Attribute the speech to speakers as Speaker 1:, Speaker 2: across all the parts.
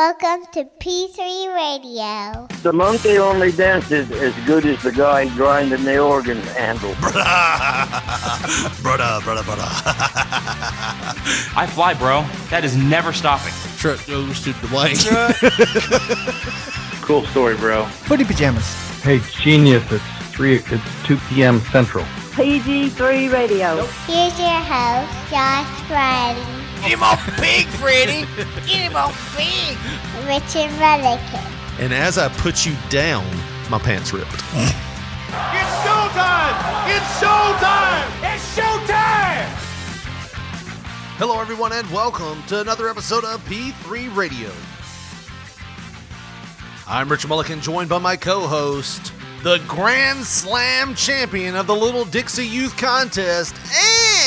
Speaker 1: Welcome to P3 Radio.
Speaker 2: The monkey only dances as good as the guy grinding the organ handle.
Speaker 3: brother, brother, brother.
Speaker 4: I fly, bro. That is never stopping.
Speaker 5: Truck goes to Dwayne.
Speaker 4: Cool story, bro.
Speaker 6: Footy pajamas.
Speaker 7: Hey, genius! It's three. It's two p.m. Central.
Speaker 8: PG3 Radio.
Speaker 1: Here's your host, Josh Friday,
Speaker 3: Get him off pig, Freddy. Get him off pig.
Speaker 1: Richard Mullican.
Speaker 5: and as I put you down, my pants ripped. Hello, everyone, and welcome to another episode of P3 Radio. I'm Richard Mullican, joined by my co host, the Grand Slam champion of the Little Dixie Youth Contest,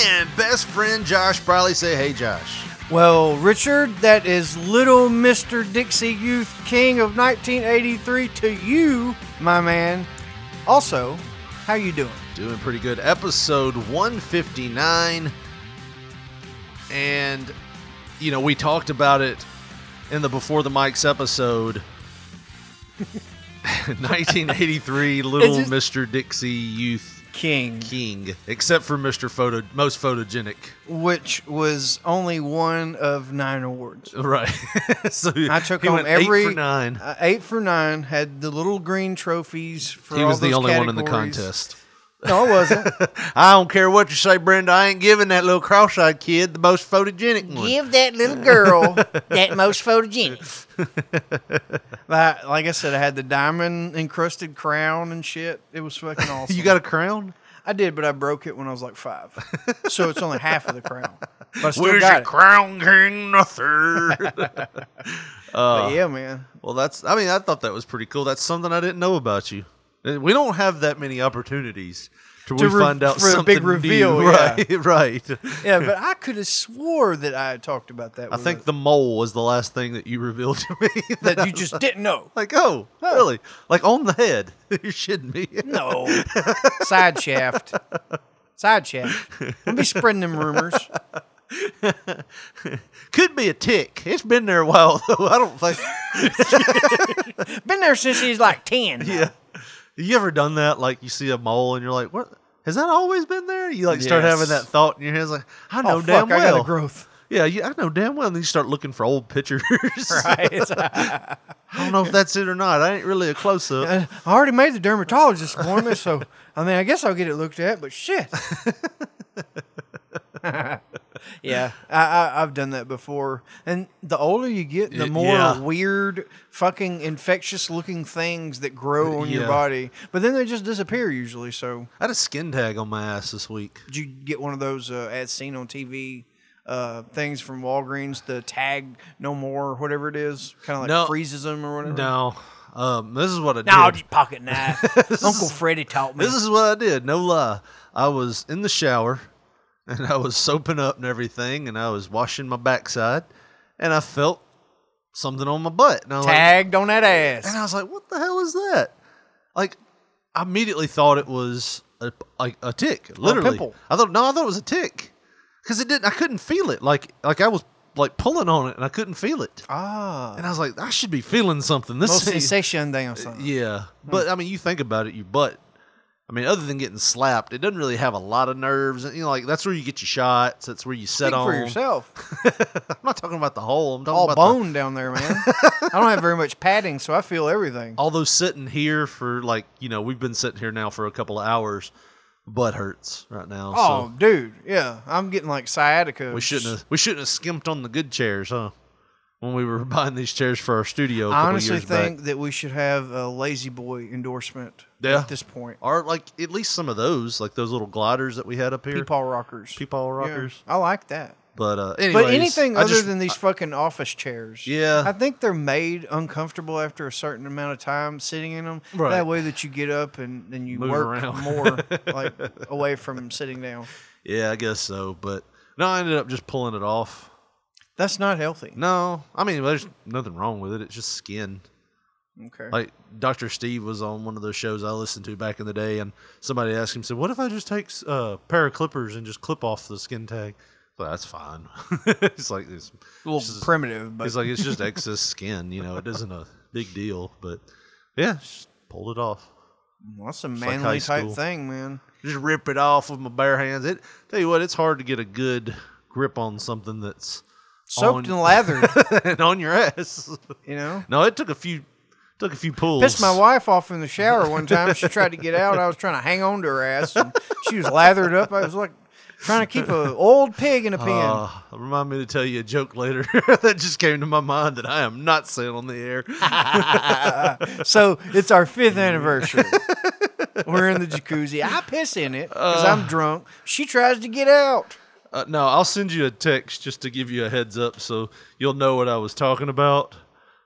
Speaker 5: and best friend Josh Briley. Say, hey, Josh.
Speaker 6: Well, Richard, that is Little Mr. Dixie Youth King of 1983 to you, my man. Also, how you doing?
Speaker 5: Doing pretty good. Episode 159. And, you know, we talked about it in the Before the Mics episode. 1983 Little
Speaker 6: just-
Speaker 5: Mr. Dixie Youth
Speaker 6: King,
Speaker 5: King, except for Mr. Photo, most photogenic.
Speaker 6: which was only one of nine awards.
Speaker 5: Right. so
Speaker 6: I took
Speaker 5: he
Speaker 6: home
Speaker 5: went
Speaker 6: every
Speaker 5: eight for nine.
Speaker 6: Uh, eight for nine had the little green trophies for
Speaker 5: He
Speaker 6: all
Speaker 5: was the
Speaker 6: those
Speaker 5: only one in the
Speaker 6: categories.
Speaker 5: contest.
Speaker 6: No, I wasn't.
Speaker 5: I don't care what you say, Brenda. I ain't giving that little cross-eyed kid the most photogenic one.
Speaker 6: Give that little girl that most photogenic. that, like I said, I had the diamond encrusted crown and shit. It was fucking awesome.
Speaker 5: You got a crown?
Speaker 6: I did, but I broke it when I was like five, so it's only half of the crown. But I still
Speaker 5: Where's
Speaker 6: got
Speaker 5: your
Speaker 6: it.
Speaker 5: crown, King Arthur? Uh,
Speaker 6: But yeah, man.
Speaker 5: well, that's. I mean, I thought that was pretty cool. That's something I didn't know about you. And We don't have that many opportunities to,
Speaker 6: To
Speaker 5: we
Speaker 6: re-
Speaker 5: find out
Speaker 6: for a
Speaker 5: something
Speaker 6: big reveal,
Speaker 5: new.
Speaker 6: yeah.
Speaker 5: Right, right.
Speaker 6: Yeah, but I could have swore that I had talked about that.
Speaker 5: I
Speaker 6: with
Speaker 5: think
Speaker 6: it.
Speaker 5: the mole was the last thing that you revealed to me. That,
Speaker 6: that you just didn't know.
Speaker 5: like, oh, really? Like on the head? you shouldn't be.
Speaker 6: No, side shaft, side shaft. Don't be spreading them rumors.
Speaker 5: Could be a tick. It's been there a while though. I don't think.
Speaker 6: Been there since he's like ten.
Speaker 5: Yeah. You ever done that? Like you see a mole and you're like, what? Has that always been there? You like start having
Speaker 6: Yes.
Speaker 5: that thought in your head, it's like, I know
Speaker 6: Oh
Speaker 5: damn
Speaker 6: fuck! I
Speaker 5: well.
Speaker 6: got a growth.
Speaker 5: yeah, you, I know damn well. And then you start looking for old pictures.
Speaker 6: Right. uh,
Speaker 5: I don't know if that's it or not. I ain't really a close up.
Speaker 6: I I already made the dermatologist appointment, so I mean, I guess I'll get it looked at. But shit. yeah, I, I, I've done that before, and the older you get, the
Speaker 5: Y-
Speaker 6: more
Speaker 5: yeah.
Speaker 6: weird, fucking infectious-looking things that grow on
Speaker 5: Yeah.
Speaker 6: your body. But then they just disappear usually. So
Speaker 5: I had a skin tag on my ass this week.
Speaker 6: did you get one of those uh, as seen on TV? Uh, things from Walgreens, the tag no more, or whatever it is, kind of like
Speaker 5: No.
Speaker 6: freezes them or whatever.
Speaker 5: No. Um, this is what I did.
Speaker 6: no, just pocket knife. Uncle Freddie taught me.
Speaker 5: This is what I did. No lie. I was in the shower and I was soaping up and everything and I was washing my backside and I felt something on my butt. And I was like,
Speaker 6: tagged on that ass.
Speaker 5: And I was like, "What the hell is that?" Like, I immediately thought it was a like a tick. Literally,
Speaker 6: pimple.
Speaker 5: I thought no, I thought it was a tick because it didn't. I couldn't feel it. Like like I was like pulling on it and I couldn't feel it.
Speaker 6: Ah,
Speaker 5: And I was like, I should be feeling something. This
Speaker 6: no
Speaker 5: ain't-
Speaker 6: sensation down son.
Speaker 5: Uh, yeah,
Speaker 6: Hmm.
Speaker 5: but I mean, you think about it, your butt. I mean, other than getting slapped, it doesn't really have a lot of nerves. And you know, like that's where you get your shots. That's where you set
Speaker 6: Speak
Speaker 5: on.
Speaker 6: for yourself.
Speaker 5: I'm not talking about the hole. I'm talking
Speaker 6: All
Speaker 5: um, about the-
Speaker 6: bone down there, man. I don't have very much padding, so I feel everything.
Speaker 5: although sitting here for like you know we've been sitting here now for a couple of hours butt hurts right now
Speaker 6: Oh, dude, yeah, I'm getting like sciatica.
Speaker 5: so we shouldn't have we shouldn't have skimped on the good chairs huh when we were buying these chairs for our studio a
Speaker 6: I
Speaker 5: couple
Speaker 6: honestly
Speaker 5: years
Speaker 6: think
Speaker 5: back
Speaker 6: that we should have a lazy boy endorsement
Speaker 5: Yeah.
Speaker 6: at this point.
Speaker 5: or like at least some of those like those little gliders that we had up here
Speaker 6: Peepaw rockers.
Speaker 5: Peepaw
Speaker 6: Yeah,
Speaker 5: rockers
Speaker 6: I like that.
Speaker 5: but uh anyways,
Speaker 6: but anything
Speaker 5: I
Speaker 6: other
Speaker 5: just-
Speaker 6: than these fucking office chairs.
Speaker 5: Yeah.
Speaker 6: I think they're made uncomfortable after a certain amount of time sitting in them.
Speaker 5: Right.
Speaker 6: That way that you get up and then you
Speaker 5: Move
Speaker 6: work
Speaker 5: around.
Speaker 6: more like away from sitting down.
Speaker 5: yeah i guess so but no i ended up just pulling it off
Speaker 6: That's not healthy.
Speaker 5: no i mean there's nothing wrong with it it's just skin
Speaker 6: Okay.
Speaker 5: like Dr. Steve was on one of those shows I listened to back in the day, and somebody asked him, said, "What if I just take uh, a pair of clippers and just clip off the skin tag?" Well, that's fine. it's like this.
Speaker 6: little
Speaker 5: She's-
Speaker 6: primitive, but
Speaker 5: It's like it's just excess skin. You know, it isn't a big deal, but yeah, she pulled it off.
Speaker 6: well, that's a
Speaker 5: it's like high
Speaker 6: manly type
Speaker 5: school.
Speaker 6: thing, man.
Speaker 5: Just rip it off with my bare hands. It tell you what, it's hard to get a good grip on something that's On-
Speaker 6: Soaked in lather,
Speaker 5: and on your ass.
Speaker 6: you know.
Speaker 5: No, it took a few took a few pulls.
Speaker 6: Pissed my wife off in the shower one time. She tried to get out. I was trying to hang on to her ass. And she was lathered up. I was like trying to keep an old pig in a pen.
Speaker 5: Uh, remind me to tell you a joke later that just came to my mind that I am not saying on the air.
Speaker 6: so it's our fifth anniversary. We're in the jacuzzi. I piss in it because I'm drunk. She tries to get out.
Speaker 5: Uh, no, I'll send you a text just to give you a heads up so you'll know what I was talking about.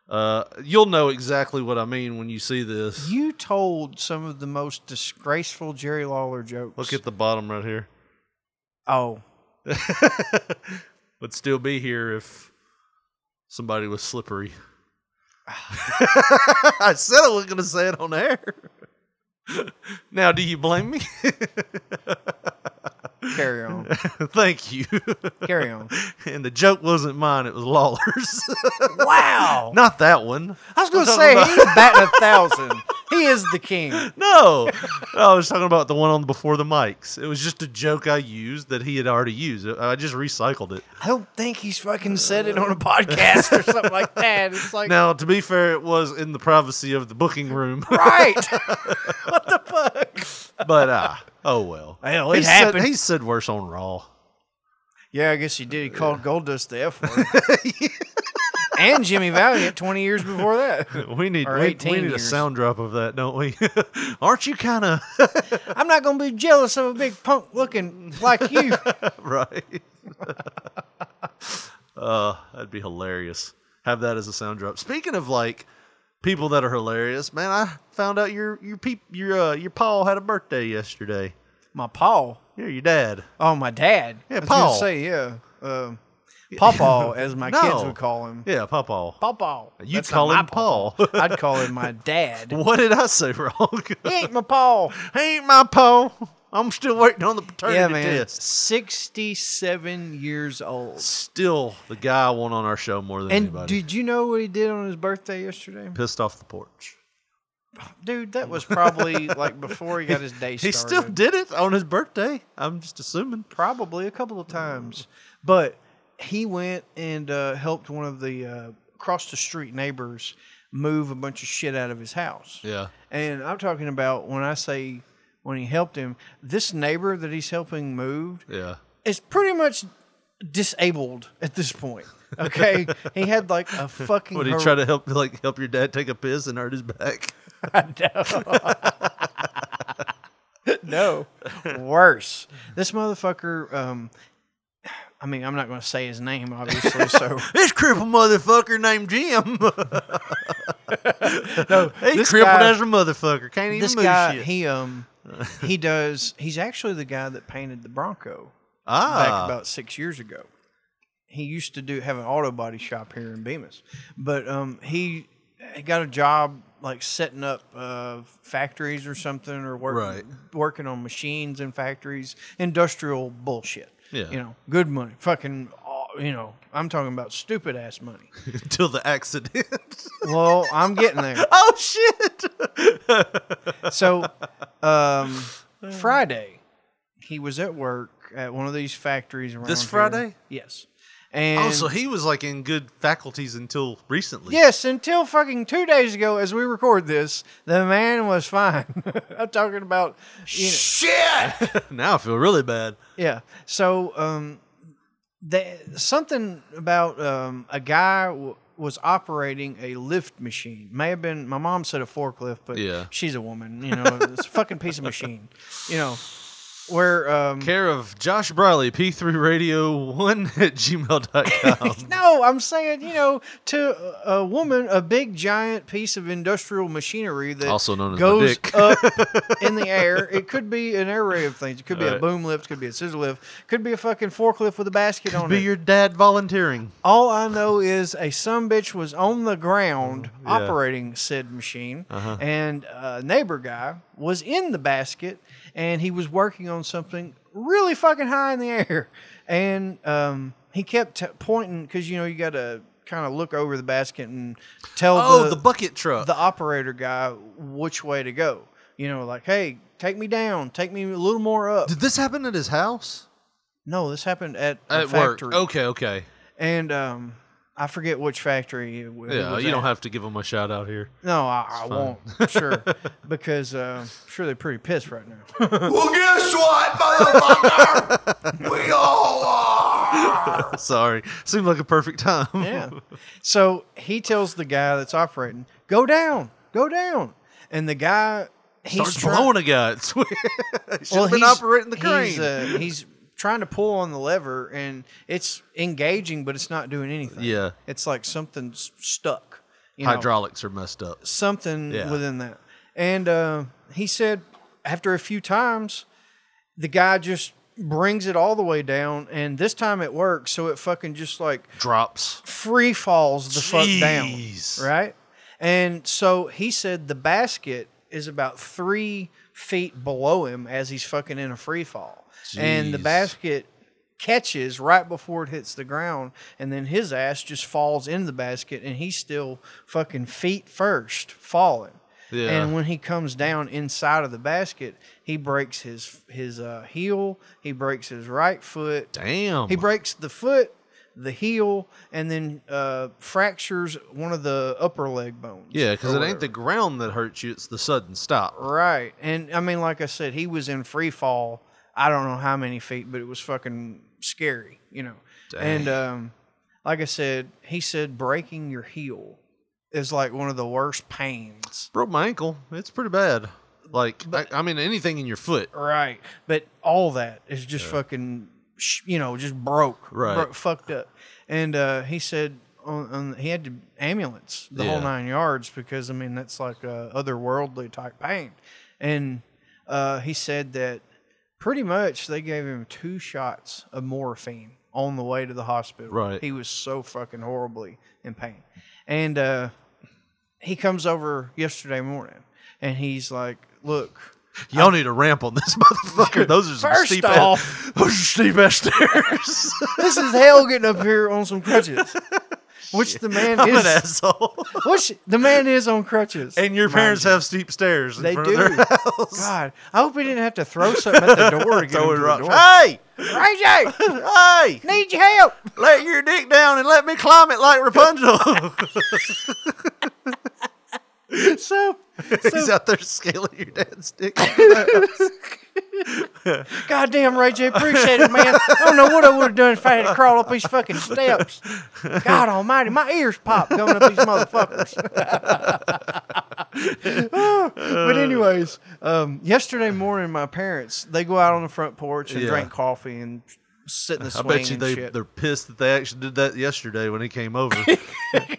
Speaker 5: Uh, you'll know exactly what I mean when you see this.
Speaker 6: You told some of the most disgraceful Jerry Lawler jokes.
Speaker 5: Look at the bottom right here.
Speaker 6: oh,
Speaker 5: Would still be here if somebody was slippery. I said I wasn't going to say it on air. now, do you blame me?
Speaker 6: carry on,
Speaker 5: Thank you.
Speaker 6: carry on.
Speaker 5: and the joke wasn't mine, it was Lawler's.
Speaker 6: Wow,
Speaker 5: Not that one.
Speaker 6: I was gonna
Speaker 5: I'm
Speaker 6: say
Speaker 5: talking
Speaker 6: he's batting a thousand. He is the king.
Speaker 5: No, I was talking about the one on before the mics. It was just a joke I used that he had already used. I just recycled it.
Speaker 6: I don't think he's fucking said it on a podcast or something like that. It's like
Speaker 5: Now, to be fair, it was in the privacy of the booking room,
Speaker 6: right.
Speaker 5: but uh, oh well.
Speaker 6: Hell,
Speaker 5: he
Speaker 6: it
Speaker 5: said,
Speaker 6: happened.
Speaker 5: He said worse on Raw.
Speaker 6: Yeah, I guess he did. He called Goldust the F word. and Jimmy Valiant 20 years before that.
Speaker 5: We need
Speaker 6: Or
Speaker 5: we, we
Speaker 6: 18
Speaker 5: need a
Speaker 6: years.
Speaker 5: sound drop of that, don't we? Aren't you kind of
Speaker 6: I'm not going to be jealous of a big punk looking like you.
Speaker 5: right? uh, that'd be hilarious. Have that as a sound drop. Speaking of like people that are hilarious, man, I found out your your peep your uh, your Paul had a birthday yesterday.
Speaker 6: My Paul.
Speaker 5: Yeah, your dad.
Speaker 6: Oh, my dad.
Speaker 5: Yeah,
Speaker 6: I was gonna
Speaker 5: Paul.
Speaker 6: say, yeah. Uh, Pawpaw, as my kids
Speaker 5: No.
Speaker 6: would call him.
Speaker 5: Yeah, Papa.
Speaker 6: Pawpaw.
Speaker 5: You'd
Speaker 6: That's not
Speaker 5: call
Speaker 6: my
Speaker 5: him Paul.
Speaker 6: Pawpaw. I'd call him my dad.
Speaker 5: What did I say wrong?
Speaker 6: he ain't my Paul.
Speaker 5: he ain't my Paul. I'm still waiting on the paternity
Speaker 6: Yeah, man.
Speaker 5: test.
Speaker 6: 67 years old.
Speaker 5: Still the guy I want on our show more than
Speaker 6: And
Speaker 5: anybody.
Speaker 6: did you know what he did on his birthday yesterday?
Speaker 5: Pissed off the porch.
Speaker 6: Dude, that was probably like before he got his day started.
Speaker 5: He still did it on his birthday. I'm just assuming.
Speaker 6: probably a couple of times. But he went and uh, helped one of the uh, across the street neighbors move a bunch of shit out of his house.
Speaker 5: Yeah.
Speaker 6: And I'm talking about when I say when he helped him, this neighbor that he's helping move
Speaker 5: Yeah.
Speaker 6: is pretty much disabled at this point. Okay, he had like a fucking.
Speaker 5: What did he
Speaker 6: hor-
Speaker 5: try to help like help your dad take a piss and hurt his back?
Speaker 6: no worse this motherfucker um i mean i'm not going to say his name obviously so
Speaker 5: This crippled motherfucker named Jim.
Speaker 6: no
Speaker 5: He
Speaker 6: this
Speaker 5: crippled
Speaker 6: guy-
Speaker 5: as a motherfucker. Can't even
Speaker 6: this
Speaker 5: move
Speaker 6: guy
Speaker 5: shit.
Speaker 6: he um he does he's actually the guy that painted the bronco back
Speaker 5: ah,
Speaker 6: about six years ago he used to do have an auto body shop here in bemis but um he, he got a job like setting up uh, factories or something or work,
Speaker 5: Right.
Speaker 6: working on machines and factories industrial bullshit
Speaker 5: Yeah.
Speaker 6: you know good money fucking uh, you know i'm talking about stupid ass money
Speaker 5: until the accident.
Speaker 6: well i'm getting there
Speaker 5: oh shit!
Speaker 6: so um, Friday, he was at work at one of these factories around
Speaker 5: This
Speaker 6: here.
Speaker 5: Friday?
Speaker 6: Yes, and
Speaker 5: oh, so he was like in good faculties until recently.
Speaker 6: yes, until fucking two days ago, as we record this, the man was fine. I'm talking about you know,
Speaker 5: now I feel really bad.
Speaker 6: yeah. So um, they, something about um, a guy. W- was operating a lift machine. May have been my mom said a forklift, but
Speaker 5: Yeah.
Speaker 6: she's a woman. You know, it's a fucking piece of machine. You know, where um,
Speaker 5: Care of Josh Briley, P3 Radio 1 at gmail.com.
Speaker 6: No, I'm saying, you know, to a woman, a big giant piece of industrial machinery that
Speaker 5: Also known as my
Speaker 6: goes
Speaker 5: dick.
Speaker 6: up in the air. It could be an array of things. It could be a
Speaker 5: Right.
Speaker 6: boom lift, could be a scissor lift, could be a fucking forklift with a basket on
Speaker 5: Be
Speaker 6: it.
Speaker 5: your dad volunteering.
Speaker 6: All I know is a some bitch was on the ground
Speaker 5: Mm, Yeah.
Speaker 6: operating said machine,
Speaker 5: Uh-huh.
Speaker 6: and a neighbor guy was in the basket, and he was working on something really fucking high in the air. and um, he kept t- pointing because you know you got to kind of look over the basket and tell
Speaker 5: Oh,
Speaker 6: the,
Speaker 5: the, bucket truck.
Speaker 6: the operator guy which way to go. You know, like hey, take me down, take me a little more up.
Speaker 5: Did this happen at his house?
Speaker 6: No, this happened at the
Speaker 5: At work.
Speaker 6: factory.
Speaker 5: Okay, okay.
Speaker 6: and um, I forget which factory. It, w- it
Speaker 5: Yeah,
Speaker 6: was
Speaker 5: you don't
Speaker 6: at.
Speaker 5: have to give him a shout out here.
Speaker 6: No, I, I won't. Sure, because uh, I'm sure they're pretty pissed right now.
Speaker 5: Sorry. Seemed like a perfect time.
Speaker 6: yeah. So he tells the guy that's operating, "Go down, go down," and the guy he's
Speaker 5: Starts
Speaker 6: try-
Speaker 5: blowing a guy. It's weird. Should
Speaker 6: Well,
Speaker 5: have been
Speaker 6: he's-
Speaker 5: operating the crane.
Speaker 6: He's, uh, he's trying to pull on the lever, and it's engaging, but it's not doing anything.
Speaker 5: Yeah.
Speaker 6: it's like something's stuck. You know?
Speaker 5: Hydraulics are messed up.
Speaker 6: something
Speaker 5: Yeah.
Speaker 6: within that. And uh, he said after a few times, the guy just brings it all the way down, and this time it works. So it fucking just like
Speaker 5: Drops.
Speaker 6: free falls the
Speaker 5: Jeez.
Speaker 6: fuck down, right? And so he said the basket is about three feet below him as he's fucking in a free fall, and the
Speaker 5: Jeez.
Speaker 6: basket catches right before it hits the ground, and then his ass just falls in the basket, and he's still fucking feet first falling.
Speaker 5: Yeah.
Speaker 6: And when he comes down inside of the basket, he breaks his his uh, heel, he breaks his right foot,
Speaker 5: Damn.
Speaker 6: he breaks the foot, the heel, and then uh, fractures one of the upper leg bones.
Speaker 5: yeah, because
Speaker 6: or
Speaker 5: it ain't the
Speaker 6: whatever.
Speaker 5: ground that hurts you, it's the sudden stop.
Speaker 6: right. And I mean, like I said, he was in free fall. I don't know how many feet, but it was fucking scary, you know. And um, like I said, he said breaking your heel is like one of the worst pains.
Speaker 5: Broke my ankle. It's pretty bad. Like, I, I mean, anything in your foot.
Speaker 6: Right. But all that is just fucking, sh- you know, just broke.
Speaker 5: Right.
Speaker 6: Bro- fucked up. And uh, he said on, on, he had to ambulance the whole
Speaker 5: Yeah.
Speaker 6: nine yards because, I mean, that's like uh, otherworldly type pain. And uh, he said that pretty much they gave him two shots of morphine on the way to the hospital.
Speaker 5: Right.
Speaker 6: He was so fucking horribly in pain. And uh, he comes over yesterday morning and he's like, look,
Speaker 5: Y'all need a ramp on this motherfucker. Those are some
Speaker 6: First
Speaker 5: steep
Speaker 6: off-
Speaker 5: ass, those are steep ass stairs.
Speaker 6: this is hell getting up here on some crutches. Which the man
Speaker 5: I'm
Speaker 6: is
Speaker 5: an asshole.
Speaker 6: which the man is on crutches.
Speaker 5: And your
Speaker 6: mind
Speaker 5: parents
Speaker 6: you.
Speaker 5: have steep stairs. In
Speaker 6: they
Speaker 5: front
Speaker 6: do.
Speaker 5: Of their house.
Speaker 6: God. I hope he didn't have to throw something at the door to get
Speaker 5: Throwing
Speaker 6: him to
Speaker 5: rocks.
Speaker 6: the door.
Speaker 5: Hey,
Speaker 6: Ray J,
Speaker 5: hey,
Speaker 6: need your help.
Speaker 5: let your dick down and let me climb it like Rapunzel.
Speaker 6: So
Speaker 5: He's out there scaling your dad's dick.
Speaker 6: goddamn Ray J, appreciate it, man. I don't know what I would have done if I had to crawl up these fucking steps. God almighty, my ears pop coming up these motherfuckers. but anyways, um, yesterday morning, my parents they go out on the front porch and
Speaker 5: Yeah.
Speaker 6: drink coffee and sit in the
Speaker 5: I
Speaker 6: swing
Speaker 5: bet you
Speaker 6: and
Speaker 5: they,
Speaker 6: shit.
Speaker 5: they're pissed that they actually did that yesterday when he came over.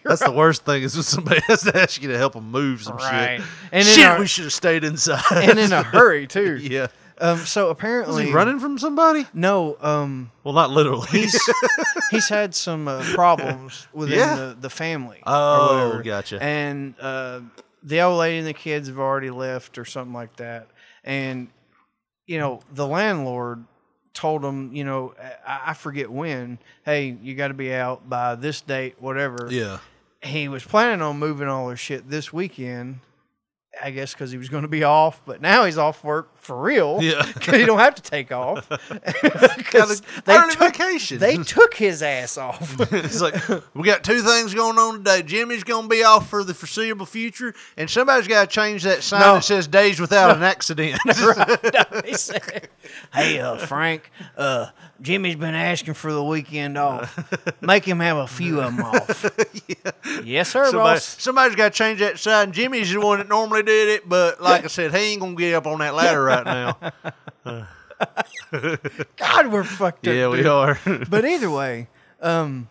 Speaker 5: That's the worst thing is when somebody has to ask you to help them move some
Speaker 6: Right.
Speaker 5: shit.
Speaker 6: And in
Speaker 5: shit,
Speaker 6: a-
Speaker 5: we should have stayed inside.
Speaker 6: and in a hurry too.
Speaker 5: yeah.
Speaker 6: Um, so apparently,
Speaker 5: Was he running from somebody?
Speaker 6: No, um,
Speaker 5: Well, not literally.
Speaker 6: he's he's had some uh, problems within
Speaker 5: Yeah.
Speaker 6: the, the family. or
Speaker 5: Oh,
Speaker 6: whatever.
Speaker 5: gotcha.
Speaker 6: And uh, the old lady and the kids have already left, or something like that. And you know, the landlord told him, you know, I, I forget when. Hey, you got to be out by this date, whatever.
Speaker 5: yeah.
Speaker 6: He was planning on moving all their shit this weekend. I guess because he was going to be off, but now he's off work for real.
Speaker 5: Yeah.
Speaker 6: 'cause he don't have to take off. 'Cause
Speaker 5: They took, vacation.
Speaker 6: they took his ass off.
Speaker 5: It's like we got two things going on today. Jimmy's going to be off for the foreseeable future, and somebody's got to change that sign
Speaker 6: No.
Speaker 5: that says "Days without an accident."
Speaker 6: He said, hey, uh, Frank, uh, Jimmy's been asking for the weekend off. Make him have a few of them off. Yes, sir,
Speaker 5: Somebody,
Speaker 6: boss.
Speaker 5: somebody's got to change that sign. Jimmy's the one that normally did it, but like I said, he ain't gonna get up on that ladder right now.
Speaker 6: God, we're fucked up.
Speaker 5: yeah, we
Speaker 6: dude.
Speaker 5: are.
Speaker 6: But either way, um,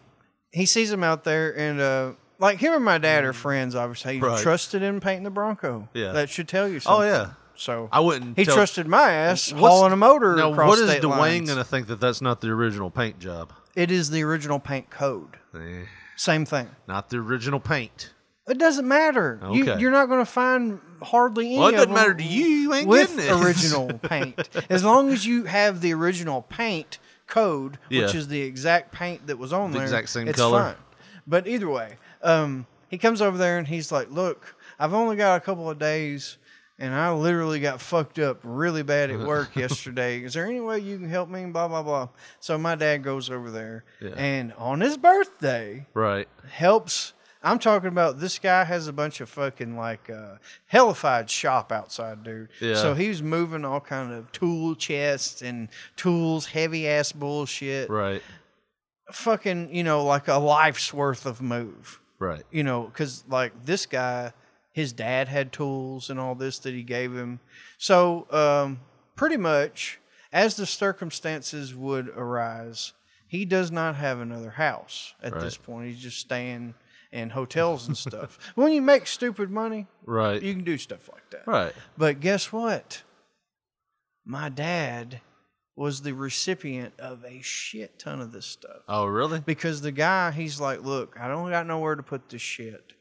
Speaker 6: he sees him out there, and uh, like him and my dad are friends, obviously. He
Speaker 5: Mm. Right.
Speaker 6: trusted him painting the Bronco.
Speaker 5: Yeah.
Speaker 6: That should tell you
Speaker 5: oh
Speaker 6: something.
Speaker 5: yeah,
Speaker 6: So
Speaker 5: I wouldn't.
Speaker 6: he
Speaker 5: tell-
Speaker 6: trusted my ass
Speaker 5: What's-
Speaker 6: hauling a motor
Speaker 5: Now,
Speaker 6: across
Speaker 5: what is
Speaker 6: state
Speaker 5: Dwayne
Speaker 6: lines.
Speaker 5: gonna think that that's not the original paint job?
Speaker 6: It is the original paint code.
Speaker 5: Eh,
Speaker 6: Same thing.
Speaker 5: not the original paint.
Speaker 6: It doesn't matter. You,
Speaker 5: Okay.
Speaker 6: you're not going to find hardly any.
Speaker 5: Well, it
Speaker 6: of
Speaker 5: doesn't matter
Speaker 6: them
Speaker 5: to you. You ain't
Speaker 6: with
Speaker 5: getting it.
Speaker 6: original paint. As long as you have the original paint, code, which
Speaker 5: Yeah.
Speaker 6: is the exact paint that was on
Speaker 5: The
Speaker 6: there.
Speaker 5: exact same
Speaker 6: it's
Speaker 5: color.
Speaker 6: Fine. But either way, um, he comes over there and he's like, "Look, I've only got a couple of days." And I literally got fucked up really bad at work yesterday. Is there any way you can help me? Blah blah blah. So my dad goes over there,
Speaker 5: Yeah.
Speaker 6: and on his birthday,
Speaker 5: Right.
Speaker 6: helps. I'm talking about this guy has a bunch of fucking like uh, hellified shop outside, dude.
Speaker 5: Yeah.
Speaker 6: So he's moving all kind of tool chests and tools, heavy ass bullshit.
Speaker 5: Right.
Speaker 6: Fucking, you know, like a life's worth of move.
Speaker 5: Right.
Speaker 6: You know, because like this guy, his dad had tools and all this that he gave him. So um, pretty much, as the circumstances would arise, he does not have another house at this
Speaker 5: Right.
Speaker 6: point. He's just staying in hotels and stuff. when you make stupid money,
Speaker 5: Right.
Speaker 6: you can do stuff like that.
Speaker 5: right.
Speaker 6: But guess what? My dad was the recipient of a shit ton of this stuff
Speaker 5: Oh, really?
Speaker 6: because the guy he's like, look, I don't got nowhere to put this shit.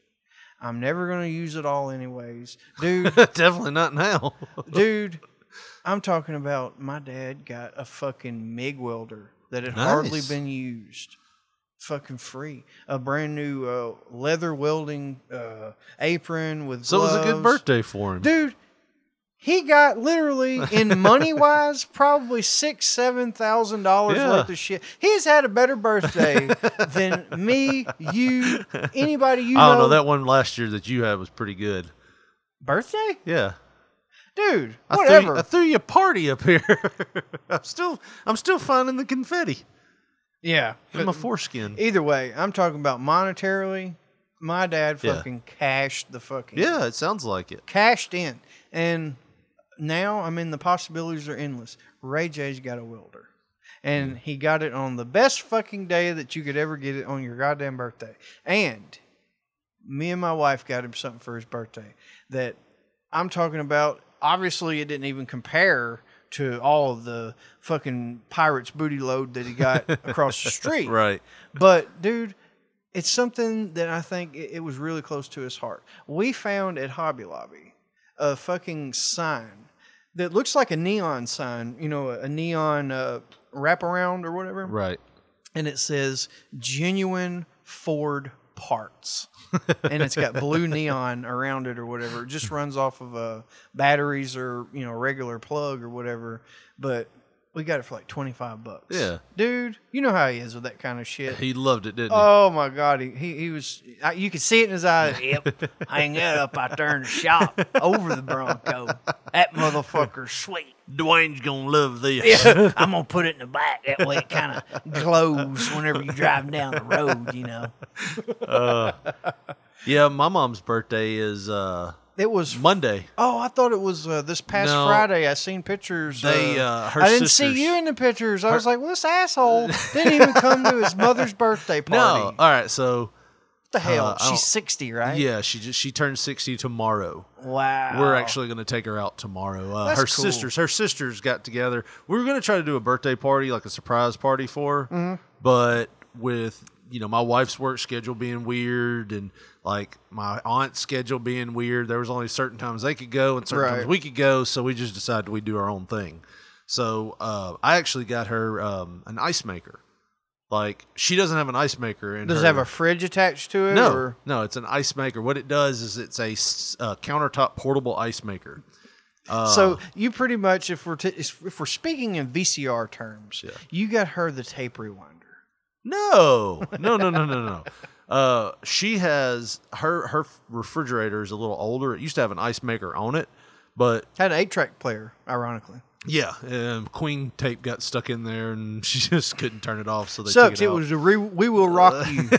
Speaker 6: I'm never gonna use it all anyways, dude.
Speaker 5: Definitely not now.
Speaker 6: dude, I'm talking about my dad got a fucking MIG welder that had hardly
Speaker 5: Nice.
Speaker 6: been used, fucking free, a brand new uh, leather welding uh, apron with
Speaker 5: so it was a good
Speaker 6: gloves.
Speaker 5: birthday for him.
Speaker 6: dude. He got literally in money wise probably six seven thousand dollars
Speaker 5: Yeah.
Speaker 6: worth of shit. He's had a better birthday than me, you, anybody you
Speaker 5: I
Speaker 6: know.
Speaker 5: don't know. That one last year that you had was pretty good.
Speaker 6: birthday,
Speaker 5: Yeah.
Speaker 6: dude.
Speaker 5: I threw-
Speaker 6: whatever.
Speaker 5: I threw you a party up here. I'm still I'm still finding the confetti
Speaker 6: yeah.
Speaker 5: in my foreskin.
Speaker 6: Either way, I'm talking about monetarily. My dad
Speaker 5: Yeah.
Speaker 6: fucking cashed the fucking
Speaker 5: Yeah, it sounds like it.
Speaker 6: cashed in, and now I mean the possibilities are endless. Ray J's got a welder, and he got it on the best fucking day that you could ever get it on your goddamn birthday. And me and my wife got him something for his birthday that I'm talking about. Obviously, it didn't even compare to all of the fucking pirates booty load that he got across the street
Speaker 5: Right.
Speaker 6: but dude it's something that i think it, it was really close to his heart we found at hobby lobby a fucking sign that looks like a neon sign you know a neon uh, wraparound or whatever
Speaker 5: Right.
Speaker 6: and it says genuine ford parts and it's got blue neon around it or whatever it just runs off of uh, batteries or you know regular plug or whatever but we got it for like 25 bucks
Speaker 5: Yeah.
Speaker 6: dude you know how he is with that kind of shit
Speaker 5: He loved it, didn't he?
Speaker 6: Oh my God, he he, he was. I, you could see it in his eyes. Yep, hang that up out there in the shop over the Bronco. That motherfucker's sweet.
Speaker 5: Dwayne's gonna love this.
Speaker 6: I'm gonna put it in the back. That way, it kind of glows whenever you drive down the road. You know,
Speaker 5: Yeah, my mom's birthday is uh
Speaker 6: it was.
Speaker 5: Monday.
Speaker 6: Oh, I thought it was uh, this past
Speaker 5: No.
Speaker 6: Friday. I seen pictures.
Speaker 5: They, uh, her
Speaker 6: I didn't
Speaker 5: sister's-
Speaker 6: see you in the pictures. I was like, well, this asshole didn't even come to his mother's birthday party.
Speaker 5: No. All right, so
Speaker 6: what the hell?
Speaker 5: uh, I don't-
Speaker 6: She's sixty, right?
Speaker 5: yeah, she just she turned 60 tomorrow.
Speaker 6: Wow.
Speaker 5: We're actually going to take her out tomorrow. Uh,
Speaker 6: That's
Speaker 5: her
Speaker 6: cool.
Speaker 5: sisters, her sisters got together. We were going to try to do a birthday party, like a surprise party for her,
Speaker 6: Mm-hmm.
Speaker 5: but with you know my wife's work schedule being weird and like my aunt's schedule being weird, there was only certain times they could go and certain
Speaker 6: Right.
Speaker 5: times we could go. So we just decided we would do our own thing. So uh, I actually got her um, an ice maker. Like she doesn't have an ice maker, and
Speaker 6: Does it have a fridge attached to it?
Speaker 5: no,
Speaker 6: Or?
Speaker 5: no, it's an ice maker. What it does is it's a s- uh, countertop portable ice maker. Uh,
Speaker 6: So you pretty much, if we're t- if we're speaking in VCR terms, you got her the tape rewinder.
Speaker 5: No, no, no, no, no, no. Uh, she has her her refrigerator is a little older. It used to have an ice maker on it, but
Speaker 6: Had an eight track player, ironically.
Speaker 5: yeah, um, Queen tape got stuck in there, and she just couldn't turn it off. So they
Speaker 6: Sucks.
Speaker 5: took
Speaker 6: It
Speaker 5: it, out. Uh.
Speaker 6: was a re- we will rock you.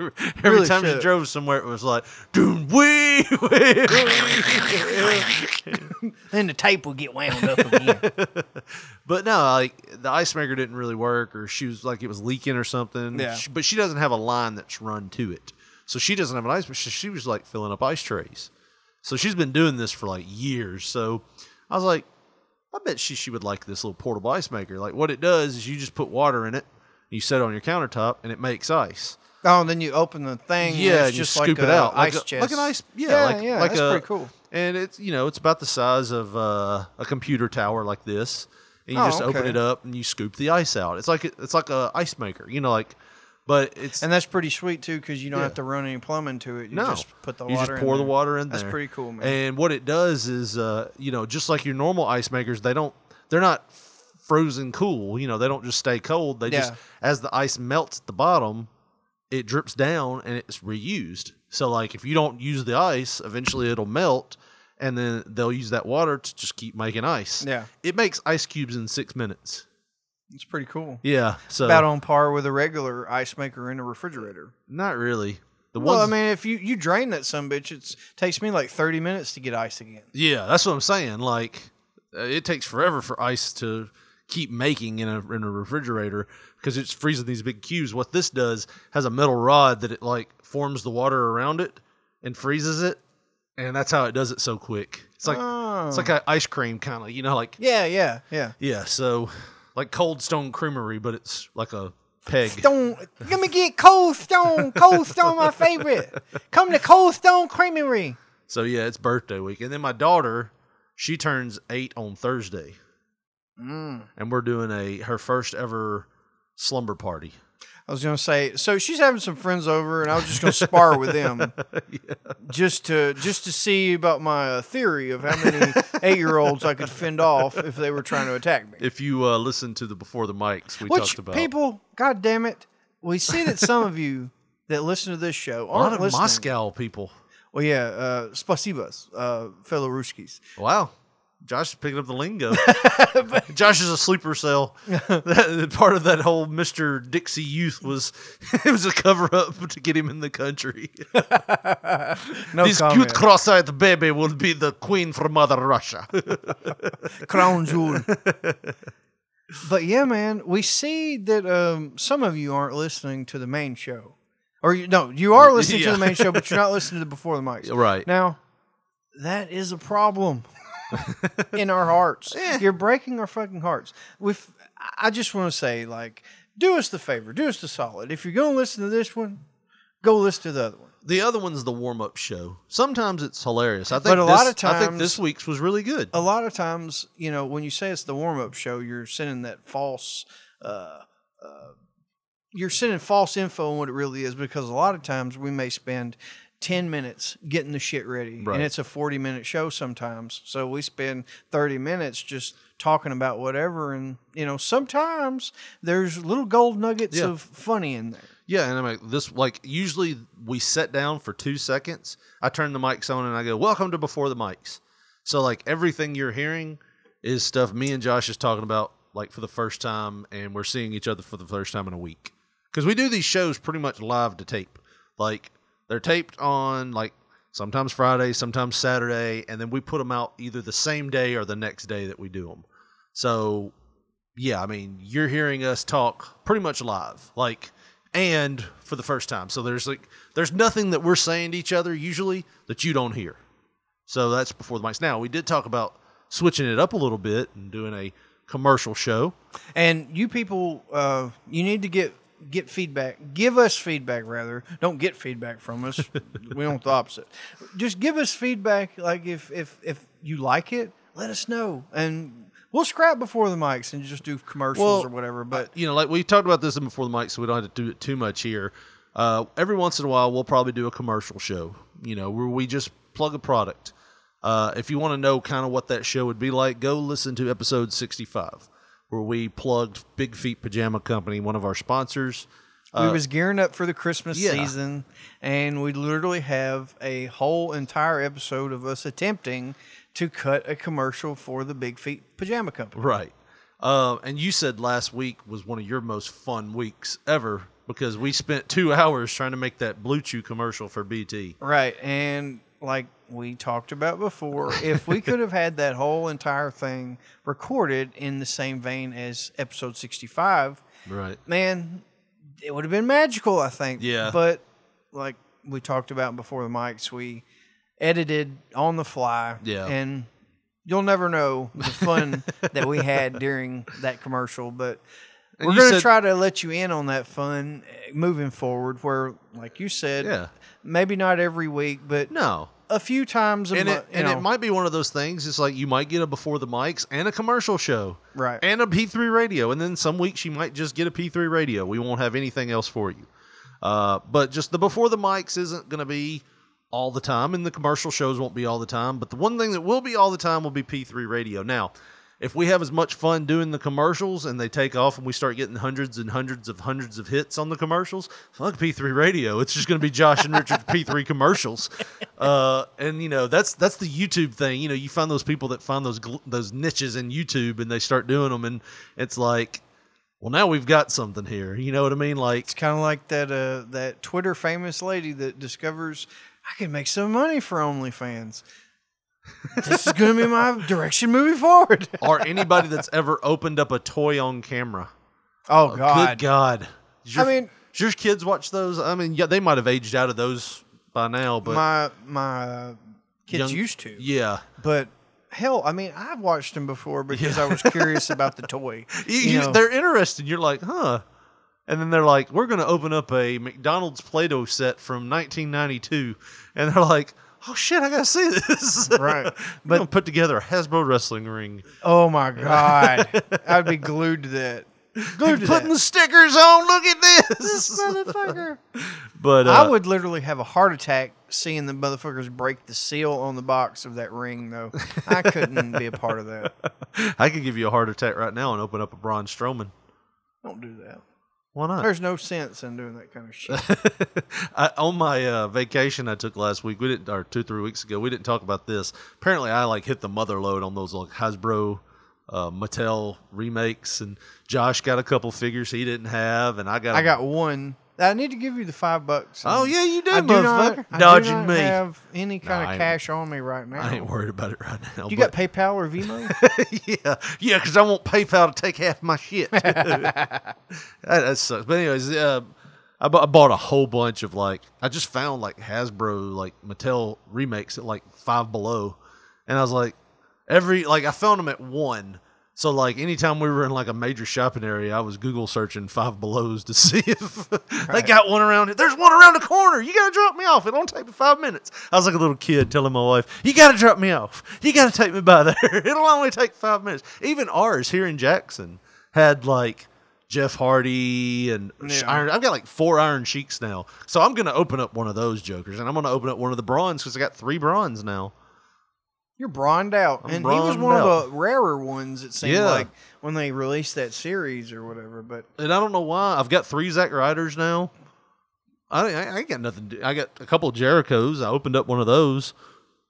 Speaker 5: every
Speaker 6: really
Speaker 5: time she
Speaker 6: shook.
Speaker 5: drove somewhere. It was like doom wee wee.
Speaker 6: then the tape will get wound up again.
Speaker 5: But no, like the ice maker didn't really work, or she was like it was leaking or something.
Speaker 6: Yeah.
Speaker 5: She- but she doesn't have a line that's run to it, so she doesn't have an ice. So she was like filling up ice trays. So she's been doing this for like years. So I was like, I bet she she would like this little portable ice maker. Like what it does is you just put water in it, you set it on your countertop, and it makes ice.
Speaker 6: oh, and then you open the thing. and
Speaker 5: Yeah,
Speaker 6: it's
Speaker 5: and you
Speaker 6: just
Speaker 5: scoop
Speaker 6: like
Speaker 5: it
Speaker 6: a
Speaker 5: out
Speaker 6: ice
Speaker 5: like, a-
Speaker 6: chest.
Speaker 5: like an ice. Yeah,
Speaker 6: Yeah,
Speaker 5: like,
Speaker 6: yeah,
Speaker 5: like
Speaker 6: that's
Speaker 5: a,
Speaker 6: pretty cool.
Speaker 5: And it's you know it's about the size of uh, a computer tower like this, and you
Speaker 6: Oh,
Speaker 5: just open
Speaker 6: okay.
Speaker 5: it up and you scoop the ice out. It's like it's like a ice maker, you know, like. But it's
Speaker 6: And that's pretty sweet too, because you don't
Speaker 5: Yeah.
Speaker 6: have to run any plumbing to it. You
Speaker 5: no,
Speaker 6: just put the
Speaker 5: you
Speaker 6: water.
Speaker 5: just
Speaker 6: in
Speaker 5: pour the
Speaker 6: there.
Speaker 5: water in
Speaker 6: That's
Speaker 5: there.
Speaker 6: pretty cool, man.
Speaker 5: And what it does is, uh, you know, just like your normal ice makers, they don't they're not frozen cool. You know, they don't just stay cold. They just
Speaker 6: Yeah.
Speaker 5: as the ice melts at the bottom, it drips down and it's reused. So like if you don't use the ice, eventually it'll melt. And then they'll use that water to just keep making ice.
Speaker 6: Yeah.
Speaker 5: it makes ice cubes in six minutes.
Speaker 6: it's pretty cool.
Speaker 5: Yeah, so
Speaker 6: About on par with a regular ice maker in a refrigerator.
Speaker 5: not really. The
Speaker 6: well, I
Speaker 5: ones-
Speaker 6: mean, if you you drain that some bitch, it takes me like thirty minutes to get ice again.
Speaker 5: Yeah, that's what I'm saying. Like, uh, it takes forever for ice to keep making in a in a refrigerator because it's freezing these big cubes. What this does has a metal rod that it like forms the water around it and freezes it, and that's how it does it so quick. It's like
Speaker 6: Oh.
Speaker 5: it's
Speaker 6: Ah.
Speaker 5: like an ice cream kind of, you know, like
Speaker 6: Yeah, yeah, yeah.
Speaker 5: yeah. So like Cold Stone Creamery, but it's like a peg.
Speaker 6: Stone, let me get Cold Stone. Cold Stone, my favorite. Come to Cold Stone Creamery.
Speaker 5: So yeah, it's birthday week, and then my daughter, she turns eight on Thursday,
Speaker 6: Mm.
Speaker 5: and we're doing a her first ever slumber party.
Speaker 6: I was gonna say, so she's having some friends over, and I was just gonna spar with them, just to just to see about my uh, theory of how many eight year olds I could fend off if they were trying to attack me.
Speaker 5: If you uh, listen to the before the mics, we
Speaker 6: Which
Speaker 5: talked about
Speaker 6: people, god damn it, we see that some of you that listen to this show
Speaker 5: a lot
Speaker 6: aren't
Speaker 5: of
Speaker 6: listening.
Speaker 5: Moscow people.
Speaker 6: Well, yeah, uh, spasibas, uh, fellow Ruskies.
Speaker 5: Wow, Josh is picking up the lingo. Josh is a sleeper cell. That- part of that whole Mister Dixie Youth was it was a cover up to get him in the country.
Speaker 6: No
Speaker 5: this
Speaker 6: comment.
Speaker 5: cute cross-eyed baby will be the queen for Mother Russia.
Speaker 6: crown jewel. but yeah, man, we see that um, some of you aren't listening to the main show, or you, no, you are listening to
Speaker 5: Yeah.
Speaker 6: the main show, but you're not listening to before the mics.
Speaker 5: right.
Speaker 6: Now, that is a problem in our hearts.
Speaker 5: Eh.
Speaker 6: You're breaking our fucking hearts. With I just want to say, like, do us the favor, do us the solid. If you're going to listen to this one, go listen to the other one.
Speaker 5: The other one's the warm up show. Sometimes it's hilarious. I think
Speaker 6: But a
Speaker 5: this,
Speaker 6: lot of
Speaker 5: I think this
Speaker 6: times-
Speaker 5: week's was really good.
Speaker 6: a lot of times, you know, when you say it's the warm up show, you're sending that false, uh, uh, you're sending false info on what it really is because a lot of times we may spend 10 minutes getting the shit ready
Speaker 5: Right.
Speaker 6: and it's a 40 minute show sometimes. So we spend 30 minutes just talking about whatever. And, you know, sometimes there's little gold nuggets
Speaker 5: Yeah.
Speaker 6: of funny in there.
Speaker 5: Yeah, and I'm like this like usually we sit down for two seconds. I turn the mics on and I go, Welcome to Before the Mics. So like everything you're hearing is stuff me and Josh is talking about like for the first time and we're seeing each other for the first time in a week. Because we do these shows pretty much live to tape. Like they're taped on like sometimes Friday, sometimes Saturday, and then we put them out either the same day or the next day that we do them. So yeah, I mean, you're hearing us talk pretty much live, like, and for the first time. So there's like, there's nothing that we're saying to each other usually that you don't hear. So that's before the mics. Now we did talk about switching it up a little bit and doing a commercial show.
Speaker 6: And you people, uh, you need to get get feedback. Give us feedback, rather. Don't get feedback from us. we want the opposite. Just give us feedback. Like if if if you like it, let us know, and we'll scrap before the mics and just do commercials or whatever. But
Speaker 5: you know, like we talked about this in before the mic, so we don't have to do it too much here. Uh, every once in a while, we'll probably do a commercial show. You know, where we just plug a product. Uh, if you want to know kind of what that show would be like, go listen to episode sixty-five, where we plugged Big Feet Pajama Company, one of our sponsors.
Speaker 6: we was gearing up for the Christmas
Speaker 5: yeah.
Speaker 6: season, and we literally have a whole entire episode of us attempting to cut a commercial for the Big Feet Pajama Company.
Speaker 5: Right. Um, and you said last week was one of your most fun weeks ever because we spent two hours trying to make that Blue Chew commercial for BT.
Speaker 6: Right. And like we talked about before, if we could have had that whole entire thing recorded in the same vein as episode 65,
Speaker 5: Right.
Speaker 6: man, it would have been magical, I think.
Speaker 5: Yeah.
Speaker 6: But like we talked about before the mics, we edited on the fly.
Speaker 5: Yeah.
Speaker 6: And you'll never know the fun that we had during that commercial, but we're
Speaker 5: you
Speaker 6: going to
Speaker 5: said-
Speaker 6: try to let you in on that fun eh, moving forward where like you said
Speaker 5: Yeah.
Speaker 6: maybe not every week but
Speaker 5: No.
Speaker 6: a few times a
Speaker 5: and it
Speaker 6: month.
Speaker 5: and it might be one of those things. It's like you might get a before the mics and a commercial show,
Speaker 6: Right.
Speaker 5: And a P three radio, and then some weeks you might just get a P three radio. We won't have anything else for you. Uh, but just the before the mics isn't going to be all the time, and the commercial shows won't be all the time. But the one thing that will be all the time will be P three radio. Now, if we have as much fun doing the commercials and they take off and we start getting hundreds and hundreds of hundreds of hits on the commercials, fuck P3 radio. It's just going to be Josh and Richard's P3 commercials. Uh, and you know, that's that's the YouTube thing. You know, you find those people that find those gl- those niches in YouTube and they start doing them and it's like well, now we've got something here. You know what I mean? Like
Speaker 6: It's kind of like that uh, that Twitter famous lady that discovers I can make some money for OnlyFans. this is going to be my direction moving forward.
Speaker 5: or anybody that's ever opened up a toy on camera.
Speaker 6: Oh God!
Speaker 5: Good God. Does your-
Speaker 6: I mean-
Speaker 5: does your kids watch those? I mean, yeah, they might have aged out of those by now, but
Speaker 6: my my kids
Speaker 5: young-
Speaker 6: used to,
Speaker 5: Yeah.
Speaker 6: but hell, I mean, I've watched them before because I was curious about the toy.
Speaker 5: You,
Speaker 6: you
Speaker 5: you-
Speaker 6: know.
Speaker 5: they're interested. You're like, huh. And then they're like, we're going to open up a McDonald's Play Doh set from 1992. And they're like, oh shit, I got to see this.
Speaker 6: Right.
Speaker 5: But put together a Hasbro wrestling ring.
Speaker 6: Oh my God! I'd be glued to that. Glued to
Speaker 5: Putting
Speaker 6: that.
Speaker 5: the stickers on. Look at this. motherfucker. But uh,
Speaker 6: I would literally have a heart attack seeing the motherfuckers break the seal on the box of that ring, though. I couldn't be a part of that.
Speaker 5: I could give you a heart attack right now and open up a Braun Strowman.
Speaker 6: Don't do that.
Speaker 5: Why not?
Speaker 6: There's no sense in doing that kind of shit.
Speaker 5: I, on my uh, vacation I took last week, we didn't, or two three weeks ago, we didn't talk about this. Apparently, I like hit the mother load on those like Hasbro, uh, Mattel remakes, and Josh got a couple figures he didn't have, and I got.
Speaker 6: I got one. I need to give you the five bucks.
Speaker 5: Oh yeah, you did,
Speaker 6: I do not,
Speaker 5: motherfucker.
Speaker 6: I
Speaker 5: Dodging
Speaker 6: do not
Speaker 5: me.
Speaker 6: have any kind
Speaker 5: I
Speaker 6: of
Speaker 5: ain't-
Speaker 6: cash on me right now.
Speaker 5: I ain't worried about it right now.
Speaker 6: you
Speaker 5: but-
Speaker 6: got PayPal or Venmo?
Speaker 5: yeah, yeah, because I want PayPal to take half my shit. that, that sucks. But anyways, uh, I, bu- I bought a whole bunch of like I just found like Hasbro like Mattel remakes at like Five Below, and I was like every like I found them at one. So like anytime we were in like a major shopping area, I was Google searching Five Belows to see if they got one around it. There's one around the corner. You gotta drop me off. It won't take me five minutes. I was like a little kid telling my wife, "You gotta drop me off. You gotta take me by there. It'll only take five minutes." Even ours here in Jackson had like Jeff Hardy and Sh-
Speaker 6: Yeah.
Speaker 5: Iron. I've got like four Iron Sheiks now, so I'm gonna open up one of those jokers, and I'm gonna open up one of the bronze because I got three bronze now.
Speaker 6: You're bronzed out.
Speaker 5: I'm
Speaker 6: and he was
Speaker 5: bronzed
Speaker 6: one
Speaker 5: out.
Speaker 6: of the rarer ones, it seemed
Speaker 5: Yeah.
Speaker 6: like, when they released that series or whatever. But
Speaker 5: and I don't know why. I've got three Zack Riders now. I I ain't got nothing. To, do. I got a couple of Jerichos. I opened up one of those.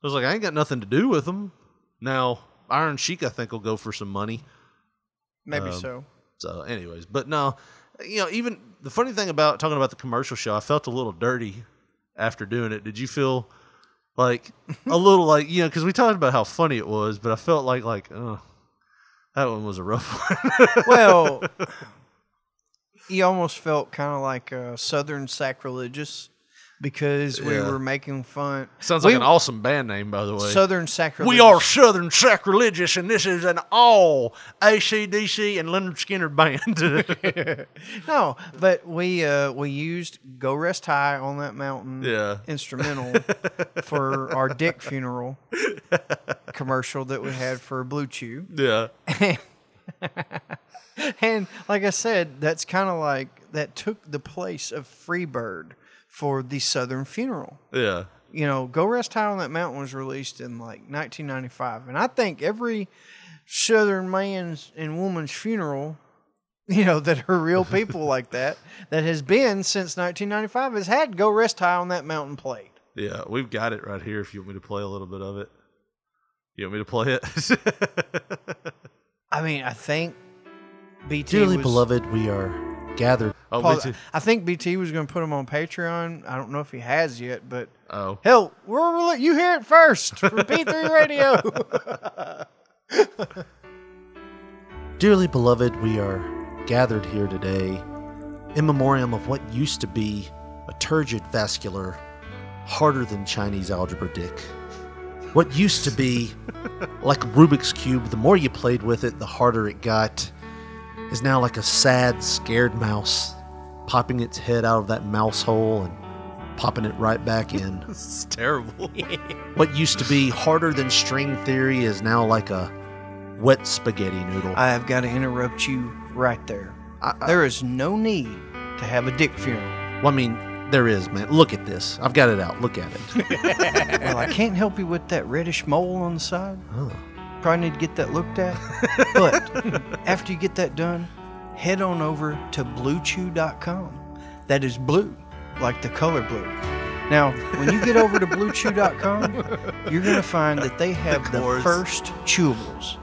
Speaker 5: I was like, I ain't got nothing to do with them. Now Iron Sheik, I think, will go for some money.
Speaker 6: maybe
Speaker 5: Um,
Speaker 6: so.
Speaker 5: So, anyways, but no, you know, even the funny thing about talking about the commercial show, I felt a little dirty after doing it. Did you feel like a little like you know? Because we talked about how funny it was, but I felt like like oh, that one was a rough one.
Speaker 6: Well, he almost felt kind of like uh, Southern sacrilegious because we
Speaker 5: Yeah.
Speaker 6: were making fun.
Speaker 5: Sounds
Speaker 6: We-
Speaker 5: like an awesome band name, by the way.
Speaker 6: Southern sacrilegious.
Speaker 5: We are Southern Sacrilegious, and this is an all ACDC and Leonard Skinner band.
Speaker 6: No, but we uh, we used "Go Rest High on That Mountain"
Speaker 5: Yeah.
Speaker 6: instrumental for our Dick funeral commercial that we had for Blue Chew,
Speaker 5: yeah.
Speaker 6: and like I said, that's kind of like that took the place of Freebird for the Southern funeral.
Speaker 5: Yeah.
Speaker 6: you know, Go Rest High on That Mountain was released in like 1995. And I think every Southern man's and woman's funeral, you know, that are real people like that, that has been since 1995, has had Go Rest High on That Mountain played.
Speaker 5: Yeah. We've got it right here if you want me to play a little bit of it. You want me to play it?
Speaker 6: I mean, I think BT. was,
Speaker 5: we are gathered. Oh,
Speaker 6: Paul,
Speaker 5: wait, t-
Speaker 6: I think BT was going to put him on Patreon. I don't know if he has yet, but
Speaker 5: oh.
Speaker 6: hell, we're, rela- you hear it first from P3 Radio.
Speaker 9: Dearly beloved, we are gathered here today in memoriam of what used to be a turgid vascular, harder than Chinese algebra dick. What used to be like Rubik's Cube, the more you played with it, the harder it got, is now like a sad, scared mouse popping its head out of that mouse hole and popping it right back in.
Speaker 5: It's terrible.
Speaker 9: What used to be harder than string theory is now like a wet spaghetti noodle.
Speaker 6: I have got to interrupt you right there.
Speaker 9: I- I-
Speaker 6: There is no need to have a dick funeral.
Speaker 9: well, I mean, there is, man. Look at this. I've got it out. Look at it.
Speaker 6: well, I can't help you with that reddish mole on the side.
Speaker 9: Oh.
Speaker 6: Probably need to get that looked at. but after you get that done, head on over to bluechew.com. That is blue, like the color blue. Now, when you get over to bluechew.com, you're going to find that they have the,
Speaker 5: course.
Speaker 6: first chewables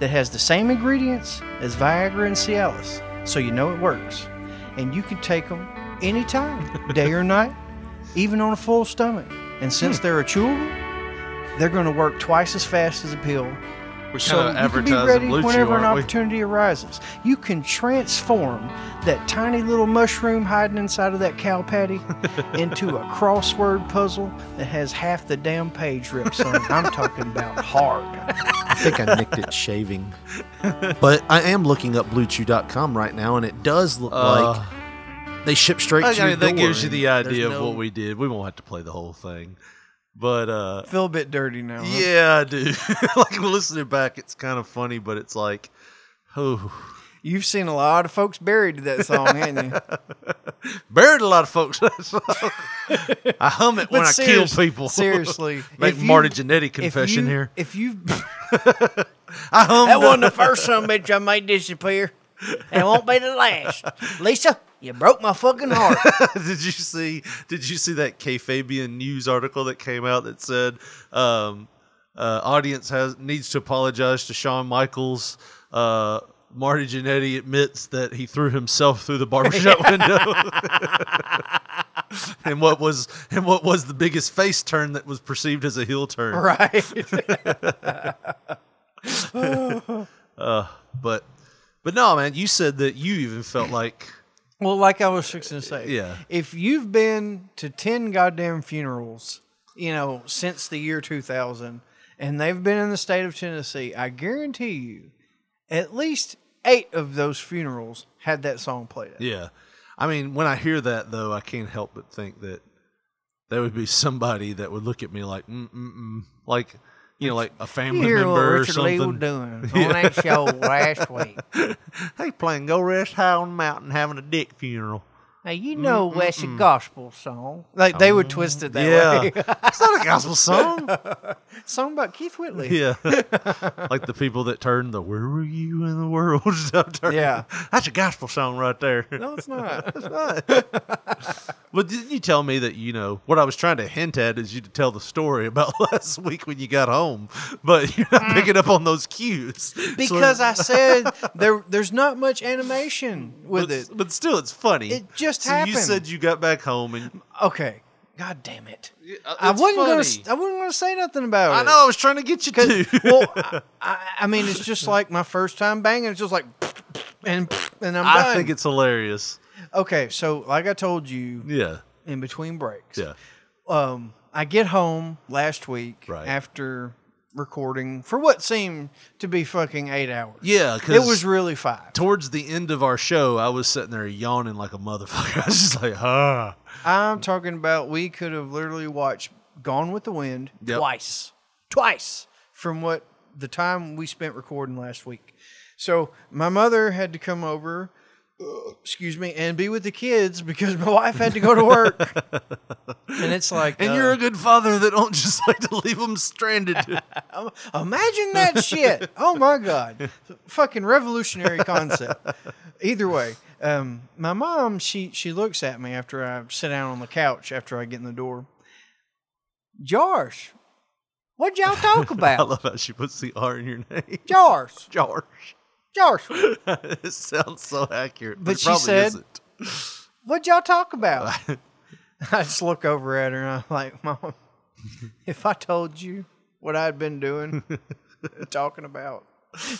Speaker 6: that has the same ingredients as Viagra and Cialis, so you know it works. And you can take them anytime, day or night, even on a full stomach. And since they're a chewable, they're going to work twice as fast as a pill
Speaker 5: We
Speaker 6: so
Speaker 5: kinda
Speaker 6: you can be
Speaker 5: advertise
Speaker 6: ready
Speaker 5: the blue chew,
Speaker 6: whenever an
Speaker 5: aren't we?
Speaker 6: opportunity arises. You can transform that tiny little mushroom hiding inside of that cow patty into a crossword puzzle that has half the damn page ripped. Son, I'm talking about hard.
Speaker 9: I think I nicked it shaving. But I am looking up bluechew.com right now, and it does look
Speaker 5: Uh,
Speaker 9: like they ship straight to
Speaker 5: I
Speaker 9: your
Speaker 5: mean, that
Speaker 9: door
Speaker 5: gives you
Speaker 9: and
Speaker 5: the
Speaker 9: there's
Speaker 5: idea of
Speaker 9: no-
Speaker 5: what we did. We won't have to play the whole thing, but uh,
Speaker 6: Feel a bit dirty now. huh?
Speaker 5: yeah, I do. like listening back, it's kind of funny, but it's like, oh,
Speaker 6: You've seen a lot of folks buried to that song, haven't you?
Speaker 5: buried a lot of folks. I hum it when I kill
Speaker 6: serious-
Speaker 5: people.
Speaker 6: seriously,
Speaker 5: Make
Speaker 6: if you-
Speaker 5: Marty Jannetty
Speaker 6: if
Speaker 5: confession
Speaker 6: you-
Speaker 5: here.
Speaker 6: If you
Speaker 5: I hum
Speaker 3: That wasn't the first son of a bitch I made disappear. And it won't be the last. Lisa, you broke my fucking heart.
Speaker 5: did you see did you see that kayfabian news article that came out that said um, uh, audience has needs to apologize to Shawn Michaels uh, Marty Jannetty admits that he threw himself through the barbershop window and what was and what was the biggest face turn that was perceived as a heel turn
Speaker 6: right.
Speaker 5: but but no man you said that you even felt like
Speaker 6: Well, like I was fixing to say,
Speaker 5: Yeah.
Speaker 6: If you've been to ten goddamn funerals, you know, since the year two thousand, and they've been in the state of Tennessee, I guarantee you, at least eight of those funerals had that song played. At.
Speaker 5: Yeah. I mean, when I hear that, though, I can't help but think that there would be somebody that would look at me like, mm, mm, mm, like, you know, like a
Speaker 6: You
Speaker 5: family
Speaker 6: hear what
Speaker 5: member or
Speaker 6: Richard Lee was
Speaker 5: something.
Speaker 6: doing on that show last week.
Speaker 5: Hey, playing Go Rest High on the Mountain, having a dick funeral.
Speaker 6: Now you know that's a gospel song. Like they would twist it that way.
Speaker 5: Oh. yeah. it's not a gospel song.
Speaker 6: song about Keith Whitley.
Speaker 5: yeah. like the people that turn the Where Were You in the World stuff. turn.
Speaker 6: Yeah.
Speaker 5: That's a gospel song right there.
Speaker 6: No, it's not.
Speaker 5: Well, didn't you tell me that you know what I was trying to hint at is you to tell the story about last week when you got home, but you're not picking up on those cues So-
Speaker 6: Mm. because I said there there's not much animation with
Speaker 5: but,
Speaker 6: it.
Speaker 5: But still, it's funny.
Speaker 6: It just
Speaker 5: so You
Speaker 6: happened.
Speaker 5: said you got back home and
Speaker 6: Okay. God damn it.
Speaker 5: uh,
Speaker 6: I
Speaker 5: it's
Speaker 6: wasn't gonna
Speaker 5: funny.
Speaker 6: s- I wasn't gonna say nothing about it.
Speaker 5: I know I was trying to get you to.
Speaker 6: Well, I, I, I mean, it's just like my first time banging. It's just like, and and I'm done.
Speaker 5: I think it's hilarious.
Speaker 6: okay. So, like I told you
Speaker 5: Yeah,
Speaker 6: in between breaks,
Speaker 5: yeah,
Speaker 6: um, I get home last week
Speaker 5: Right.
Speaker 6: after recording for what seemed to be fucking eight hours.
Speaker 5: yeah.
Speaker 6: it was really five.
Speaker 5: towards the end of our show. I was sitting there yawning like a motherfucker. I was just like, ah.
Speaker 6: I'm talking about we could have literally watched Gone with the Wind
Speaker 5: Yep.
Speaker 6: twice. Twice from what the time we spent recording last week. So my mother had to come over, uh, excuse me, and be with the kids because my wife had to go to work. and it's like,
Speaker 5: And
Speaker 6: uh,
Speaker 5: you're a good father that don't just like to leave them stranded.
Speaker 6: imagine that shit. Oh my God. Fucking revolutionary concept. Either way, um, my mom, she, she looks at me after I sit down on the couch after I get in the door. Josh, what'd y'all talk
Speaker 5: I
Speaker 6: about?
Speaker 5: love how she puts the R in your name.
Speaker 6: Josh,
Speaker 5: George.
Speaker 6: Josh,
Speaker 5: it sounds so accurate, but,
Speaker 6: But
Speaker 5: it
Speaker 6: she
Speaker 5: probably
Speaker 6: said-
Speaker 5: isn't.
Speaker 6: what'd y'all talk about? I just look over at her and I'm like, Mom, if I told you what I'd been doing, talking about,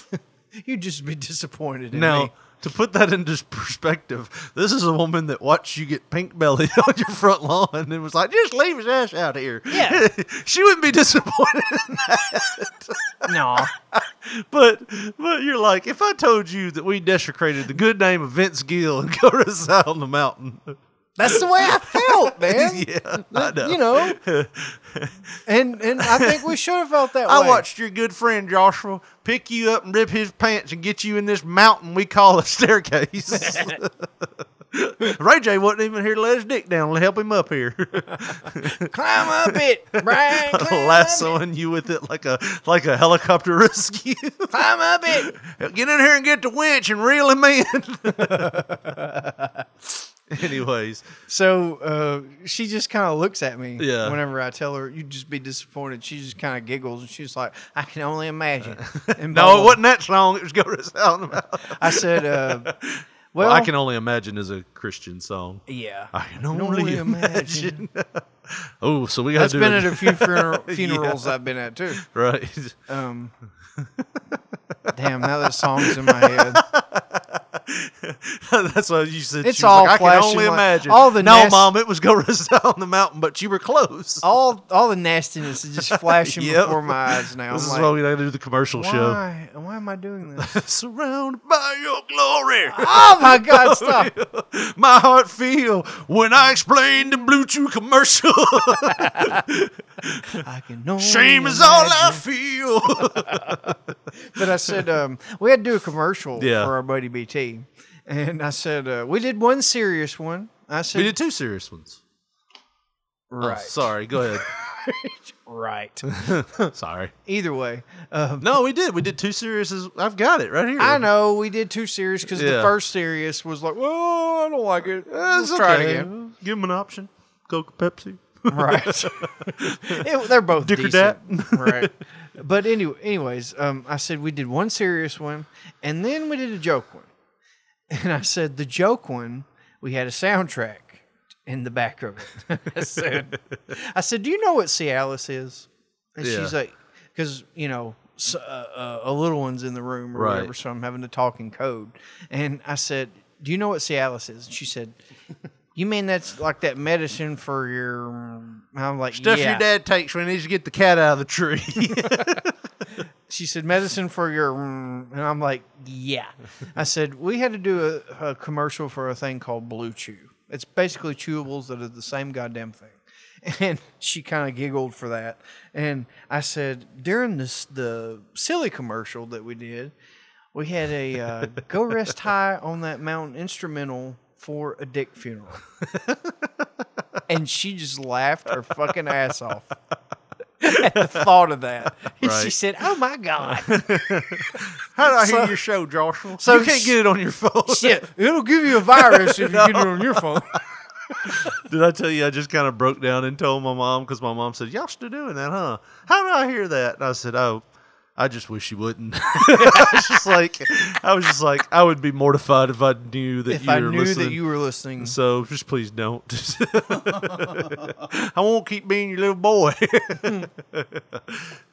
Speaker 6: you'd just be disappointed in
Speaker 5: Now,
Speaker 6: me.
Speaker 5: to put that into perspective, this is a woman that watched you get pink belly on your front lawn and was like, "Just leave his ass out here." Yeah, she wouldn't be disappointed, in
Speaker 6: No.
Speaker 5: that, but but you're like, if I told you that we desecrated the good name of Vince Gill and go to the side on the mountain,
Speaker 3: That's the way I felt, man.
Speaker 5: yeah, I know.
Speaker 6: You know, and and I think we should have felt that way.
Speaker 5: I watched your good friend Joshua pick you up and rip his pants and get you in this mountain we call a staircase. Ray J wasn't even here to let his dick down to help him up here.
Speaker 3: Climb up it, Brian. Climb,
Speaker 5: Lassoing you with it like a like a helicopter rescue.
Speaker 3: climb up it.
Speaker 5: get in here and get the winch and reel him in. Anyways,
Speaker 6: So uh, she just kind of looks at me.
Speaker 5: Yeah.
Speaker 6: Whenever I tell her, you'd just be disappointed. She just kind of giggles and she's like, "I can only imagine." And
Speaker 5: no, it
Speaker 6: blah, blah.
Speaker 5: wasn't that song. It was "Go to Sound About."
Speaker 6: I said, uh, "Well,
Speaker 5: Well, I can only imagine is a Christian song.
Speaker 6: Yeah.
Speaker 5: I can
Speaker 6: can
Speaker 5: only,
Speaker 6: only
Speaker 5: imagine. oh, so we got
Speaker 6: That's
Speaker 5: to do
Speaker 6: been
Speaker 5: a-
Speaker 6: at a few funer- funerals I've been at too.
Speaker 5: right.
Speaker 6: Um, damn, now that song's in my head.
Speaker 5: That's why you said.
Speaker 6: It's
Speaker 5: she was like,
Speaker 6: all
Speaker 5: I can
Speaker 6: flashing
Speaker 5: only
Speaker 6: light-
Speaker 5: imagine.
Speaker 6: all the
Speaker 5: no,
Speaker 6: nas-
Speaker 5: mom, it was go rest on the mountain, but you were close.
Speaker 6: All all the nastiness is just flashing
Speaker 5: Yep.
Speaker 6: before my eyes now.
Speaker 5: this
Speaker 6: I'm
Speaker 5: is
Speaker 6: like,
Speaker 5: why we gotta do the commercial show.
Speaker 6: why? Why am I doing this?
Speaker 5: Surrounded by your glory.
Speaker 6: oh my God! Stop.
Speaker 5: My heart feel when I explain the Blue Chew commercial.
Speaker 6: I can only
Speaker 5: Shame is all I
Speaker 6: imagine.
Speaker 5: feel.
Speaker 6: But I said um, we had to do a commercial
Speaker 5: Yeah.
Speaker 6: for our buddy BT, and I said uh, we did one serious one. I said
Speaker 5: we did two serious ones. Oh,
Speaker 6: right,
Speaker 5: sorry, go ahead.
Speaker 6: right.
Speaker 5: sorry.
Speaker 6: Either way, um,
Speaker 5: No, we did. We did two serious. I've got it right here.
Speaker 6: I know we did two series because
Speaker 5: Yeah.
Speaker 6: the first series was like, well, I don't like it. Let's
Speaker 5: That's
Speaker 6: try it
Speaker 5: okay.
Speaker 6: again.
Speaker 5: Give him an option. Coke or Pepsi.
Speaker 6: Right. It- they're both
Speaker 5: Dick or
Speaker 6: decent. right. But anyway, anyways, um, I said we did one serious one, and then we did a joke one. And I said the joke one, we had a soundtrack in the back of it. I said, I said, do you know what Cialis is? And
Speaker 5: Yeah.
Speaker 6: she's like, because you know, s uh, uh, a little one's in the room or
Speaker 5: Right.
Speaker 6: whatever, so I'm having to talk in code. And I said, do you know what Cialis is? And she said. You mean that's like that medicine for your? I'm like
Speaker 5: Stuff
Speaker 6: yeah.
Speaker 5: your dad takes when he needs to get the cat out of the tree.
Speaker 6: she said medicine for your mm," and i'm like yeah i said we had to do a, a commercial for a thing called blue chew it's basically chewables that are the same goddamn thing and she kind of giggled for that and i said during this the silly commercial that we did we had a uh, go rest high on that mountain instrumental for a dick funeral and she just laughed her fucking ass off at the thought of that And she
Speaker 5: Right.
Speaker 6: said oh my god
Speaker 5: How do I hear
Speaker 6: So-
Speaker 5: your show, Joshua?
Speaker 6: so
Speaker 5: you can't
Speaker 6: sh-
Speaker 5: get it on your phone.
Speaker 6: Shit, it'll give you a virus if you get it on your phone.
Speaker 5: Did I tell you I just kind of broke down and told my mom because my mom said, "Y'all still doing that, huh? How did I hear that?" And I said, "Oh, I just wish you wouldn't." I was just like, I was just like, I would be mortified if I knew that
Speaker 6: If
Speaker 5: you
Speaker 6: I
Speaker 5: were
Speaker 6: knew
Speaker 5: listening. Mm.
Speaker 6: that you were listening,
Speaker 5: so just please don't. I won't keep being your little boy.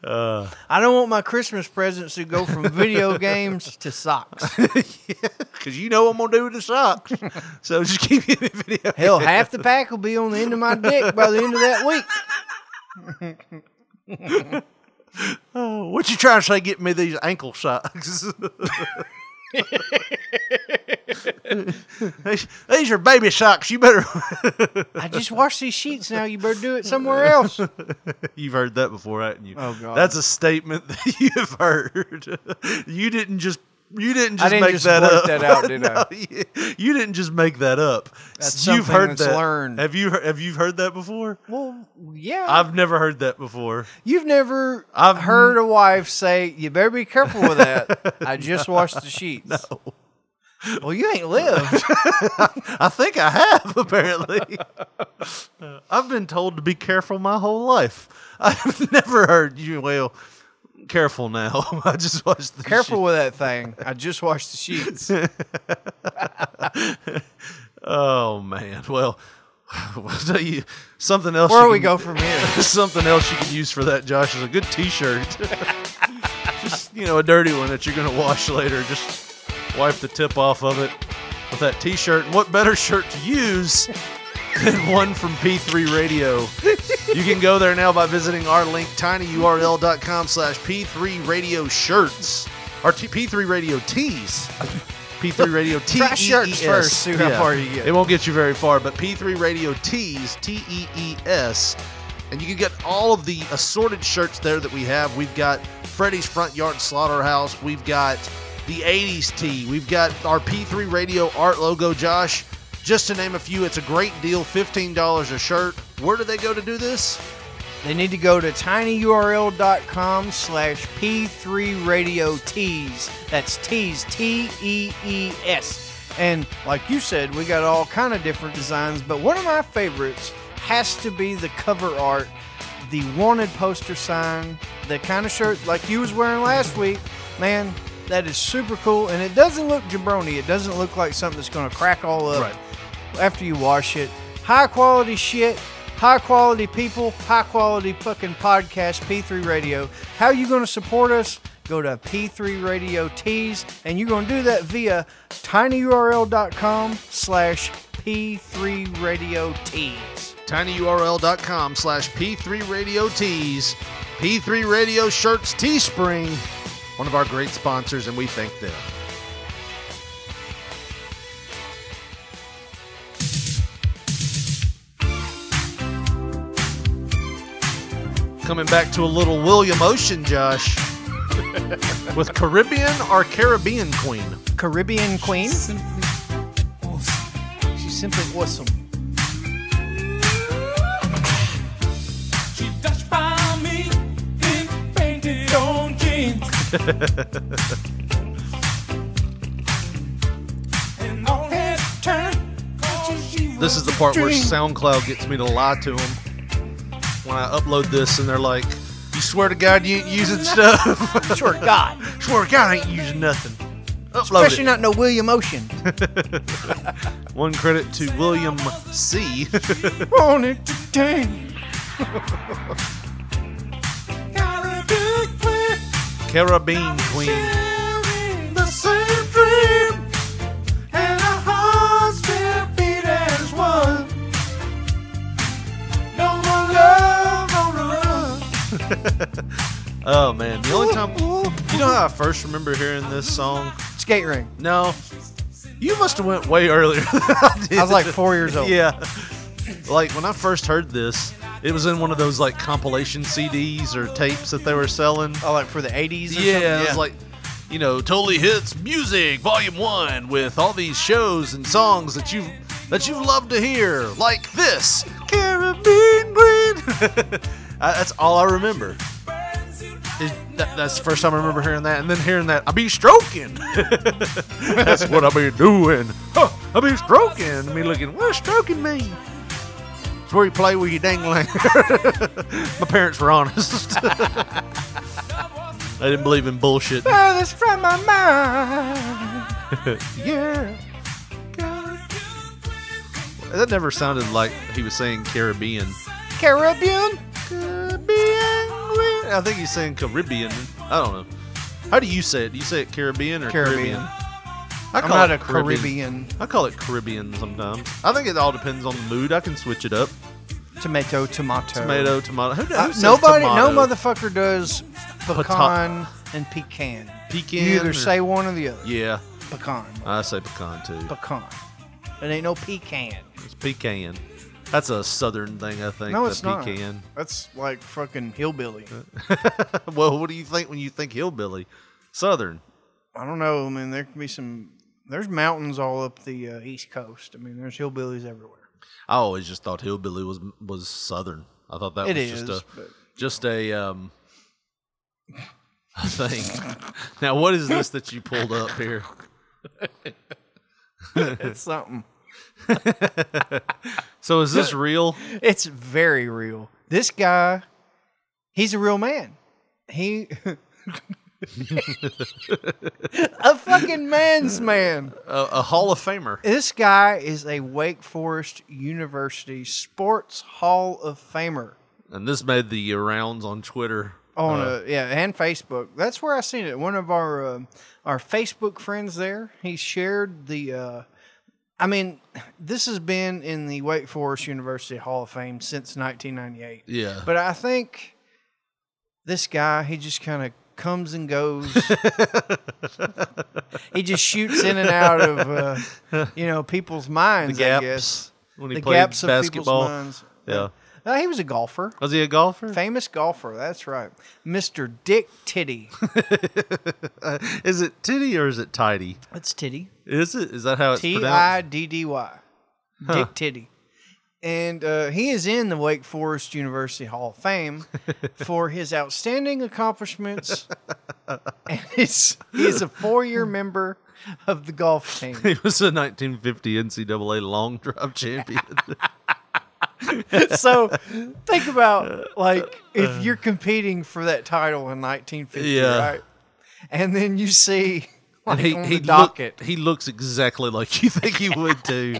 Speaker 6: I don't want my Christmas presents to go from video games to socks.
Speaker 5: Because you know what I'm going to do with the socks. so just keep giving me video.
Speaker 6: Hell, half the pack will be on the end of my dick by the end of that week.
Speaker 5: Oh, what you trying to say? Get me these ankle socks. these, these are baby socks. You better.
Speaker 6: I just washed these sheets now. You better do it somewhere else.
Speaker 5: You've heard that before, haven't you?
Speaker 6: Oh, God.
Speaker 5: That's a statement that you've heard. you didn't just. You didn't just
Speaker 6: I didn't
Speaker 5: make
Speaker 6: just
Speaker 5: that
Speaker 6: blurt
Speaker 5: up.
Speaker 6: that out, did I?
Speaker 5: No, you, you didn't just make that up.
Speaker 6: That's
Speaker 5: you've
Speaker 6: something
Speaker 5: heard
Speaker 6: that's
Speaker 5: that.
Speaker 6: learned.
Speaker 5: Have you he- have you heard that before?
Speaker 6: Well, yeah.
Speaker 5: I've never heard that before.
Speaker 6: You've never
Speaker 5: I've-
Speaker 6: heard a wife say, "You better be careful with that." I just washed the sheets. Well, you ain't lived.
Speaker 5: I think I have, apparently. Uh, I've been told to be careful my whole life. I've never heard you, well, careful now. I just watched the
Speaker 6: careful with that thing. I just washed the sheets.
Speaker 5: Oh, man. Well, I'll tell you something else.
Speaker 6: Where
Speaker 5: you
Speaker 6: we
Speaker 5: can-
Speaker 6: go from here?
Speaker 5: something else you could use for that, Josh, is a good t shirt. just, you know, a dirty one that you're going to wash later. Just wipe the tip off of it with that t shirt. And what better shirt to use than one from P3 Radio? you can go there now by visiting our link, tinyurl.com slash P3 Radio shirts. Or T- P3 Radio tees. P3 Radio T. E
Speaker 6: Try sharks first, see how far you get.
Speaker 5: It won't get you very far, but P3 Radio T's T E E S. And you can get all of the assorted shirts there that we have. We've got Freddy's Front Yard Slaughterhouse. We've got the 80s tee. We've got our P3 Radio art logo, Josh. Just to name a few, it's a great deal $15 a shirt. Where do they go to do this?
Speaker 6: They need to go to tinyurl.com slash P3 Radio Tees. That's Tees, T E E S. And like you said, we got all kind of different designs, but one of my favorites has to be the cover art, the wanted poster sign, the kind of shirt like you was wearing last week. Man, that is super cool, and it doesn't look jabroni. It doesn't look like something that's going to crack all up
Speaker 5: Right.
Speaker 6: after you wash it. High quality shit, high quality people, high quality fucking podcast, P3 Radio. How you going to support us? Go to P3 Radio Tees, and you're going to do that via tinyurl.com slash P3 Radio Tees.
Speaker 5: tinyurl.com slash p3 radio tees p3 radio shirts teespring one of our great sponsors and we thank them coming back to a little william ocean josh with caribbean or caribbean queen
Speaker 6: Caribbean Queen. She's simply awesome.
Speaker 5: This is the part where SoundCloud gets me to lie to them when I upload this, and they're like, "You swear to God, you ain't using stuff.
Speaker 6: Sure, God.
Speaker 5: swear to God, I ain't using nothing." Upload
Speaker 6: Especially
Speaker 5: it.
Speaker 6: not no William Ocean.
Speaker 5: One credit to William C.
Speaker 6: on it today.
Speaker 5: Carabine Queen. Oh man, the only time you know how I first remember hearing this song?
Speaker 6: Skate ring.
Speaker 5: No, you must have went way earlier. Than I, did.
Speaker 6: I was like four years old.
Speaker 5: Yeah. Like when I first heard this, it was in one of those like compilation CDs or tapes that they were selling.
Speaker 6: Oh, like for the 80s or
Speaker 5: Yeah,
Speaker 6: something?
Speaker 5: it was like, you know, totally hits music volume one with all these shows and songs that you that you love to hear, like this Caribbean Queen. I- that's all I remember. Is- that- that's the first time I remember hearing that, and then hearing that I be stroking. that's what I be doing. Huh, I be stroking. Me looking, what's stroking mean? It's where you play with your dangling. My parents were honest. I didn't believe in bullshit.
Speaker 6: Oh, that's from my mind.
Speaker 5: Yeah. That never sounded like he was saying Caribbean.
Speaker 6: Caribbean?
Speaker 5: Caribbean. I think he's saying Caribbean. I don't know. How do you say it? Do you say it Caribbean or Caribbean?
Speaker 6: Caribbean.
Speaker 5: I
Speaker 6: I'm
Speaker 5: call
Speaker 6: not
Speaker 5: it
Speaker 6: a Caribbean.
Speaker 5: I call it Caribbean sometimes. I think it all depends on the mood. I can switch it up.
Speaker 6: Tomato, tomato.
Speaker 5: Tomato, tomato. Who, who
Speaker 6: Uh,
Speaker 5: says
Speaker 6: nobody,
Speaker 5: tomato?
Speaker 6: no motherfucker does pecan and pecan.
Speaker 5: Pecan.
Speaker 6: You
Speaker 5: or-
Speaker 6: either say one or the other.
Speaker 5: Yeah, Uh.
Speaker 6: Pecan.
Speaker 5: I say pecan too.
Speaker 6: Pecan. It ain't no pecan.
Speaker 5: It's pecan. That's a southern thing, I think.
Speaker 6: No,
Speaker 5: the
Speaker 6: it's not.
Speaker 5: pecan. Uh.
Speaker 6: That's like fucking hillbilly.
Speaker 5: well, what do you think when you think hillbilly? Southern.
Speaker 6: I don't know. I mean, there can be some. There's mountains all up the uh, East Coast. I mean, there's hillbillies everywhere.
Speaker 5: I always just thought hillbilly was was southern. I thought that
Speaker 6: It
Speaker 5: was
Speaker 6: is.
Speaker 5: just a
Speaker 6: but
Speaker 5: just a um thing. now, what is this that you pulled up here?
Speaker 6: it's something.
Speaker 5: So is this real?
Speaker 6: It's very real. This guy, he's a real man. He. a fucking man's man.
Speaker 5: A, a Hall of Famer.
Speaker 6: This guy is a Wake Forest University Sports Hall of Famer.
Speaker 5: And this made the rounds on Twitter.
Speaker 6: on uh, yeah and facebook that's where i seen it one of our um our facebook friends there he shared the uh i mean this has been in the wake forest university hall of fame since 1998
Speaker 5: Yeah.
Speaker 6: but i think this guy he just kind of comes and goes. he just shoots in and out of uh, you know people's minds. I guess
Speaker 5: when he
Speaker 6: the
Speaker 5: played
Speaker 6: gaps of
Speaker 5: basketball.
Speaker 6: people's minds.
Speaker 5: Yeah.
Speaker 6: No, he was a golfer,
Speaker 5: Was he a golfer?
Speaker 6: famous golfer. That's right, Mister Dick Titty.
Speaker 5: Is it titty or is it tidy?
Speaker 6: That's Titty.
Speaker 5: Is it? Is that how it's
Speaker 6: T I
Speaker 5: pronounced?
Speaker 6: D D Y. Dick Titty. And uh, he is in the Wake Forest University Hall of Fame for his outstanding accomplishments. and he's, he is a four year member of the golf team.
Speaker 5: He was a 1950 NCAA long drive champion.
Speaker 6: So think about like if you're competing for that title in 1950,
Speaker 5: Yeah.
Speaker 6: right? And then you see like
Speaker 5: And he
Speaker 6: on
Speaker 5: he, look,
Speaker 6: the docket.
Speaker 5: he looks exactly like you think he would too.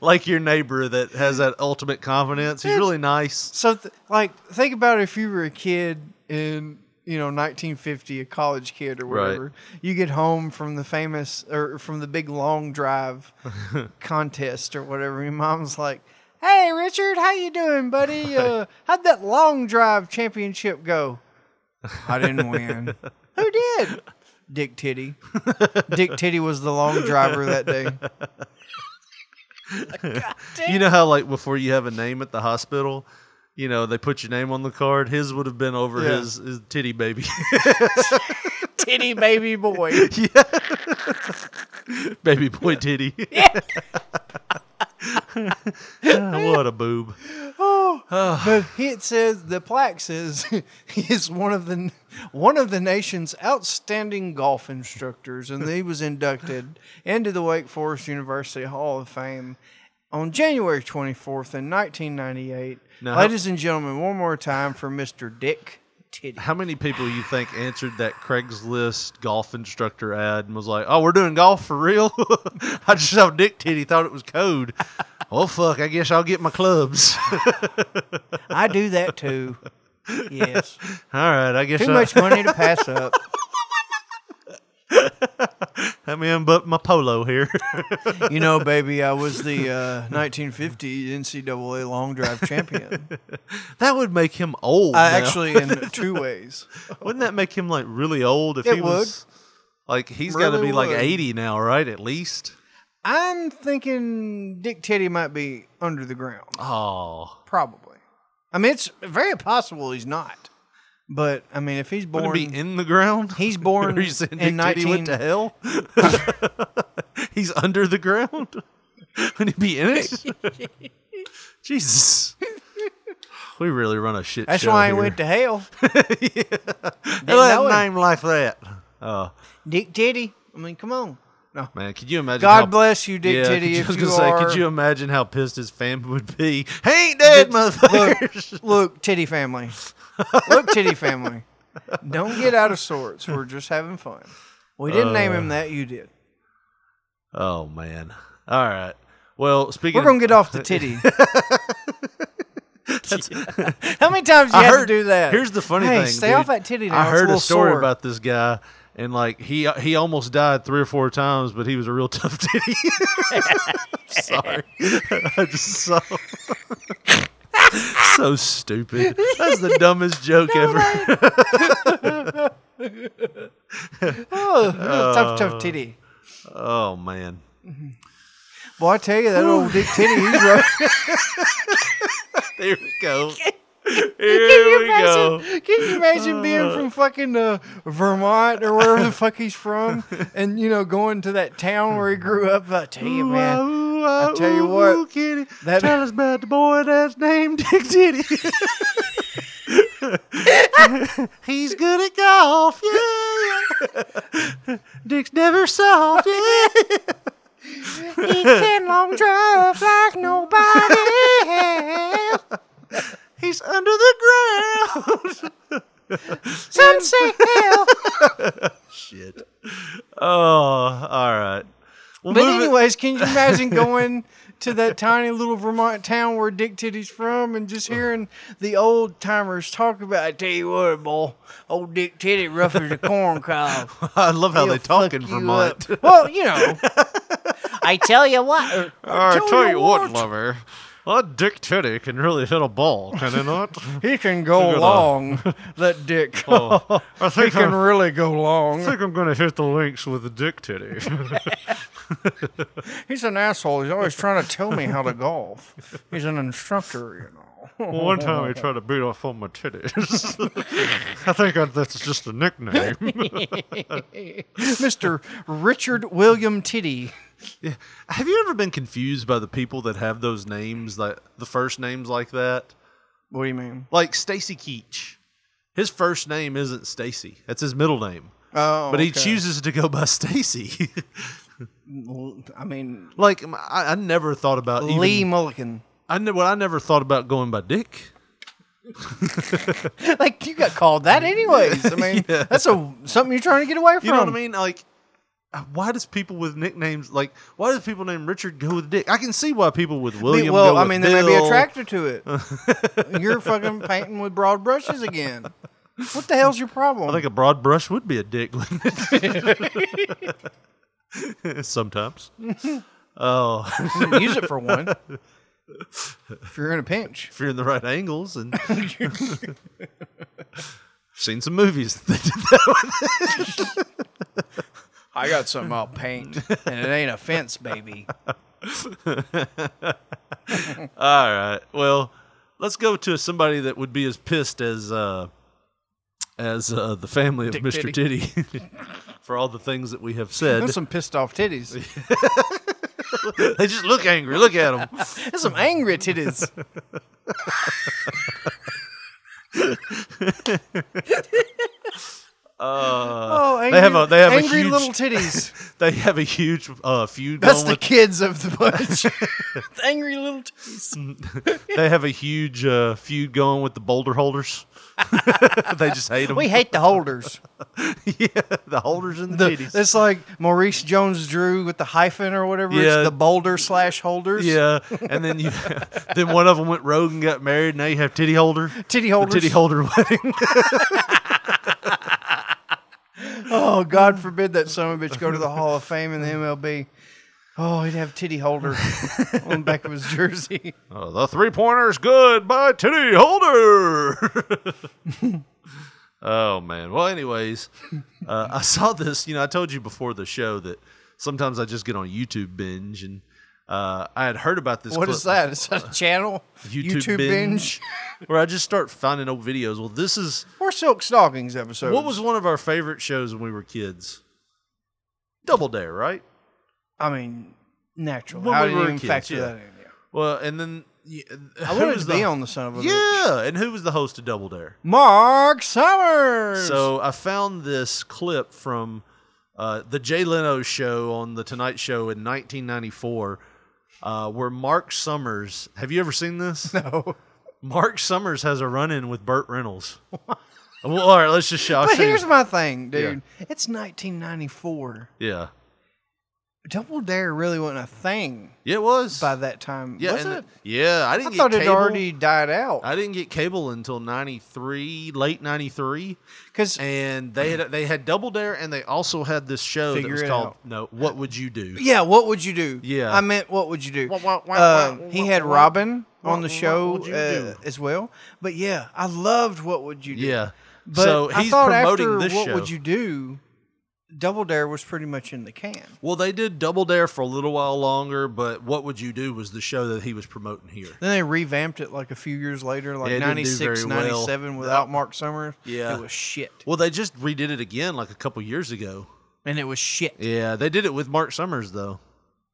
Speaker 5: like your neighbor that has that ultimate confidence. He's really nice.
Speaker 6: So, th- like, think about if you were a kid in, you know, 1950, a college kid or
Speaker 5: Right.
Speaker 6: whatever. You get home from the famous or from the big long drive contest or whatever. Your mom's like, "Hey, Richard, how you doing, buddy? Uh, how'd that long drive championship go?" I didn't win. Who did? Dick Titty. Dick Titty was the long driver that day.
Speaker 5: You know how like before you have a name at the hospital, you know they put your name on the card. His would have been over
Speaker 6: Yeah.
Speaker 5: his, his titty baby.
Speaker 3: Titty baby boy.
Speaker 5: baby boy titty. Ah, what a boob.
Speaker 6: But it says the plaque says he is one of the one of the nation's outstanding golf instructors, and he was inducted into the Wake Forest University Hall of Fame on January twenty fourth in nineteen ninety eight.
Speaker 5: Now-
Speaker 6: Ladies and gentlemen, one more time for Mister Dick Titty.
Speaker 5: How many people you think answered that Craigslist golf instructor ad and was like, "Oh, we're doing golf for real"? I just saw Dick Titty, thought it was code. well, fuck. I guess I'll get my clubs. All
Speaker 6: I do that too. Yes,
Speaker 5: right. I guess
Speaker 6: too
Speaker 5: I,
Speaker 6: much money to pass up.
Speaker 5: I mean, but my polo here.
Speaker 6: You know, baby, I was the uh, nineteen fifty NCAA long drive champion.
Speaker 5: that would make him old.
Speaker 6: I
Speaker 5: now.
Speaker 6: actually in two ways.
Speaker 5: wouldn't that make him like really old if
Speaker 6: It
Speaker 5: he
Speaker 6: would.
Speaker 5: was like he's got to
Speaker 6: Really
Speaker 5: be like
Speaker 6: would.
Speaker 5: eighty now, right? At least.
Speaker 6: I'm thinking Dick Teddy might be under the ground.
Speaker 5: Oh,
Speaker 6: Probably. I mean, it's very possible he's not. But I mean, if he's
Speaker 5: would
Speaker 6: born,
Speaker 5: be in the ground?
Speaker 6: he's born
Speaker 5: Are you saying
Speaker 6: in
Speaker 5: Dick Titty
Speaker 6: 19.
Speaker 5: went to hell? He's under the ground? Would he be in it? Jesus. We really run a shit
Speaker 6: That's
Speaker 5: show
Speaker 6: why
Speaker 5: here.
Speaker 6: he went to hell.
Speaker 5: Who had
Speaker 6: know
Speaker 5: a
Speaker 6: him.
Speaker 5: name like that? Oh,
Speaker 6: Dick Teddy. I mean, come on. No.
Speaker 5: man. Could you imagine?
Speaker 6: God
Speaker 5: how-
Speaker 6: bless you, Dick
Speaker 5: yeah,
Speaker 6: Teddy.
Speaker 5: could- I
Speaker 6: If
Speaker 5: was
Speaker 6: you
Speaker 5: gonna
Speaker 6: are,
Speaker 5: say, could you imagine how pissed his family would be? He ain't dead, motherfuckers.
Speaker 6: look, Teddy family, look, Teddy family, don't get out of sorts. We're just having fun. We didn't
Speaker 5: Uh.
Speaker 6: name him that. You did.
Speaker 5: Oh man. All right. Well, speaking
Speaker 6: We're gonna
Speaker 5: of,
Speaker 6: get off the titty. How many times do you
Speaker 5: I
Speaker 6: have
Speaker 5: heard
Speaker 6: to do that?
Speaker 5: Here's the funny
Speaker 6: Hey,
Speaker 5: thing.
Speaker 6: Stay
Speaker 5: dude.
Speaker 6: off that titty. Now.
Speaker 5: I
Speaker 6: It's
Speaker 5: heard
Speaker 6: a,
Speaker 5: a story
Speaker 6: about.
Speaker 5: about this guy, and like he uh, he almost died three or four times, but he was a real tough titty. Sorry, I just saw. so stupid. That's the dumbest joke ever.
Speaker 6: Oh, tough, tough titty.
Speaker 5: oh man.
Speaker 6: Boy, I tell you that old dick titty. He's rough.
Speaker 5: There we go. Here we go.
Speaker 6: Can you imagine being from fucking uh, Vermont or wherever the fuck he's from, and you know going to that town where he grew up? I tell you, man,
Speaker 5: I
Speaker 6: tell you what,
Speaker 5: kitty,
Speaker 6: that-
Speaker 5: tell us about the boy that's named Dick Titty. He's good at golf, yeah. Dick's never soft, yeah.
Speaker 6: he can long drive like nobody else.
Speaker 5: He's under the ground.
Speaker 6: Some say hell.
Speaker 5: Shit. Oh, all right. Well,
Speaker 6: But
Speaker 5: moving-
Speaker 6: anyways, can you imagine going to that tiny little Vermont town where Dick Titty's from and just hearing the old timers talk about? I tell you what, boy, old Dick Titty rough as a corn cob.
Speaker 5: I love how they
Speaker 6: He'll
Speaker 5: talk in
Speaker 6: fuck you
Speaker 5: Vermont.
Speaker 6: up. Well, you know,
Speaker 3: I tell you what.
Speaker 5: I
Speaker 6: tell you what.
Speaker 5: lover. A dick titty can really hit a ball, can it not?
Speaker 6: He can go
Speaker 5: Look at
Speaker 6: long, that dick.
Speaker 5: Oh, I
Speaker 6: he
Speaker 5: think
Speaker 6: can
Speaker 5: I'm-
Speaker 6: really go
Speaker 5: I
Speaker 6: long.
Speaker 5: think I'm going to hit the links with a dick titty.
Speaker 6: He's an asshole. He's always trying to tell me how to golf. He's an instructor, you know.
Speaker 5: One time he tried to beat off on my titties. I think that- that's just a nickname.
Speaker 6: Mr. Richard William Titty.
Speaker 5: Have you ever been confused by the people that have those names, like the first names like that?
Speaker 6: What do you mean?
Speaker 5: Like Stacy Keach. His first name isn't Stacy. That's his middle name.
Speaker 6: Oh,
Speaker 5: But he
Speaker 6: okay.
Speaker 5: chooses to go by Stacy.
Speaker 6: L- I mean,
Speaker 5: like m- I, I never thought about
Speaker 6: Lee
Speaker 5: Even,
Speaker 6: Mulligan.
Speaker 5: I ne- well, I never thought about going by Dick.
Speaker 6: Like you got called that, anyways. I mean, that's a something you're trying to get away from.
Speaker 5: You know what I mean? Like, uh, why does people with nicknames like why does people named Richard go with Dick? I can see why people with
Speaker 6: Be-
Speaker 5: William.
Speaker 6: well,
Speaker 5: go
Speaker 6: I
Speaker 5: with
Speaker 6: mean, they may be
Speaker 5: Bill.
Speaker 6: attracted to it. You're fucking painting with broad brushes again. What the hell's your problem?
Speaker 5: I think a broad brush would be a dick, wouldn't it? Sometimes. Oh,
Speaker 6: use it for one. If you're in a pinch,
Speaker 5: if you're in the right angles and seen some movies that they did that.
Speaker 6: I got something I'll paint, and it ain't a fence, baby.
Speaker 5: All right. Well, let's go to somebody that would be as pissed as uh as uh, the family of Mr. Titty, for all the things that we have said.
Speaker 6: There's some pissed off titties.
Speaker 5: they just look angry. Look at them.
Speaker 6: There's some angry titties. oh, angry,
Speaker 5: Uh, they have a- they have a
Speaker 6: angry
Speaker 5: huge-
Speaker 6: little titties.
Speaker 5: They have a huge uh, feud
Speaker 6: That's
Speaker 5: going
Speaker 6: the
Speaker 5: with
Speaker 6: kids of the bunch. The angry little titties.
Speaker 5: they have a huge uh, feud going with the boulder holders. they just hate them.
Speaker 6: We hate the holders.
Speaker 5: yeah, the holders and the,
Speaker 6: The-
Speaker 5: titties.
Speaker 6: it's like Maurice Jones Drew with the hyphen or whatever.
Speaker 5: Yeah.
Speaker 6: It's the boulder slash holders.
Speaker 5: Yeah, and then you, then one of them went rogue and got married. Now you have titty holder,
Speaker 6: Titty
Speaker 5: the
Speaker 6: holders.
Speaker 5: titty holder wedding.
Speaker 6: Oh, God forbid that son of a bitch go to the Hall of Fame in the MLB. Oh, he'd have titty holder on the back of his jersey.
Speaker 5: Oh, the three pointer's good by titty holder. oh man. Well, anyways, uh, I saw this. You know, I told you before the show that sometimes I just get on YouTube binge, and uh, I had heard about this.
Speaker 6: What
Speaker 5: clip
Speaker 6: is that? Is that a channel?
Speaker 5: YouTube binge. Where I just start finding old videos. Well, this is
Speaker 6: Or Silk Stockings episode.
Speaker 5: What was one of our favorite shows when we were kids? Double Dare, right?
Speaker 6: I mean, natural.
Speaker 5: When
Speaker 6: How
Speaker 5: we
Speaker 6: did
Speaker 5: were
Speaker 6: you even
Speaker 5: kids,
Speaker 6: factor
Speaker 5: yeah.
Speaker 6: that in? Yeah.
Speaker 5: Well, and then y-
Speaker 6: I
Speaker 5: who
Speaker 6: wanted
Speaker 5: was
Speaker 6: to
Speaker 5: the-
Speaker 6: be on the son of a bitch.
Speaker 5: Yeah, and who was the host of Double Dare?
Speaker 6: Mark Summers.
Speaker 5: So I found this clip from uh, the Jay Leno show on the Tonight Show in 1994, uh, where Mark Summers. Have you ever seen this?
Speaker 6: No.
Speaker 5: Mark Summers has a run-in with Burt Reynolds. well, all right, let's just show. I'll
Speaker 6: But
Speaker 5: show you-
Speaker 6: here's my thing, dude. It's 1994.
Speaker 5: yeah,
Speaker 6: Double Dare really wasn't a thing
Speaker 5: yeah, it was.
Speaker 6: by that time,
Speaker 5: yeah,
Speaker 6: was
Speaker 5: and
Speaker 6: it?
Speaker 5: the- yeah, I
Speaker 6: I
Speaker 5: didn't. get
Speaker 6: thought it
Speaker 5: cable.
Speaker 6: already died out
Speaker 5: I didn't get cable until '93, late '93,
Speaker 6: because
Speaker 5: and they had they had Double Dare, and they also had this show
Speaker 6: Figure
Speaker 5: that was
Speaker 6: it
Speaker 5: called
Speaker 6: out.
Speaker 5: No. What would you do?
Speaker 6: Yeah, what would you do?
Speaker 5: Yeah.
Speaker 6: I meant what would you do?
Speaker 5: Wah, wah, wah,
Speaker 6: Um,
Speaker 5: wah,
Speaker 6: he
Speaker 5: wah,
Speaker 6: had
Speaker 5: wah.
Speaker 6: Robin on
Speaker 5: Wha-
Speaker 6: the
Speaker 5: wha-
Speaker 6: show
Speaker 5: would you
Speaker 6: uh,
Speaker 5: do?
Speaker 6: as well. But yeah, I loved what would you do?
Speaker 5: Yeah.
Speaker 6: But
Speaker 5: so
Speaker 6: I
Speaker 5: he's
Speaker 6: thought
Speaker 5: promoting
Speaker 6: after
Speaker 5: this
Speaker 6: what
Speaker 5: show.
Speaker 6: would you do? Double Dare was pretty much in the can.
Speaker 5: well, they did Double Dare for a little while longer, but What Would You Do was the show that he was promoting here.
Speaker 6: Then they revamped it like a few years later, like
Speaker 5: Yeah, it didn't do
Speaker 6: 96,
Speaker 5: very well.
Speaker 6: 97 without Mark Summers.
Speaker 5: Yeah.
Speaker 6: It was shit.
Speaker 5: Well, they just redid it again like a couple years ago.
Speaker 6: And it was shit.
Speaker 5: Yeah, they did it with Mark Summers though.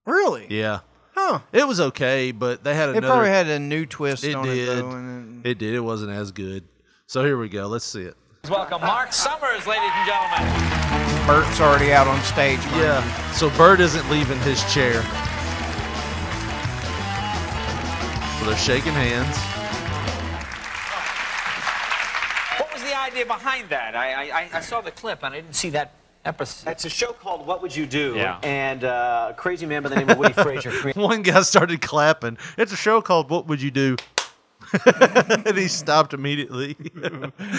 Speaker 6: Really?
Speaker 5: Yeah,
Speaker 6: Huh.
Speaker 5: it was okay, but they had
Speaker 6: It
Speaker 5: another.
Speaker 6: probably had a new twist
Speaker 5: It
Speaker 6: on it,
Speaker 5: did.
Speaker 6: though. And then,
Speaker 5: it did. It wasn't as good. So here we go. Let's see it.
Speaker 4: Welcome, Mark Summers, ladies and gentlemen.
Speaker 6: Bert's already out on stage. man.
Speaker 5: Yeah. So Bird isn't leaving his chair. So they're shaking hands.
Speaker 10: What was the idea behind that? I, I, I- I saw the clip and I didn't see that episode. It's a show called What Would You Do?
Speaker 4: Yeah.
Speaker 10: And uh, a crazy man by the name of Woody Frazier created
Speaker 5: One guy started clapping. It's a show called What Would You Do? and he stopped immediately.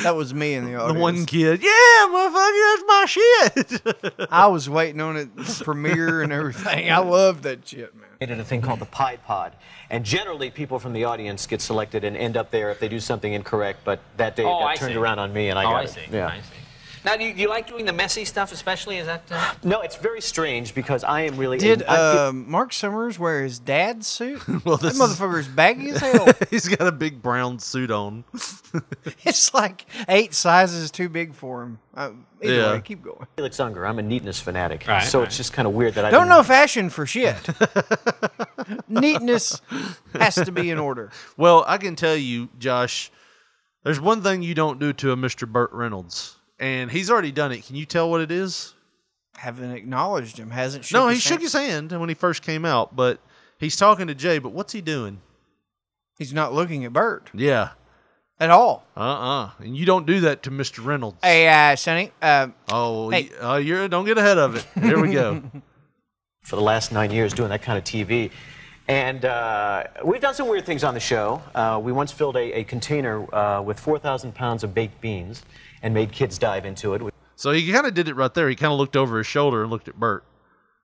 Speaker 6: That was me in the
Speaker 5: the
Speaker 6: audience.
Speaker 5: one kid, yeah, motherfucker, that's my shit.
Speaker 6: I was waiting on it to premiere and everything. I love that shit, man.
Speaker 11: created a thing called the Pie Pod. And generally, people from the audience get selected and end up there if they do something incorrect. But that day,
Speaker 4: Oh,
Speaker 11: it got
Speaker 4: I
Speaker 11: turned
Speaker 4: see.
Speaker 11: around on me, and I
Speaker 4: Oh,
Speaker 11: got
Speaker 4: I
Speaker 11: it.
Speaker 4: see.
Speaker 11: Yeah.
Speaker 4: I see. Now, do you, do you like doing the messy stuff, especially? Is that? Uh...
Speaker 11: No, it's very strange because I am really.
Speaker 6: Did
Speaker 11: I feel-
Speaker 6: uh, Mark Summers wear his dad's suit?
Speaker 5: Well,
Speaker 6: that
Speaker 5: this is-
Speaker 6: motherfucker's baggy as hell.
Speaker 5: He's got a big brown suit on.
Speaker 6: it's like eight sizes too big for him. Uh, either
Speaker 11: Yeah.
Speaker 6: way, keep going.
Speaker 11: Felix Unger. I'm a neatness fanatic,
Speaker 6: Right,
Speaker 11: so
Speaker 6: right.
Speaker 11: it's just kind of weird that I
Speaker 6: Don't
Speaker 11: didn't-
Speaker 6: know fashion for shit. Neatness has to be in order.
Speaker 5: Well, I can tell you, Josh, there's one thing you don't do to a Mr. Burt Reynolds, and he's already done it. Can you tell what it is?
Speaker 6: Haven't acknowledged him. Hasn't shook
Speaker 5: no, he
Speaker 6: his
Speaker 5: shook
Speaker 6: hand.
Speaker 5: his hand when he first came out, but he's talking to Jay. But what's he doing?
Speaker 6: He's not looking at Bert
Speaker 5: Yeah.
Speaker 6: at all.
Speaker 5: Uh uh And you don't do that to Mr. Reynolds.
Speaker 6: Hey, uh, Sonny. Uh,
Speaker 5: Oh,
Speaker 6: Hey.
Speaker 5: y- uh, you're don't get ahead of it. Here we go.
Speaker 11: for the last nine years doing that kind of TV. And uh, we've done some weird things on the show. Uh, we once filled a, a container uh, with 4,000 pounds of baked beans and made kids dive into it.
Speaker 5: so he kind of did it right there. He kind of looked over his shoulder and looked at Bert,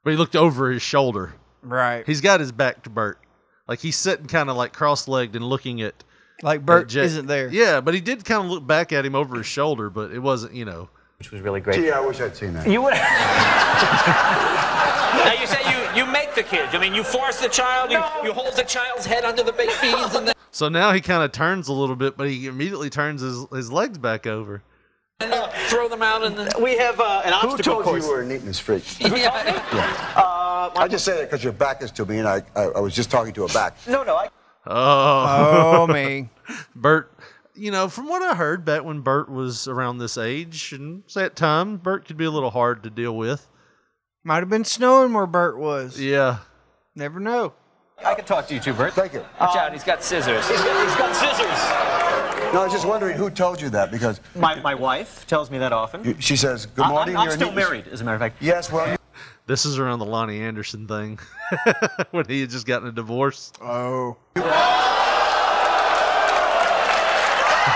Speaker 5: but he looked over his shoulder.
Speaker 6: right.
Speaker 5: He's got his back to Bert, like he's sitting kind of like cross-legged and looking at
Speaker 6: Like Bert
Speaker 5: Jack-
Speaker 6: isn't there.
Speaker 5: Yeah, but he did kind of look back at him over his shoulder, but it wasn't, you know.
Speaker 11: Which was really great.
Speaker 4: Gee,
Speaker 5: I wish I'd seen that.
Speaker 4: You would. now you say you, you make the kids. I mean, you force the child. You, you hold the child's head under the baked beans and then.
Speaker 5: So now he kind of turns a little bit, but he immediately turns his, his legs back over.
Speaker 4: And uh, throw them out in the.
Speaker 11: We have uh, an
Speaker 12: Who told you you were a neatness freak?
Speaker 4: Yeah.
Speaker 11: Uh,
Speaker 12: I just say that because your back is to me, and I, I, I was just talking to a back.
Speaker 11: No, no, I.
Speaker 5: Oh,
Speaker 6: Oh, man.
Speaker 5: Bert, you know, from what I heard back when Bert was around this age and say at time, Bert could be a little hard to deal with.
Speaker 6: Might have been snowing where Bert was.
Speaker 5: Yeah.
Speaker 6: Never know.
Speaker 11: I can talk to you too, Bert.
Speaker 12: Thank you.
Speaker 4: Watch out, he's got scissors.
Speaker 11: He's got, he's got scissors.
Speaker 12: No, I was just wondering who told you that because
Speaker 11: My, my wife tells me that often.
Speaker 12: you- she says,
Speaker 11: I-
Speaker 12: Good
Speaker 11: I'm-
Speaker 12: morning.
Speaker 11: I'm,
Speaker 12: you're a
Speaker 11: still
Speaker 12: neatness-
Speaker 11: married, as a matter of fact.
Speaker 12: Yes, well,
Speaker 5: This is around the Lonnie Anderson thing when he had just gotten a divorce.
Speaker 6: Oh.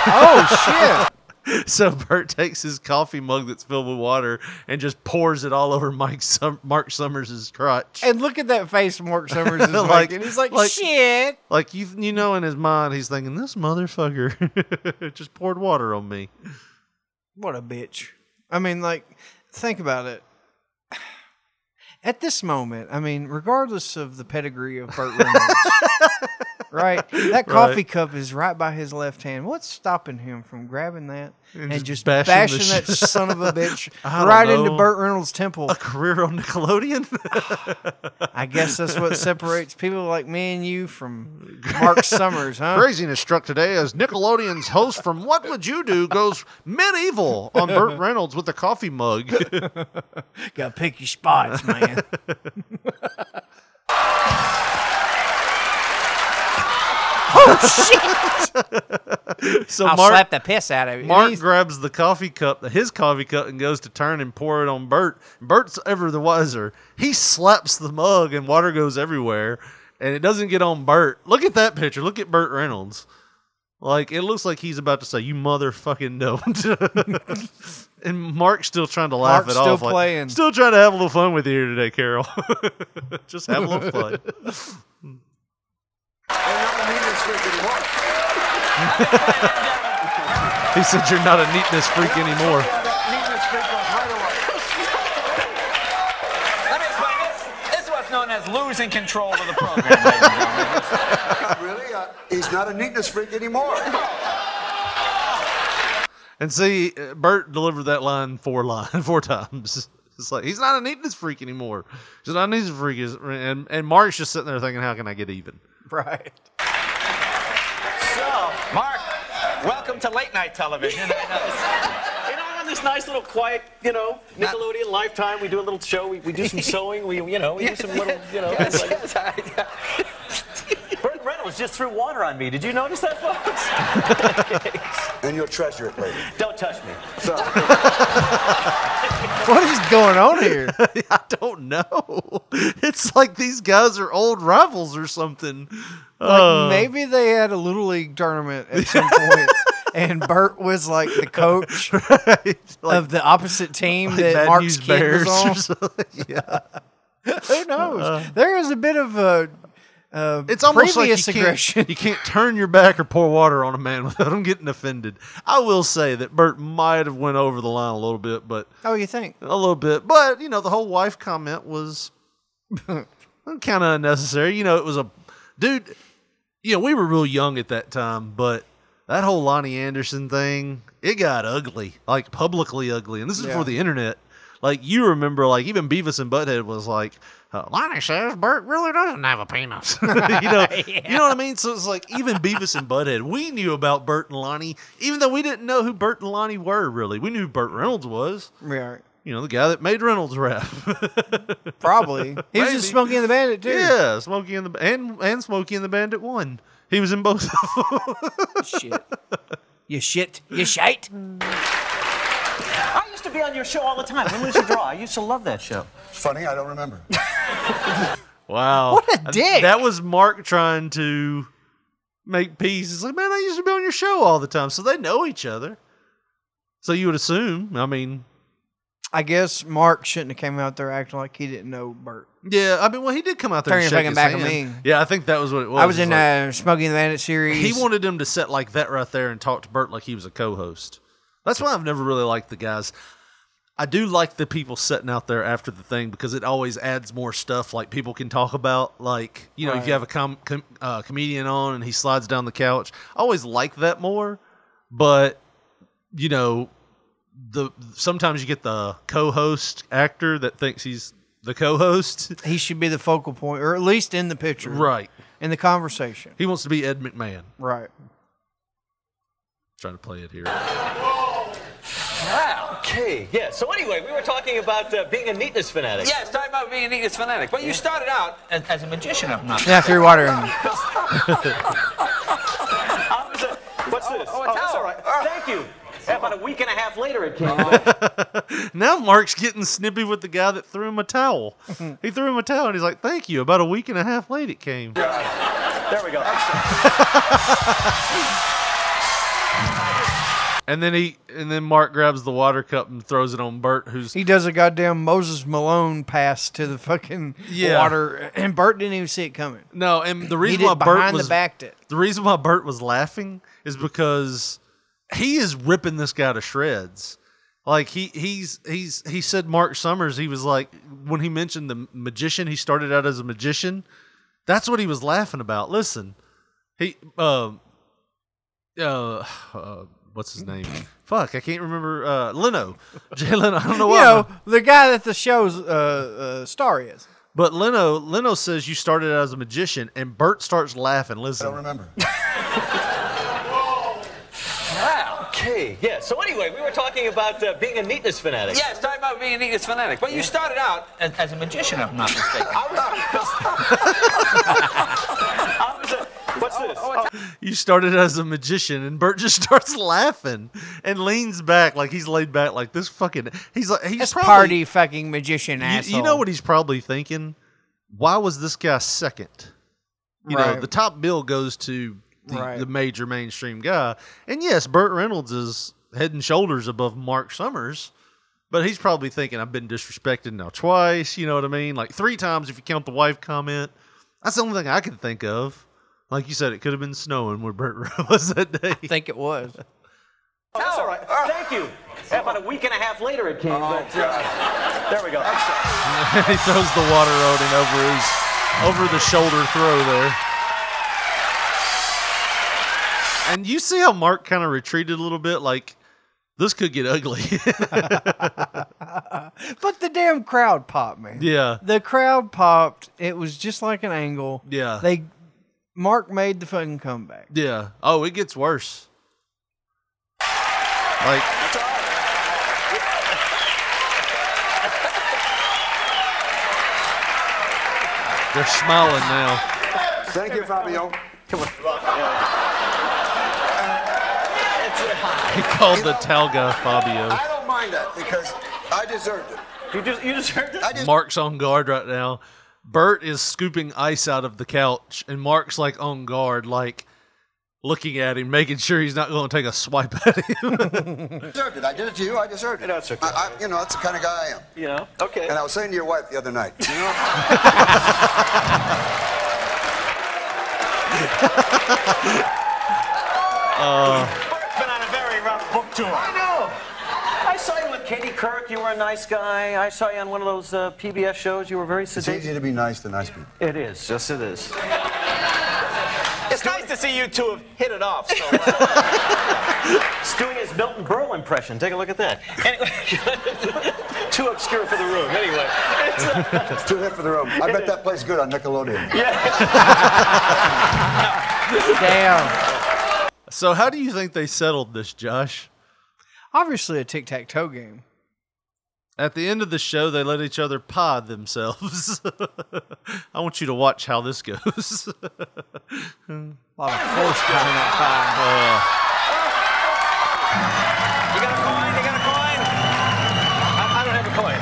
Speaker 6: oh,
Speaker 5: shit. So Bert takes his coffee mug that's filled with water and just pours it all over Mike Sum- Mark Summers' crotch.
Speaker 6: And look at that face Mark Summers is
Speaker 5: Like-
Speaker 6: making. He's like,
Speaker 5: like-
Speaker 6: shit.
Speaker 5: Like you, you know, in his mind, he's thinking, "This motherfucker just poured water on me."
Speaker 6: What a bitch. I mean, like, think about it. At this moment, I mean, regardless of the pedigree of Burt Reynolds, right? That
Speaker 5: Right.
Speaker 6: coffee cup is right by his left hand. What's stopping him from grabbing that and,
Speaker 5: just
Speaker 6: just
Speaker 5: bashing
Speaker 6: bashing,
Speaker 5: the
Speaker 6: that
Speaker 5: shit-
Speaker 6: son of a bitch
Speaker 5: I don't
Speaker 6: right into
Speaker 5: know.
Speaker 6: Burt Reynolds' temple?
Speaker 5: A career on Nickelodeon.
Speaker 6: I guess that's what separates people like me and you from Mark Summers, huh?
Speaker 5: Craziness struck today as Nickelodeon's host from What Would You Do goes medieval on Burt Reynolds with a coffee mug.
Speaker 6: Gotta pick your spots, man. oh shit!
Speaker 5: So
Speaker 6: I'll
Speaker 5: Mark-
Speaker 6: slap the piss out of you.
Speaker 5: Mark
Speaker 6: He's-
Speaker 5: grabs the coffee cup, his coffee cup, and goes to turn and pour it on Bert. Bert's ever the wiser. He slaps the mug, and water goes everywhere, and it doesn't get on Bert. Look at that picture. Look at Burt Reynolds. Like it looks like he's about to say, "You motherfucking don't." and Mark's still trying to laugh
Speaker 6: Mark's
Speaker 5: it
Speaker 6: still
Speaker 5: off. like,
Speaker 6: playing.
Speaker 5: still trying to have a little fun with you here today, Carol. Just have a little fun. he said, "You're not a neatness freak anymore."
Speaker 4: Let me explain this. This is what's known as losing control of the program. ladies and gentlemen.
Speaker 12: really? Uh, he's not a neatness freak anymore.
Speaker 5: And see, uh, Bert delivered that line four line four times. It's like he's not a neatness freak anymore. He's not a neatness freak. He's- And and Mark's just sitting there thinking, how can I get even?
Speaker 6: Right.
Speaker 4: So, Mark, welcome to late night television.
Speaker 11: You know, I'm on this nice little quiet, you know, Nickelodeon lifetime. We do a little show. We, we do some sewing. We, you know, we do some little, you know.
Speaker 4: Yes,
Speaker 11: like- Burt Reynolds just threw water on me. Did you notice that, folks?
Speaker 12: And you'll treasure it later.
Speaker 11: Don't touch me.
Speaker 6: What is going on here?
Speaker 5: I don't know. It's like these guys are old rivals or something.
Speaker 6: Like
Speaker 5: Uh,
Speaker 6: maybe they had a little league tournament at some point, and Bert was like the coach of the opposite team
Speaker 5: like
Speaker 6: that
Speaker 5: Bad
Speaker 6: Mark's
Speaker 5: News
Speaker 6: kid
Speaker 5: Bears or
Speaker 6: was on.
Speaker 5: something. yeah.
Speaker 6: Who knows? there is a bit of a. Uh,
Speaker 5: It's almost
Speaker 6: previous
Speaker 5: like you
Speaker 6: aggression.
Speaker 5: Can't, you can't turn your back or pour water on a man without him getting offended. I will say that Bert might have went over the line a little bit, but
Speaker 6: Oh, you think?
Speaker 5: a little bit. But you know, the whole wife comment was kind of unnecessary. You know, it was a dude. You know, we were real young at that time, but that whole Lonnie Anderson thing, it got ugly, like publicly ugly. And this is
Speaker 13: Yeah.
Speaker 5: before the internet. Like you remember, like even Beavis and Butthead was like, uh, Lonnie says Bert really doesn't have a penis. you know, you know what I mean? So it's like even Beavis and Butthead, we knew about Bert and Lonnie, even though we didn't know who Bert and Lonnie were really. We knew who Bert Reynolds was.
Speaker 6: Right.
Speaker 5: You know, the guy that made Reynolds rap.
Speaker 6: Probably. He was in Smokey and the Bandit too.
Speaker 5: Yeah, Smokey and the and and Smokey and the Bandit one. He was in both of them.
Speaker 3: shit. You shit. You shite.
Speaker 11: I used to be on your show all the time. When was you draw? I used to love that show.
Speaker 12: Funny, I don't remember.
Speaker 5: Wow.
Speaker 11: What a
Speaker 5: I-
Speaker 11: dick.
Speaker 5: That was Mark trying to make peace. It's like, man, I used to be on your show all the time. So they know each other. So you would assume. I mean,
Speaker 6: I guess Mark shouldn't have came out there acting like he didn't know Bert.
Speaker 5: yeah, I mean, well, he did come out there
Speaker 6: Turn
Speaker 5: and
Speaker 6: your
Speaker 5: shake
Speaker 6: fucking
Speaker 5: his
Speaker 6: back at
Speaker 5: hand.
Speaker 6: me.
Speaker 5: Yeah, I think that was what it was.
Speaker 6: I was
Speaker 5: It's
Speaker 6: in
Speaker 5: like-
Speaker 6: uh, Smokey and the Bandit series.
Speaker 5: He wanted him to sit like that right there and talk to Bert like he was a co-host. That's why I've never really liked the guys. I do like the people sitting out there after the thing because it always adds more stuff like people can talk about. Like you know, if
Speaker 13: Right.
Speaker 5: you have a com- com- uh, comedian on and he slides down the couch, I always like that more. But you know, the sometimes you get the co-host actor that thinks he's the co-host.
Speaker 6: He should be the focal point, or at least in the picture,
Speaker 5: right?
Speaker 6: In the conversation,
Speaker 5: He wants to be Ed McMahon.
Speaker 6: right?
Speaker 5: Trying to play it here.
Speaker 11: Wow. Okay. Yeah. So anyway, we were talking about uh, being a neatness fanatic.
Speaker 4: Yes, talking about being a neatness fanatic. But you started out as, as a magician, if I'm not
Speaker 6: Yeah, threw water in.
Speaker 11: What's this? Oh, that's all right. Thank you. Uh-huh. Yeah, about a week and a half later, it came.
Speaker 5: now Mark's getting snippy with the guy that threw him a towel. he threw him a towel and he's like, "Thank you." About a week and a half late, it came.
Speaker 11: there we go.
Speaker 5: And then he and then Mark grabs the water cup and throws it on Bert, who's
Speaker 6: He does a goddamn Moses Malone pass to the fucking
Speaker 5: Yeah.
Speaker 6: water, and Bert didn't even see it coming.
Speaker 5: no. And the reason
Speaker 6: he did
Speaker 5: why
Speaker 6: behind
Speaker 5: Bert was
Speaker 6: the backed it.
Speaker 5: the reason why Bert was laughing is because he is ripping this guy to shreds. Like he he's he's he said Mark Summers. He was like when he mentioned the magician. He started out as a magician. That's what he was laughing about. Listen, he um uh, uh what's his name? Fuck, I can't remember. Uh, Leno, Jay Leno. I don't know
Speaker 6: You
Speaker 5: why.
Speaker 6: know, the guy that the show's uh, uh, star is.
Speaker 5: But Leno, Leno says you started out as a magician, and Bert starts laughing. Listen, I don't
Speaker 12: remember.
Speaker 11: Wow. Okay. Yeah. So anyway, we were talking about uh, being a neatness fanatic.
Speaker 4: Yes, talking about being a neatness fanatic. But you started out as, as a magician, if I'm not mistaken.
Speaker 11: What's this?
Speaker 5: you started as a magician and Bert just starts laughing and leans back like he's laid back like this fucking he's like he's
Speaker 6: This
Speaker 5: probably
Speaker 6: party fucking magician
Speaker 5: you,
Speaker 6: asshole.
Speaker 5: you know what he's probably thinking why was this guy second you know
Speaker 6: Right.
Speaker 5: the top bill goes to the,
Speaker 6: Right.
Speaker 5: the major mainstream guy and yes Burt Reynolds is head and shoulders above Mark Summers but he's probably thinking I've been disrespected now twice you know what I mean like three times if you count the wife comment that's the only thing I can think of like you said, it could have been snowing where Bert was that day. I
Speaker 6: think it was.
Speaker 11: Oh, that's all right. Thank you. Yeah, about a week and a half later, it came. but, uh, there we go.
Speaker 5: he throws the water rodent over his over the shoulder throw there. And you see how Mark kind of retreated a little bit, like this could get ugly.
Speaker 6: But the damn crowd popped, man.
Speaker 5: yeah.
Speaker 6: The crowd popped. It was just like an angle.
Speaker 5: Yeah.
Speaker 6: They Mark made the fucking comeback.
Speaker 5: Yeah. Oh, it gets worse. Like They're smiling now.
Speaker 12: Thank you, Fabio. Come on.
Speaker 5: He called the towel guy Fabio.
Speaker 12: I don't mind that because I deserved it.
Speaker 11: You just you deserved it.
Speaker 12: I just
Speaker 5: Mark's on guard right now. Bert is scooping ice out of the couch, and Mark's like on guard, like, looking at him, making sure he's not going to take a swipe at him.
Speaker 12: I deserved it. I did it to you. I deserved it. That's okay. I, I, you know, that's the kind of guy I am. You know. Okay. And I was saying to your wife the other night. You know.
Speaker 5: uh,
Speaker 10: It's been on a very rough book tour.
Speaker 11: I know. I saw you with Katie Kirk. You were a nice guy. I saw you on one of those uh, PBS shows. You were very
Speaker 12: it's
Speaker 11: sedate.
Speaker 12: easier to be nice than nice people.
Speaker 11: It is. Yes, it is.
Speaker 10: It's nice to see you two have hit it off. So
Speaker 11: He's doing his Milton Berle impression. Take a look at that. Anyway, too obscure for the room. Anyway, it's, uh,
Speaker 12: It's too late for the room. I bet that plays good on Nickelodeon.
Speaker 6: Damn.
Speaker 5: so, how do you think they settled this, Josh?
Speaker 6: Obviously, a tic tac toe game.
Speaker 5: At the end of the show, they let each other pod themselves. I want you to watch how this goes.
Speaker 6: A lot of force behind that
Speaker 5: Uh,
Speaker 10: I, I don't have a coin.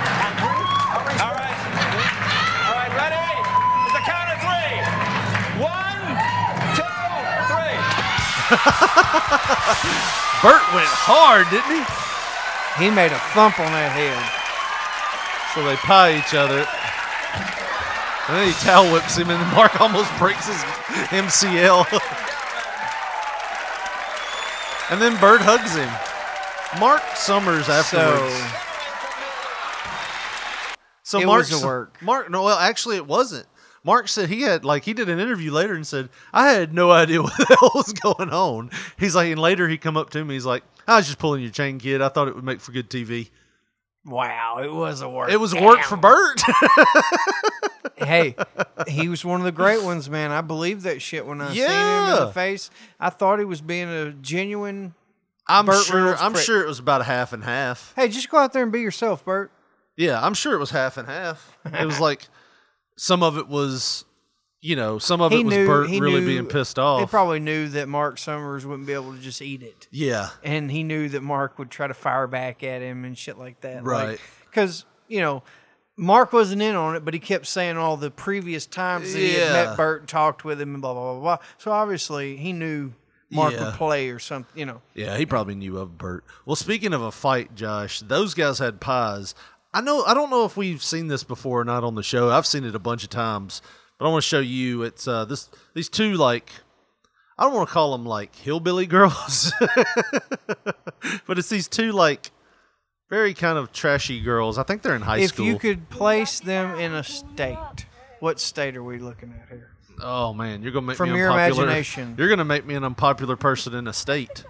Speaker 10: All right. All right, ready? It's the count of three. One, two, three.
Speaker 5: Bert went hard, didn't he?
Speaker 6: pie. He made a thump on that head.
Speaker 5: So they pie each other. And then he towel whips him, and Mark almost breaks his MCL. and then Bird hugs him. Mark Summers afterwards.
Speaker 6: So.
Speaker 5: So,
Speaker 6: it
Speaker 5: Mark
Speaker 6: was a
Speaker 5: s-
Speaker 6: work.
Speaker 5: Mark, no, well, actually, it wasn't. Mark said he had like he did an interview later and said I had no idea what the hell was going on. He's like, and later he come up to me. He's like, I was just pulling your chain, kid. I thought it would make for good TV.
Speaker 6: Wow, it was a work.
Speaker 5: It was work for Bert.
Speaker 6: hey, he was one of the great ones, man. I believed that shit when I seen him in
Speaker 5: Yeah.
Speaker 6: the face. I thought he was being a genuine.
Speaker 5: I'm
Speaker 6: Burt
Speaker 5: sure.
Speaker 6: Reynolds
Speaker 5: I'm
Speaker 6: prick.
Speaker 5: sure it was about a half and half.
Speaker 6: Hey, just go out there and be yourself, Bert.
Speaker 5: Yeah, I'm sure it was half and half. It was like some of it was, you know, some of it was Bert really
Speaker 6: knew-
Speaker 5: being pissed
Speaker 6: They
Speaker 5: off.
Speaker 6: probably knew that Mark Summers wouldn't be able to just eat it,
Speaker 5: yeah,
Speaker 6: and he knew that Mark would try to fire back at him and shit like that.
Speaker 5: Right.
Speaker 6: Because you know. Mark wasn't in on it, but he kept saying all the previous times that he had
Speaker 5: Yeah.
Speaker 6: met Bert and talked with him and blah blah blah blah. So obviously he knew Mark
Speaker 5: Yeah.
Speaker 6: would play or something, you know.
Speaker 5: yeah, he probably knew of Bert. Well, speaking of a fight, Josh, those guys had pies. I know. I don't know if we've seen this before or not on the show. I've seen it a bunch of times, but I want to show you. It's uh, this these two like. I don't want to call them like hillbilly girls, but it's these two like very kind of trashy girls. I think they're in high
Speaker 6: if
Speaker 5: school.
Speaker 6: you could place them in a state, what state are we looking at here?
Speaker 5: Oh man, you're gonna make
Speaker 6: From
Speaker 5: me
Speaker 6: your
Speaker 5: unpopular.
Speaker 6: imagination.
Speaker 5: You're gonna make me an unpopular person in a state,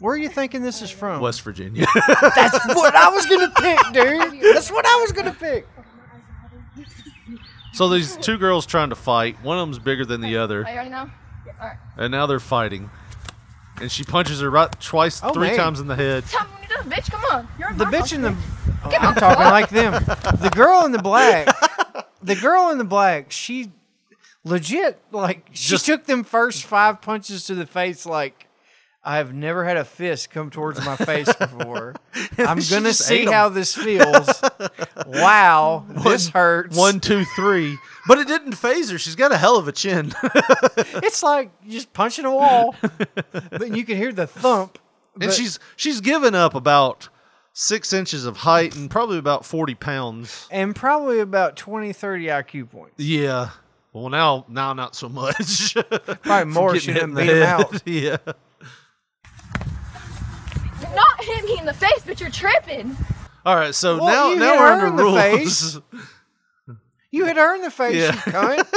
Speaker 6: Where are you thinking this is from?
Speaker 5: West Virginia.
Speaker 6: That's what I was gonna pick, dude. That's what I was gonna pick.
Speaker 5: so these two girls trying to fight. One of them's bigger than the other,
Speaker 13: you ready now? All right.
Speaker 5: and now they're fighting. And she punches her right twice, three
Speaker 6: Oh, man.
Speaker 5: times in the head.
Speaker 13: Tell me when you're done, bitch. Come on. You're in
Speaker 6: The
Speaker 13: my
Speaker 6: bitch in the.
Speaker 13: house,
Speaker 6: Oh, I'm talking like them. The girl in the black. The girl in the black. She legit like she
Speaker 5: Just-
Speaker 6: took them first five punches to the face like. I've never had a fist come towards my face before. I'm
Speaker 5: She
Speaker 6: gonna
Speaker 5: just
Speaker 6: see
Speaker 5: ate 'em.
Speaker 6: how this feels. Wow, this hurts.
Speaker 5: One, two, three. But it didn't phase her. She's got a hell of a chin.
Speaker 6: it's like just punching a wall, but you can hear the thump.
Speaker 5: and
Speaker 6: but-
Speaker 5: she's she's given up about six inches of height and probably about forty pounds.
Speaker 6: and probably about 20, 30 IQ points.
Speaker 5: Yeah. Well, now now not so much.
Speaker 6: Probably more.
Speaker 5: Getting
Speaker 6: She
Speaker 5: hit in
Speaker 6: didn't
Speaker 5: the
Speaker 6: beat him
Speaker 5: head.
Speaker 6: out.
Speaker 5: yeah.
Speaker 13: bitch. Not hit me in the face, but you're tripping.
Speaker 5: All right, so
Speaker 6: Well, you
Speaker 5: now now
Speaker 6: hit
Speaker 5: we're
Speaker 6: her
Speaker 5: under
Speaker 6: in the
Speaker 5: rules.
Speaker 6: You hit her in the face,
Speaker 5: Yeah.
Speaker 6: you cunt.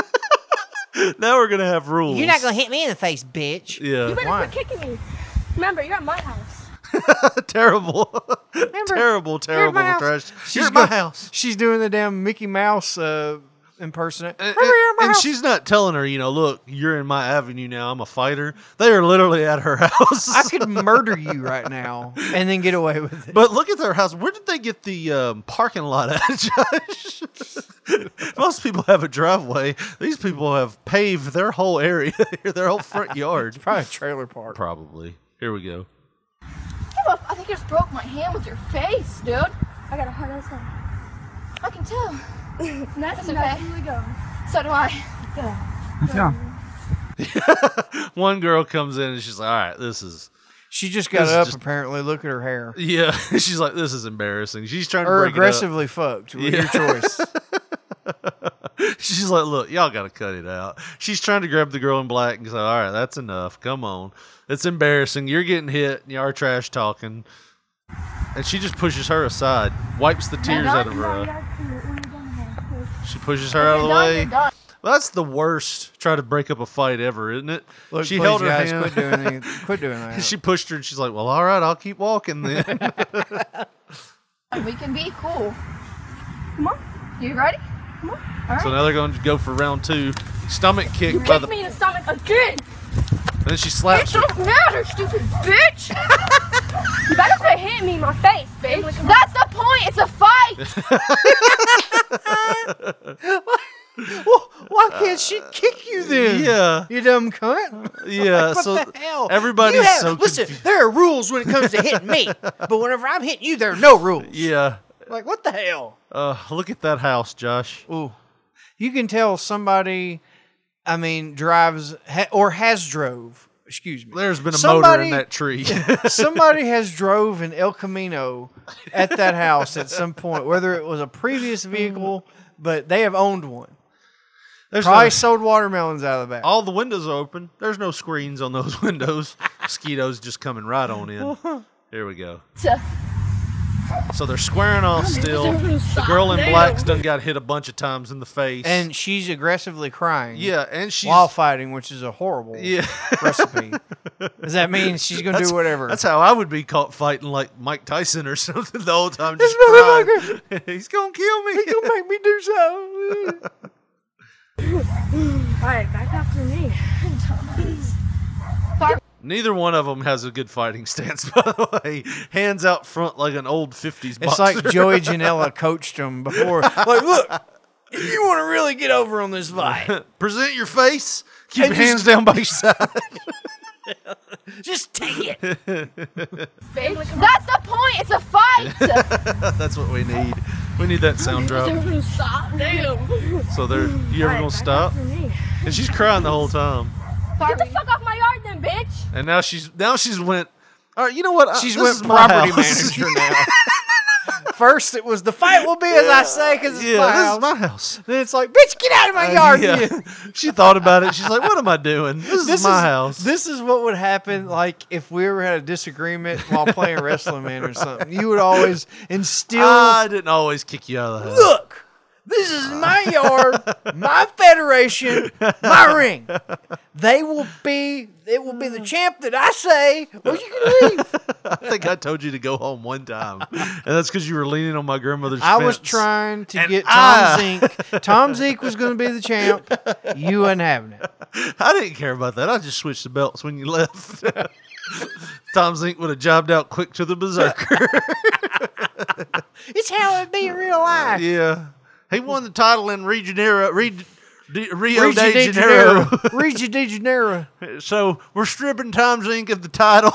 Speaker 5: now we're gonna have rules.
Speaker 6: hit me in the face, bitch.
Speaker 5: Yeah.
Speaker 13: You better
Speaker 6: Why?
Speaker 13: quit kicking me. Remember, you're at my house.
Speaker 5: terrible, terrible,
Speaker 6: You're at
Speaker 5: terrible
Speaker 6: my house.
Speaker 5: trash.
Speaker 6: She's
Speaker 5: You're at my
Speaker 6: go-
Speaker 5: house.
Speaker 6: She's doing the damn Mickey Mouse uh, impersonate.
Speaker 5: And,
Speaker 6: Remember, you're at my
Speaker 5: Uh, and
Speaker 6: house.
Speaker 5: she's not telling her, you know, look, you're in my avenue now. I'm a fighter. They are literally at her house.
Speaker 6: I could murder you right now and then get away with it.
Speaker 5: But look at their house. Where did they get the um, parking lot at, Josh? Most people have a driveway. These people have paved their whole area, their whole front yard.
Speaker 6: Probably a trailer park.
Speaker 5: Probably. Here we go.
Speaker 13: I think you just broke my hand with your face, dude. I got a hard ass hand. I can tell. That's okay. So do I.
Speaker 7: Yeah.
Speaker 5: One girl comes in and she's like, "All right, this is."
Speaker 6: She just got
Speaker 5: This is
Speaker 6: up.
Speaker 5: just-
Speaker 6: apparently, look at her hair.
Speaker 5: Yeah, she's like, "This is embarrassing." She's trying to
Speaker 6: Or
Speaker 5: break it up.
Speaker 6: aggressively fucked. With Your choice.
Speaker 5: She's like, look, y'all got to cut it out. She's trying to grab the girl in black and say, all right, that's enough. Come on. It's embarrassing. You're getting hit. And you are trash talking. And she just pushes her aside, wipes the tears out of her eye. She pushes her out of the way. Well, that's the worst try to break up a fight ever, isn't it?
Speaker 6: Look,
Speaker 5: she
Speaker 6: please,
Speaker 5: held her
Speaker 6: guys,
Speaker 5: hand.
Speaker 6: quit doing the- quit doing that.
Speaker 5: she pushed her and she's like, well, all right, I'll keep walking then.
Speaker 13: We can be cool. Come on. You ready? Come on. All right.
Speaker 5: so now they're going to go for round two. Stomach kick
Speaker 13: you
Speaker 5: by
Speaker 13: kicked
Speaker 5: the.
Speaker 13: me in the stomach again.
Speaker 5: And then she slaps her.
Speaker 13: It don't matter, stupid bitch. you better quit hitting me in my face, bitch. That's the point. It's a fight.
Speaker 6: Why can't she kick you then?
Speaker 5: Uh, Yeah.
Speaker 6: You dumb cunt.
Speaker 5: Yeah,
Speaker 3: What
Speaker 5: so
Speaker 3: the hell?
Speaker 5: everybody's
Speaker 3: You have-
Speaker 5: so
Speaker 3: listen. There are rules when it comes to hitting me, but whenever I'm hitting you, there are no rules.
Speaker 5: Yeah.
Speaker 3: Like what the hell?
Speaker 5: Uh, look at that house, Josh.
Speaker 6: Ooh. You can tell somebody, I mean, drives ha- or has drove. Excuse me.
Speaker 5: There's been a motor in that tree.
Speaker 6: somebody has drove an El Camino at that house at some point, whether it was a previous
Speaker 5: Mm.
Speaker 6: vehicle, but they have owned one.
Speaker 5: There's
Speaker 6: Probably
Speaker 5: no-
Speaker 6: sold watermelons out of the back.
Speaker 5: All the windows are open. There's no screens on those windows. Mosquitoes just coming right on in. Here we go. So they're squaring off still. The girl in black's done got hit a bunch of times in the face.
Speaker 6: and she's aggressively crying.
Speaker 5: Yeah, and she's-
Speaker 6: while fighting, which is a horrible
Speaker 5: Yeah.
Speaker 6: recipe. Does that mean she's gonna
Speaker 5: That's-
Speaker 6: do whatever?
Speaker 5: That's how I would be caught fighting like Mike Tyson or something the whole time. Just crying. He's gonna kill me. He's
Speaker 6: gonna make me do something.
Speaker 13: Alright, back after me.
Speaker 5: Neither one of them has a good fighting stance, by the way. Hands out front like an old 50s
Speaker 6: It's
Speaker 5: boxer.
Speaker 6: like Joey Janela coached him before. Like, look, if you want to really get over on this fight,
Speaker 5: present your face. Keep
Speaker 6: And
Speaker 5: your hands
Speaker 6: just-
Speaker 5: down by your side.
Speaker 13: Just take
Speaker 5: it.
Speaker 13: bitch. That's the point. It's a fight.
Speaker 5: That's what we need. We need that sound drop.
Speaker 13: Stop. Damn.
Speaker 5: So they're you ever gonna stop? And she's crying the whole time.
Speaker 13: Get the fuck off my yard, then, bitch.
Speaker 5: And now she's now she's went. All right, you know what? I-
Speaker 6: She's
Speaker 5: Uh, this is
Speaker 6: went
Speaker 5: my
Speaker 6: property
Speaker 5: house."
Speaker 6: manager now. First, it was the fight will be as I say because it's
Speaker 5: Yeah,
Speaker 6: my
Speaker 5: this
Speaker 6: house.
Speaker 5: is my house.
Speaker 6: Then it's like, bitch, get out of my
Speaker 5: Uh,
Speaker 6: yard.
Speaker 5: yeah.
Speaker 6: you
Speaker 5: she thought about it. She's like, "What am I doing? This, is my house."
Speaker 6: This is what would happen, like if we ever had a disagreement while playing Wrestling Man or something. You would always instill.
Speaker 5: I didn't always kick you out of the house.
Speaker 6: Look, this is my yard, my federation, my ring. They will be. It will be the champ that I say. Well, you can
Speaker 5: I think I told you to go home one time, and that's because you were leaning on my grandmother's.
Speaker 6: I was
Speaker 5: fence.
Speaker 6: trying to
Speaker 5: And
Speaker 6: get Tom
Speaker 5: I-
Speaker 6: Zink. Tom Zink was going to be the champ. You wasn't having it.
Speaker 5: I didn't care about that. I just switched the belts when you left. Tom Zink would have jobbed out quick to the berserker.
Speaker 6: It's how it be in real life.
Speaker 5: yeah, he won the title in Rio, de Janeiro, Re- De- Rio
Speaker 6: Rio
Speaker 5: de, Janeiro.
Speaker 6: Rio de Janeiro.
Speaker 5: so we're stripping Tom Zink of the title.